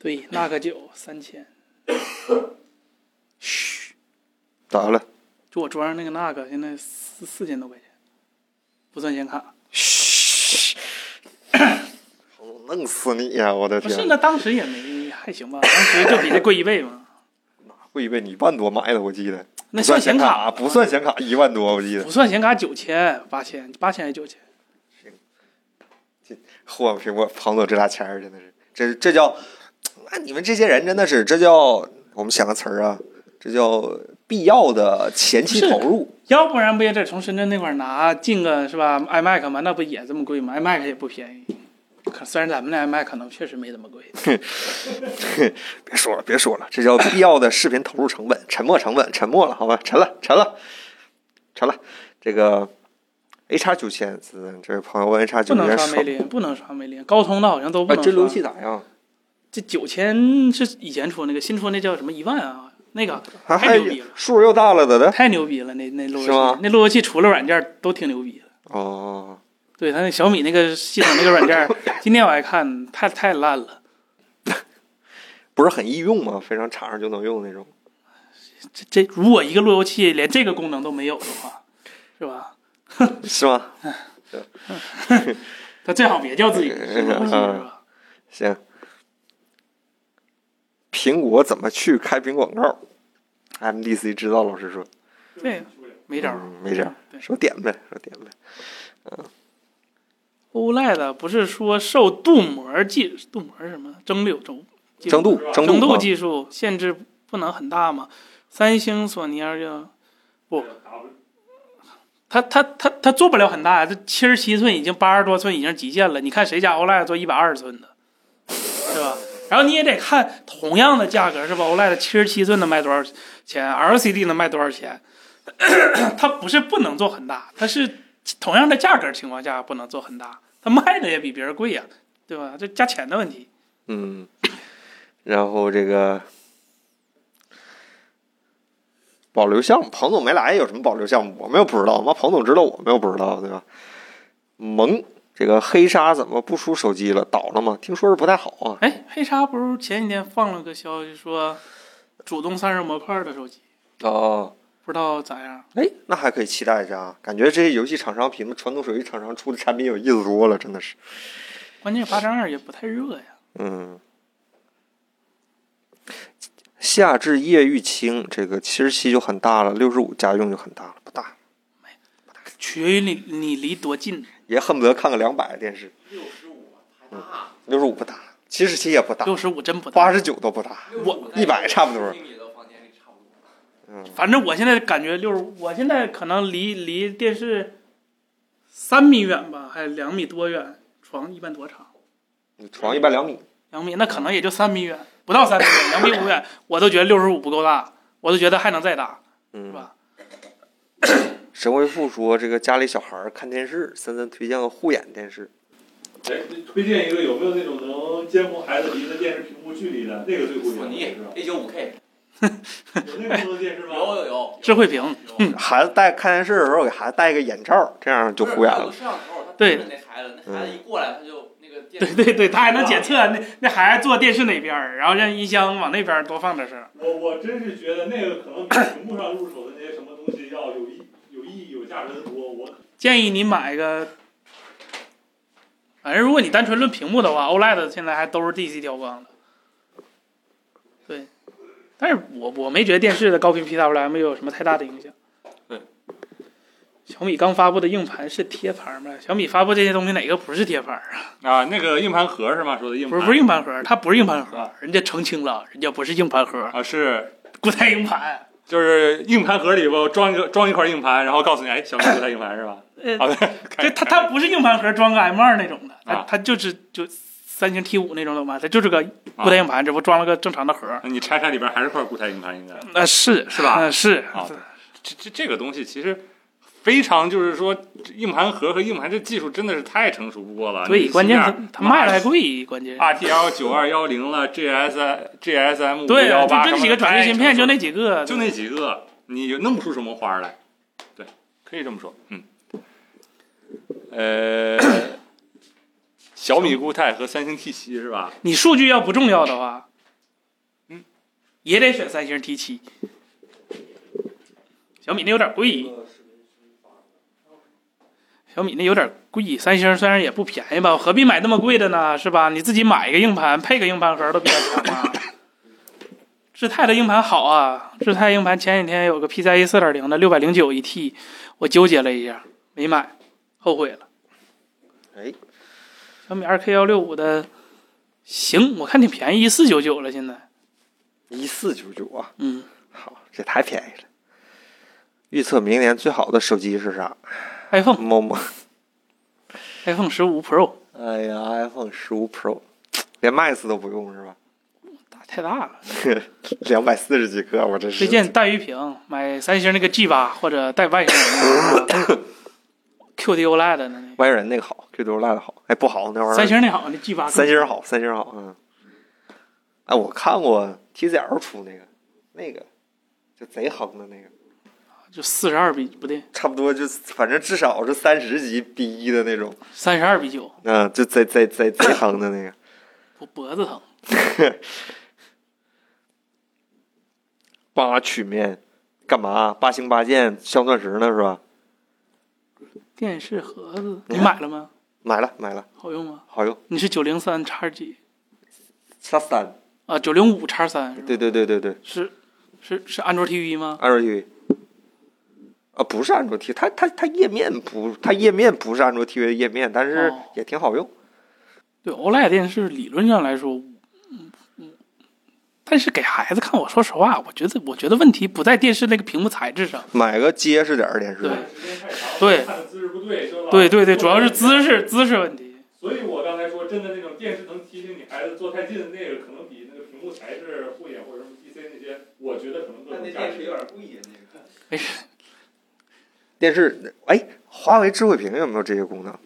[SPEAKER 2] 对，那个九三千，
[SPEAKER 1] 咋了？
[SPEAKER 2] 就我桌上那个那个现在四四千多块钱，不算显卡。
[SPEAKER 1] 嘘，我弄死你呀、我的
[SPEAKER 2] 不
[SPEAKER 1] 天！啊
[SPEAKER 2] 是，那当时也没还行吧，当时就比这贵一 倍嘛。
[SPEAKER 1] 贵呗，你一万多买的，我记得。
[SPEAKER 2] 那 算显卡啊
[SPEAKER 1] 卡，不算显卡，一万多我记得。
[SPEAKER 2] 不算显卡九千八千八千还九千，
[SPEAKER 1] 嚯，苹果庞总这俩钱儿真的是，这这叫，那你们这些人真的是，这叫我们想个词儿啊，这叫必要的前期投入。
[SPEAKER 2] 要不然不也得从深圳那块儿拿进个是吧？iMac 嘛，那不也这么贵吗？iMac 也不便宜，可虽然咱们那 iMac 可能确实没怎么贵，
[SPEAKER 1] 别说了，别说了，这叫必要的视频投入成本，沉没成本，沉默了，好吧，沉了，沉了，沉了。这个 A 叉九千，嗯这位朋友问 A 叉九
[SPEAKER 2] 不能
[SPEAKER 1] 千
[SPEAKER 2] 刷
[SPEAKER 1] 爽
[SPEAKER 2] 梅，林，不能刷梅林，高通的好像都不
[SPEAKER 1] 哎，
[SPEAKER 2] 能
[SPEAKER 1] 这
[SPEAKER 2] 刷。
[SPEAKER 1] 流器咋样？
[SPEAKER 2] 这九千是以前出那个，新出那叫什么一万啊？那个
[SPEAKER 1] 还
[SPEAKER 2] 太
[SPEAKER 1] 还
[SPEAKER 2] 牛逼了，
[SPEAKER 1] 数又大了咋的？
[SPEAKER 2] 太牛逼了！那那路由
[SPEAKER 1] 是吗
[SPEAKER 2] 器，那路由器除了软件都挺牛逼的。
[SPEAKER 1] 哦，
[SPEAKER 2] 对他那小米那个系统那个 软件，今天我还看，太太烂了。
[SPEAKER 1] 不是很易用吗？非常插上就能用那种。
[SPEAKER 2] 这这如果一个路由器连这个功能都没有的话，是吧？
[SPEAKER 1] 是吗？
[SPEAKER 2] 他最好别叫自己是
[SPEAKER 1] 嗯
[SPEAKER 2] 吧？是吧
[SPEAKER 1] 行。苹果怎么去开屏广告？MDC 知道老师说，
[SPEAKER 2] 对，没招儿。
[SPEAKER 1] 嗯，没招儿，
[SPEAKER 2] 对
[SPEAKER 1] 说点呗，说点呗。
[SPEAKER 2] OLED 不是说受镀膜技镀膜是什么蒸馏轴技术
[SPEAKER 1] 蒸镀，
[SPEAKER 2] 蒸
[SPEAKER 1] 镀啊，
[SPEAKER 2] 技术限制不能很大吗？三星、索尼啊而且不，它它它它做不了很大，这七十七寸已经八十多寸已经是极限了。你看谁家 OLED 做一百二十寸的，对吧？然后你也得看同样的价格是吧？OLED 七十七寸能卖多少钱？LCD 能卖多少钱？ 它不是不能做很大，它是同样的价格情况下不能做很大，它卖的也比别人贵呀、对吧？这加钱的问题。
[SPEAKER 1] 嗯。然后这个保留项目，彭总没来，有什么保留项目？我们又不知道，妈，彭总知道，我们又不知道，对吧？萌，这个黑鲨怎么不出手机了？倒了吗？听说是不太好啊。
[SPEAKER 2] 哎，黑鲨不是前几天放了个消息说，主动散热模块的手机，
[SPEAKER 1] 哦，
[SPEAKER 2] 不知道咋样？
[SPEAKER 1] 哎，那还可以期待一下啊！感觉这些游戏厂商比那传统手机厂商出的产品有意思多了，真的是。
[SPEAKER 2] 关键八张二也不太热呀。
[SPEAKER 1] 嗯，夏至夜欲清，这个七十七就很大了，六十五家用就很大了，不大，
[SPEAKER 2] 取决于你你离多近，
[SPEAKER 1] 也恨不得看个两百电视。嗯
[SPEAKER 4] 六十五太大，
[SPEAKER 1] 六十五不大，七十七也不大，
[SPEAKER 2] 六十五真不大。
[SPEAKER 1] 八十九都不大。
[SPEAKER 2] 我
[SPEAKER 1] 100差不多
[SPEAKER 4] 厅里的房间里差不多。
[SPEAKER 1] 嗯，
[SPEAKER 2] 反正我现在感觉六十，我现在可能离离电视三米远吧，还两米多远。床一般多长？
[SPEAKER 1] 你床一般两米，
[SPEAKER 2] 两米，那可能也就三米远，不到三米远，两米五远， 我都觉得六十五不够大，我都觉得还能再大，是
[SPEAKER 1] 嗯，
[SPEAKER 2] 吧？
[SPEAKER 1] 神回复说，这个家里小孩儿看电视，森森推荐个护眼电视。
[SPEAKER 3] 哎，推荐一个有没有那种能监控孩子离的电视屏幕距离的？那个最
[SPEAKER 4] 索尼 A 九五 K
[SPEAKER 3] 吧？有那功能电视
[SPEAKER 4] 有有有，
[SPEAKER 2] 智慧屏，
[SPEAKER 4] 有
[SPEAKER 1] 孩子戴看电视的时候，给孩子戴一个眼罩，这样就护眼
[SPEAKER 2] 啊
[SPEAKER 4] 有
[SPEAKER 1] 了。
[SPEAKER 4] 摄像头，他
[SPEAKER 2] 对
[SPEAKER 4] 盯着那孩子，那孩子一过来他就那个电
[SPEAKER 2] 对对对，他还能检测那那孩子坐电视哪边儿，然后让音箱往那边儿多放点声儿。
[SPEAKER 4] 呃
[SPEAKER 3] 我我真是觉得那个可能比屏幕上入手的那些什么东西要有意有意义、有价值的多。我
[SPEAKER 2] 建议你买一个，反正如果你单纯论屏幕的话，OLED 现在还都是 DC 调光的。对，但是我我没觉得电视的高频 PWM 有什么太大的影响。
[SPEAKER 3] 对，
[SPEAKER 2] 小米刚发布的硬盘是贴盘吗？小米发布这些东西哪个不是贴盘啊？
[SPEAKER 3] 啊，那个硬盘盒是吗？说的硬
[SPEAKER 2] 不
[SPEAKER 3] 盘
[SPEAKER 2] 是不是硬盘盒，它不是硬盘盒
[SPEAKER 3] 啊，
[SPEAKER 2] 人家澄清了，人家不是硬盘 盒，
[SPEAKER 3] 啊，是
[SPEAKER 2] 固态硬盘。
[SPEAKER 3] 就是硬盘盒里边装一个装一块硬盘，然后告诉你，哎，小米有台硬盘是吧？
[SPEAKER 2] 呃，
[SPEAKER 3] 啊，对，
[SPEAKER 2] 对，它它不是硬盘盒装个 M 二那种的，它
[SPEAKER 3] 啊
[SPEAKER 2] 它就是就三星 T 五那种的嘛，它就是个
[SPEAKER 3] 啊
[SPEAKER 2] 固态硬盘，只不过装了个正常的盒。
[SPEAKER 3] 你拆开里边还是块固态硬盘，应该。
[SPEAKER 2] 那是
[SPEAKER 3] 啊是吧
[SPEAKER 2] 那嗯是
[SPEAKER 3] 啊，这这这个东西其实非常就是说，硬盘盒和硬盘这技术真的是太成熟不过了。
[SPEAKER 2] 对，
[SPEAKER 3] 你
[SPEAKER 2] 关键它
[SPEAKER 3] 芯片
[SPEAKER 2] 它卖的还贵，关键
[SPEAKER 3] RTL 九二幺零了，GS GSM
[SPEAKER 2] 对，啊
[SPEAKER 3] 幺
[SPEAKER 2] 就
[SPEAKER 3] 八，
[SPEAKER 2] 这几个转
[SPEAKER 3] 太
[SPEAKER 2] 接芯片，
[SPEAKER 3] 成熟
[SPEAKER 2] 就那几个，
[SPEAKER 3] 就那几个，你就弄不出什么花儿来。对，可以这么说，嗯。呃，小米固态和三星 T 七是吧？
[SPEAKER 2] 你数据要不重要的话，
[SPEAKER 3] 嗯，
[SPEAKER 2] 也得选三星 T 七。小米那有点贵，小米那有点贵，三星虽然也不便宜吧，何必买那么贵的呢？是吧？你自己买一个硬盘，配个硬盘盒都比较强啊。智泰的硬盘好啊，智泰硬盘前几天有个 PCIe 四点零的六百零九一 T，我纠结了一下，没买，后悔了。
[SPEAKER 1] 哎，
[SPEAKER 2] 小米二 K 幺六五的，行，我看挺便宜，一四九九了现在。
[SPEAKER 1] 一四九九啊，
[SPEAKER 2] 嗯，
[SPEAKER 1] 好，这太便宜了。预测明年最好的手机是啥？
[SPEAKER 2] iPhone
[SPEAKER 1] 某某，
[SPEAKER 2] iPhone 十五 Pro
[SPEAKER 1] 哎呀，iPhone 十五 Pro，连 Max 都不用是吧？
[SPEAKER 2] 大太大了，
[SPEAKER 1] 两百四十几克，我真是。
[SPEAKER 2] 推荐带鱼屏，买三星那个 G 八或者带外星人的 QD OLED E 的那
[SPEAKER 1] 外人那个好，QQ 烂的好，哎，不好那玩意
[SPEAKER 2] 个。
[SPEAKER 1] 儿。
[SPEAKER 2] 三星那好，那 G 八。
[SPEAKER 1] 三星儿。好，三星儿好，嗯。哎，我看过 TCL 出那个，那个就贼横的那个，
[SPEAKER 2] 就四十二比不对，
[SPEAKER 1] 差不多就反正至少是三十级 B 一的那种，
[SPEAKER 2] 三十二比九，
[SPEAKER 1] 嗯，就贼贼贼贼横的那个。
[SPEAKER 2] 我脖子疼。
[SPEAKER 1] 八曲面干嘛？八星八箭镶钻石呢是吧？
[SPEAKER 2] 电视盒子，
[SPEAKER 1] 你
[SPEAKER 2] 你
[SPEAKER 1] 看
[SPEAKER 2] 买了吗？
[SPEAKER 1] 买了买了，
[SPEAKER 2] 好用吗？
[SPEAKER 1] 好用，
[SPEAKER 2] 你是九零三叉几
[SPEAKER 1] 叉三，
[SPEAKER 2] 啊？九零五叉三是吧
[SPEAKER 1] 对对对对对，
[SPEAKER 2] 是是是安卓 TV 吗？
[SPEAKER 1] 安卓 TV。啊，不是安卓 TV，它它它页面不，它页面不是安卓 TV 的页面，但是
[SPEAKER 2] 哦
[SPEAKER 1] 也挺好用。
[SPEAKER 2] 对 OLED 电视理论上来说，嗯嗯，但是给孩子看，我说实话，我觉得我觉得问题不在电视那个屏幕材质上，
[SPEAKER 1] 买个结实点儿的电视，
[SPEAKER 2] 对对
[SPEAKER 4] 对看的姿势不对，是吧？
[SPEAKER 2] 对对对，主要是。姿势姿势问题。
[SPEAKER 4] 所以我刚才说，真的那种电视能提醒你孩子坐太近的那个，可能比那个屏幕材质、护眼或者什么 PC 那些，我觉得可能
[SPEAKER 3] 但
[SPEAKER 4] 更
[SPEAKER 3] 那
[SPEAKER 4] 有价
[SPEAKER 3] 电视
[SPEAKER 4] 值
[SPEAKER 3] 有。点贵呀，那个。
[SPEAKER 2] 没事，
[SPEAKER 1] 电视，哎，华为智慧屏有没有这些功能？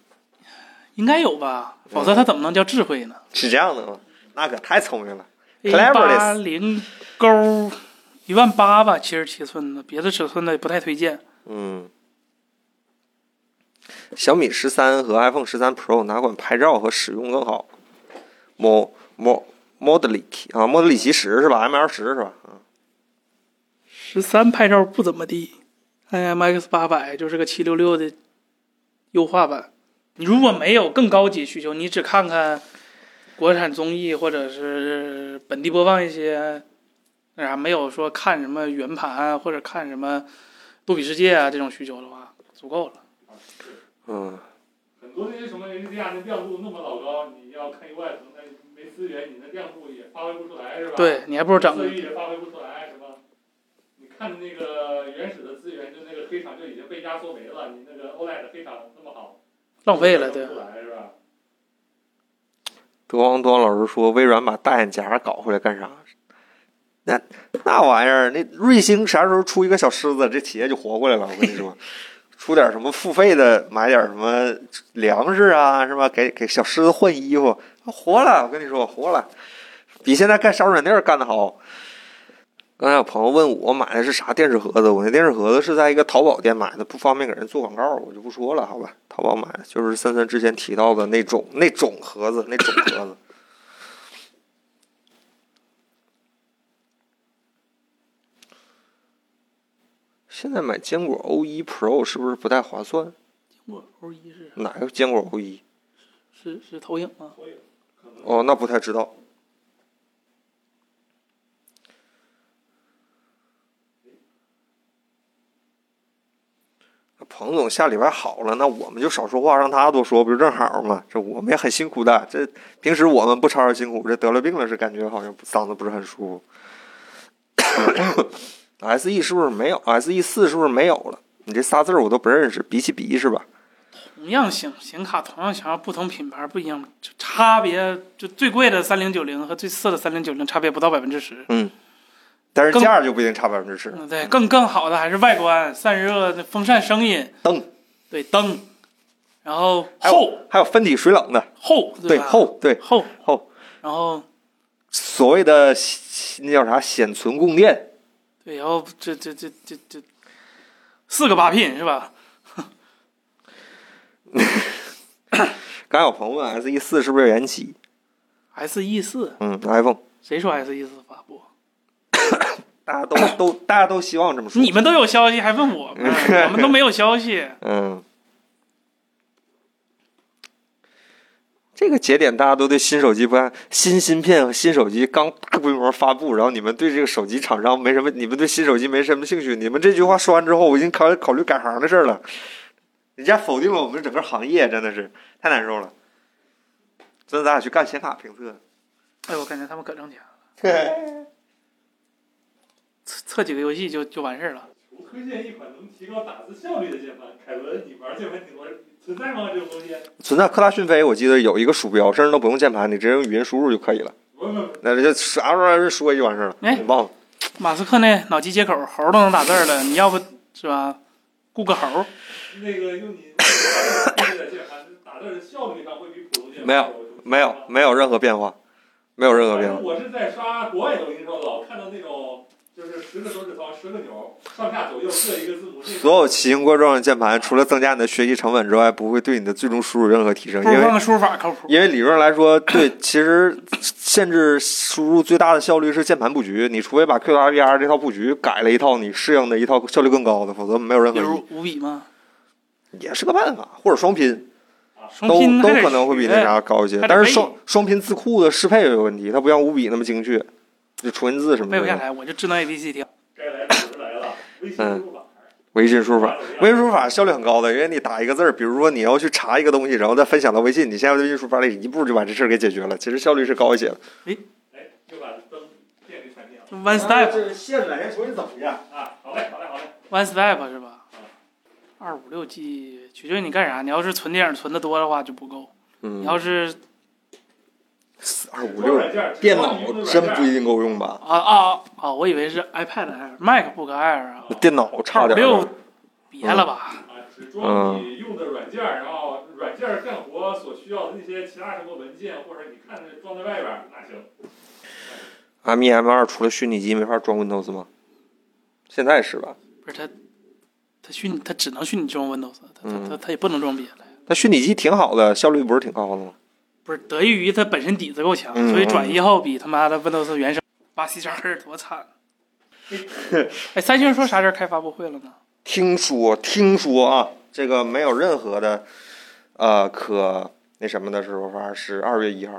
[SPEAKER 2] 应该有吧，否则它怎么能叫智慧呢
[SPEAKER 1] 是这样的吗？那可太聪明了。
[SPEAKER 2] ？A
[SPEAKER 1] Cleverness
[SPEAKER 2] 八零勾一万八吧，七十七寸的，别的尺寸的不太推荐。
[SPEAKER 1] 嗯，小米十三和 iPhone 十三 Pro 哪款拍照和使用更好？某某 Modelic 啊，莫德里奇十是吧？M L 十是吧？啊，
[SPEAKER 2] 十三拍照不怎么地，IMX 八百就是个七六六的优化版。你如果没有更高级需求，你只看看国产综艺或者是本地播放一些，那啥没有说看什么圆盘啊或者看什么杜比世界啊这种需求的话，足够了。
[SPEAKER 1] 嗯，
[SPEAKER 4] 很多那些什么 HDR 那亮度那么老高，你要看 UI 可能它没资源，你那亮度也发挥不出来，是吧？
[SPEAKER 2] 对，你还不如整
[SPEAKER 4] 色域也发挥不出来，是吧？你看的那个原始的资源，就那个黑场就已经被压缩没了，你那个 OLED 黑场那么好，
[SPEAKER 2] 浪费了，对
[SPEAKER 4] 不。来是吧？
[SPEAKER 1] 德王多老师说，微软把大眼夹搞回来干啥？那那玩意儿，那瑞星啥时候出一个小狮子，这企业就活过来了。我跟你说，出点什么付费的，买点什么粮食啊，是吧？给给小狮子换衣服，它活了。我跟你说，活了，比现在干杀手软件干得好。刚才有朋友问我我买的是啥电视盒子，我那电视盒子是在一个淘宝店买的，不方便给人做广告，我就不说了，好吧？淘宝买的就是森森之前提到的那种那种盒子，那种盒子。现在买坚果 O 1 Pro 是不是不太划算？
[SPEAKER 2] 我 O 一是
[SPEAKER 1] 哪个坚果 O 1
[SPEAKER 2] 是是投影吗？
[SPEAKER 1] 哦，那不太知道。彭总下礼拜好了，那我们就少说话，让他多说，不就正好吗？这我们也很辛苦的，这平时我们不吵吵辛苦，这得了病了是感觉好像嗓子不是很舒服。S E 是不是没有？S E 四是不是没有了？你这仨字儿我都不认识，比起比是吧？
[SPEAKER 2] 同样型显卡，同样型号，不同品牌不一样，就差别就最贵的三零九零和最次的三零九零差别不到百分之十。
[SPEAKER 1] 嗯，但是
[SPEAKER 2] 更
[SPEAKER 1] 价儿就不一定差百分之十。
[SPEAKER 2] 嗯，对，更更好的还是外观、散热、那风扇声音、
[SPEAKER 1] 灯，
[SPEAKER 2] 对灯，然后
[SPEAKER 1] 还有
[SPEAKER 2] 厚
[SPEAKER 1] 还有分体水冷的，
[SPEAKER 2] 厚
[SPEAKER 1] 对
[SPEAKER 2] 吧
[SPEAKER 1] 厚对
[SPEAKER 2] 厚
[SPEAKER 1] 厚，
[SPEAKER 2] 然后
[SPEAKER 1] 所谓的那叫啥显存供电，
[SPEAKER 2] 对，然后这这这这这四个八 pin 是吧？
[SPEAKER 1] 刚才有朋友问 S E 四是不是有延期？
[SPEAKER 2] S E 四，
[SPEAKER 1] 嗯，iPhone
[SPEAKER 2] 谁说 S E 四发布？
[SPEAKER 1] 大家都都大家都希望这么说。
[SPEAKER 2] 你们都有消息还问我们？ 我们都没有消息。
[SPEAKER 1] 嗯，这个节点大家都对新手机不看，新芯片和新手机刚大规模发布，然后你们对这个手机厂商没什么，你们对新手机没什么兴趣。你们这句话说完之后，我已经考考虑改行的事儿了。人家否定了我们整个行业，真的是太难受了。真的，咱俩去干显卡评测。
[SPEAKER 2] 哎，我感觉他们可挣钱了，测测几个游戏就就完事儿了。
[SPEAKER 4] 我推荐一款能提高打字效率的键盘。凯文，你玩键盘挺多，存在吗？这种东西？
[SPEAKER 1] 存在科大讯飞，我记得有一个鼠标，甚至都不用键盘，你直接用语音输入就可以了。
[SPEAKER 4] 不不不，
[SPEAKER 1] 那就啥时候说就完事儿了。
[SPEAKER 2] 哎
[SPEAKER 1] 你忘了？
[SPEAKER 2] 马斯克那脑机接口，猴儿都能打字儿了，你要不是吧？雇个猴儿，
[SPEAKER 4] 那个用你那个键盘打字的效率上会比普通键盘
[SPEAKER 1] 没有没有，没有任何变化，没有任何
[SPEAKER 4] 反
[SPEAKER 1] 变化
[SPEAKER 4] 正。我是在刷国外抖音的时候，老看到那种就是十个手指头，十个钮，上下左右各一个字母。
[SPEAKER 1] 所有奇形怪状的键盘，除了增加你的学习成本之外，不会对你的最终输入有任何提升，
[SPEAKER 2] 不如
[SPEAKER 1] 因
[SPEAKER 2] 换
[SPEAKER 1] 为
[SPEAKER 2] 个输入法靠谱。
[SPEAKER 1] 因为理论上来说， 对，其实限制输入最大的效率是键盘布局，你除非把 E QWER 这套布局改了一套你适应的一套效率更高的，否则没有任
[SPEAKER 2] 比
[SPEAKER 1] 何意
[SPEAKER 2] 如
[SPEAKER 1] 义。
[SPEAKER 2] 五笔吗？
[SPEAKER 1] 也是个办法，或者双拼，
[SPEAKER 2] 双
[SPEAKER 1] 都
[SPEAKER 2] 拼
[SPEAKER 1] 都
[SPEAKER 2] 还得
[SPEAKER 1] 可能会比那
[SPEAKER 2] 学
[SPEAKER 1] 啥高一些
[SPEAKER 2] 还。得
[SPEAKER 1] 但
[SPEAKER 2] 背
[SPEAKER 1] 是双双拼字库的适配有问题，它不像五笔那么精确，就纯字什么
[SPEAKER 2] 背不下
[SPEAKER 1] 的。
[SPEAKER 2] 来，我就智能 A B C 听。
[SPEAKER 3] 该来的人来了，微信
[SPEAKER 1] 嗯
[SPEAKER 3] 入吧。
[SPEAKER 1] 微信输入 法，微信输入法效率很高的，因为你打一个字儿，比如说你要去查一个东西，然后再分享到微信，你现在微信输入法里一步就把这事儿给解决了，其实效率是高一些的。
[SPEAKER 3] 哎，又把灯电给闪灭了
[SPEAKER 2] One step
[SPEAKER 1] 是线来重新走一下。
[SPEAKER 3] 啊！好嘞，好嘞，好嘞。
[SPEAKER 2] One Step 是吧？二五六 G 取决于你干啥。你要是存电影存的多的话就不够，你
[SPEAKER 1] 嗯，
[SPEAKER 2] 要是
[SPEAKER 1] 二五六，电脑真不一定够用吧？
[SPEAKER 2] 啊啊啊，我以为是 iPad Air、MacBook Air 啊，
[SPEAKER 1] 电脑差点儿。嗯
[SPEAKER 2] 六别了吧？
[SPEAKER 3] 啊，只装你用的软件，然后软件干活所需要的那些其他什么文件，或者你看的装在外边儿，那行。
[SPEAKER 1] M 一啊 M 二除了虚拟机没法装 Windows 吗？现在是吧？
[SPEAKER 2] 不是它，它虚拟，它只能虚拟装 Windows，它它
[SPEAKER 1] 嗯
[SPEAKER 2] 它它也不能装别的。
[SPEAKER 1] 但虚拟机挺好的，效率不是挺高的吗？
[SPEAKER 2] 不是得益于它本身底子够强，
[SPEAKER 1] 嗯
[SPEAKER 2] 所以转移后比他妈的 Windows 原生八七加二 多惨。哎，三星说啥时候开发布会了呢？
[SPEAKER 1] 听说听说啊，这个没有任何的呃可那什么的说法是二月一号。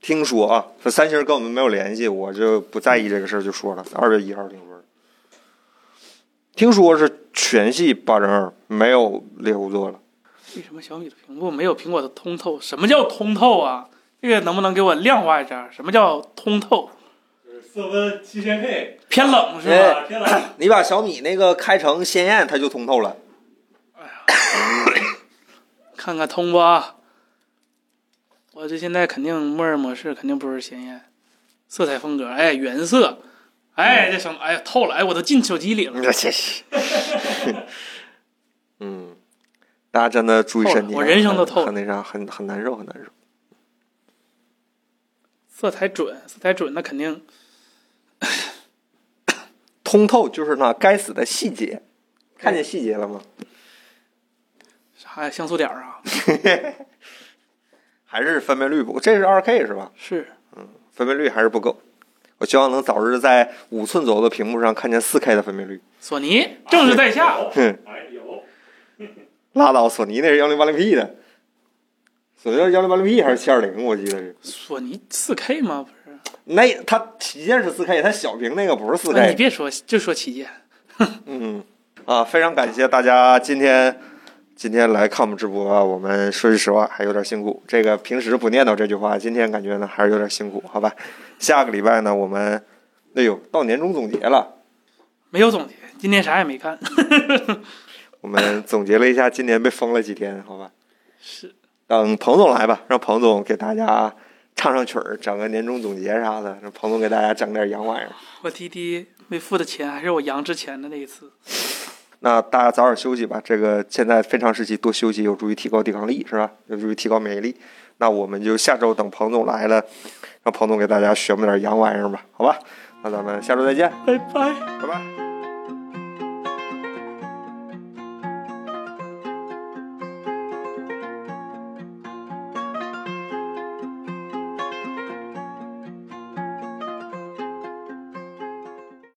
[SPEAKER 1] 听说啊，这三星跟我们没有联系，我就不在意这个事儿，就说了二月一号听说的。听说是全系八零二，没有猎户座了。
[SPEAKER 2] 为什么小米的屏幕没有苹果的通透？什么叫通透啊？这个能不能给我量化一下？什么叫通透？
[SPEAKER 3] 就是色温七千 K
[SPEAKER 2] 偏冷是
[SPEAKER 1] 哎
[SPEAKER 2] 吧？
[SPEAKER 3] 啊，天蓝。
[SPEAKER 1] 你把小米那个开成鲜艳，它就通透了。
[SPEAKER 2] 看看通不啊？我这现在肯定默认模式肯定不是鲜艳，色彩风格，哎，原色，哎，这什么，哎呀，透了，哎，我都进手机里了。
[SPEAKER 1] 这这是， 嗯，大家真的注意身体啊，
[SPEAKER 2] 透了我人生都
[SPEAKER 1] 很
[SPEAKER 2] 透了
[SPEAKER 1] 很那啥，很很难受，很难受。
[SPEAKER 2] 色彩准，色彩准，那肯定
[SPEAKER 1] 通透就是那该死的细节，看见细节了吗？
[SPEAKER 2] 啥呀？像素点儿啊？
[SPEAKER 1] 还是分辨率不够，这是二 K 是吧？
[SPEAKER 2] 是，
[SPEAKER 1] 分辨率还是不够。我希望能早日在五寸左右的屏幕上看见四 K 的分辨率。
[SPEAKER 2] 索尼正是在下。
[SPEAKER 1] 哼，
[SPEAKER 3] 哎有，
[SPEAKER 1] 拉倒，索尼那是幺零八零 P 的，索尼幺零八零 P 还是七二零，我记得是。
[SPEAKER 2] 索尼四 K 吗？不是，
[SPEAKER 1] 那它旗舰是四 K，它小屏那个不是四
[SPEAKER 2] 啊
[SPEAKER 1] K
[SPEAKER 2] 你。别说，就说旗舰。
[SPEAKER 1] 嗯，啊，非常感谢大家今天今天来看我们直播啊，我们说句实话还有点辛苦。这个平时不念叨这句话，今天感觉呢还是有点辛苦，好吧？下个礼拜呢，我们哎呦到年终总结了，
[SPEAKER 2] 没有总结，今天啥也没干。
[SPEAKER 1] 我们总结了一下今年被封了几天，好吧？
[SPEAKER 2] 是，
[SPEAKER 1] 等彭总来吧，让彭总给大家唱唱曲儿，整个年终总结啥的，让彭总给大家整点洋玩意儿。
[SPEAKER 2] 我滴滴没付的钱，还是我阳之前的那一次。
[SPEAKER 1] 那大家早点休息吧，这个现在非常时期多休息有助于提高抵抗力，是吧？有助于提高免疫力。那我们就下周等彭总来了，让彭总给大家学么点洋玩意儿吧，好吧？那咱们下周再见，
[SPEAKER 2] 拜拜。
[SPEAKER 1] 拜拜。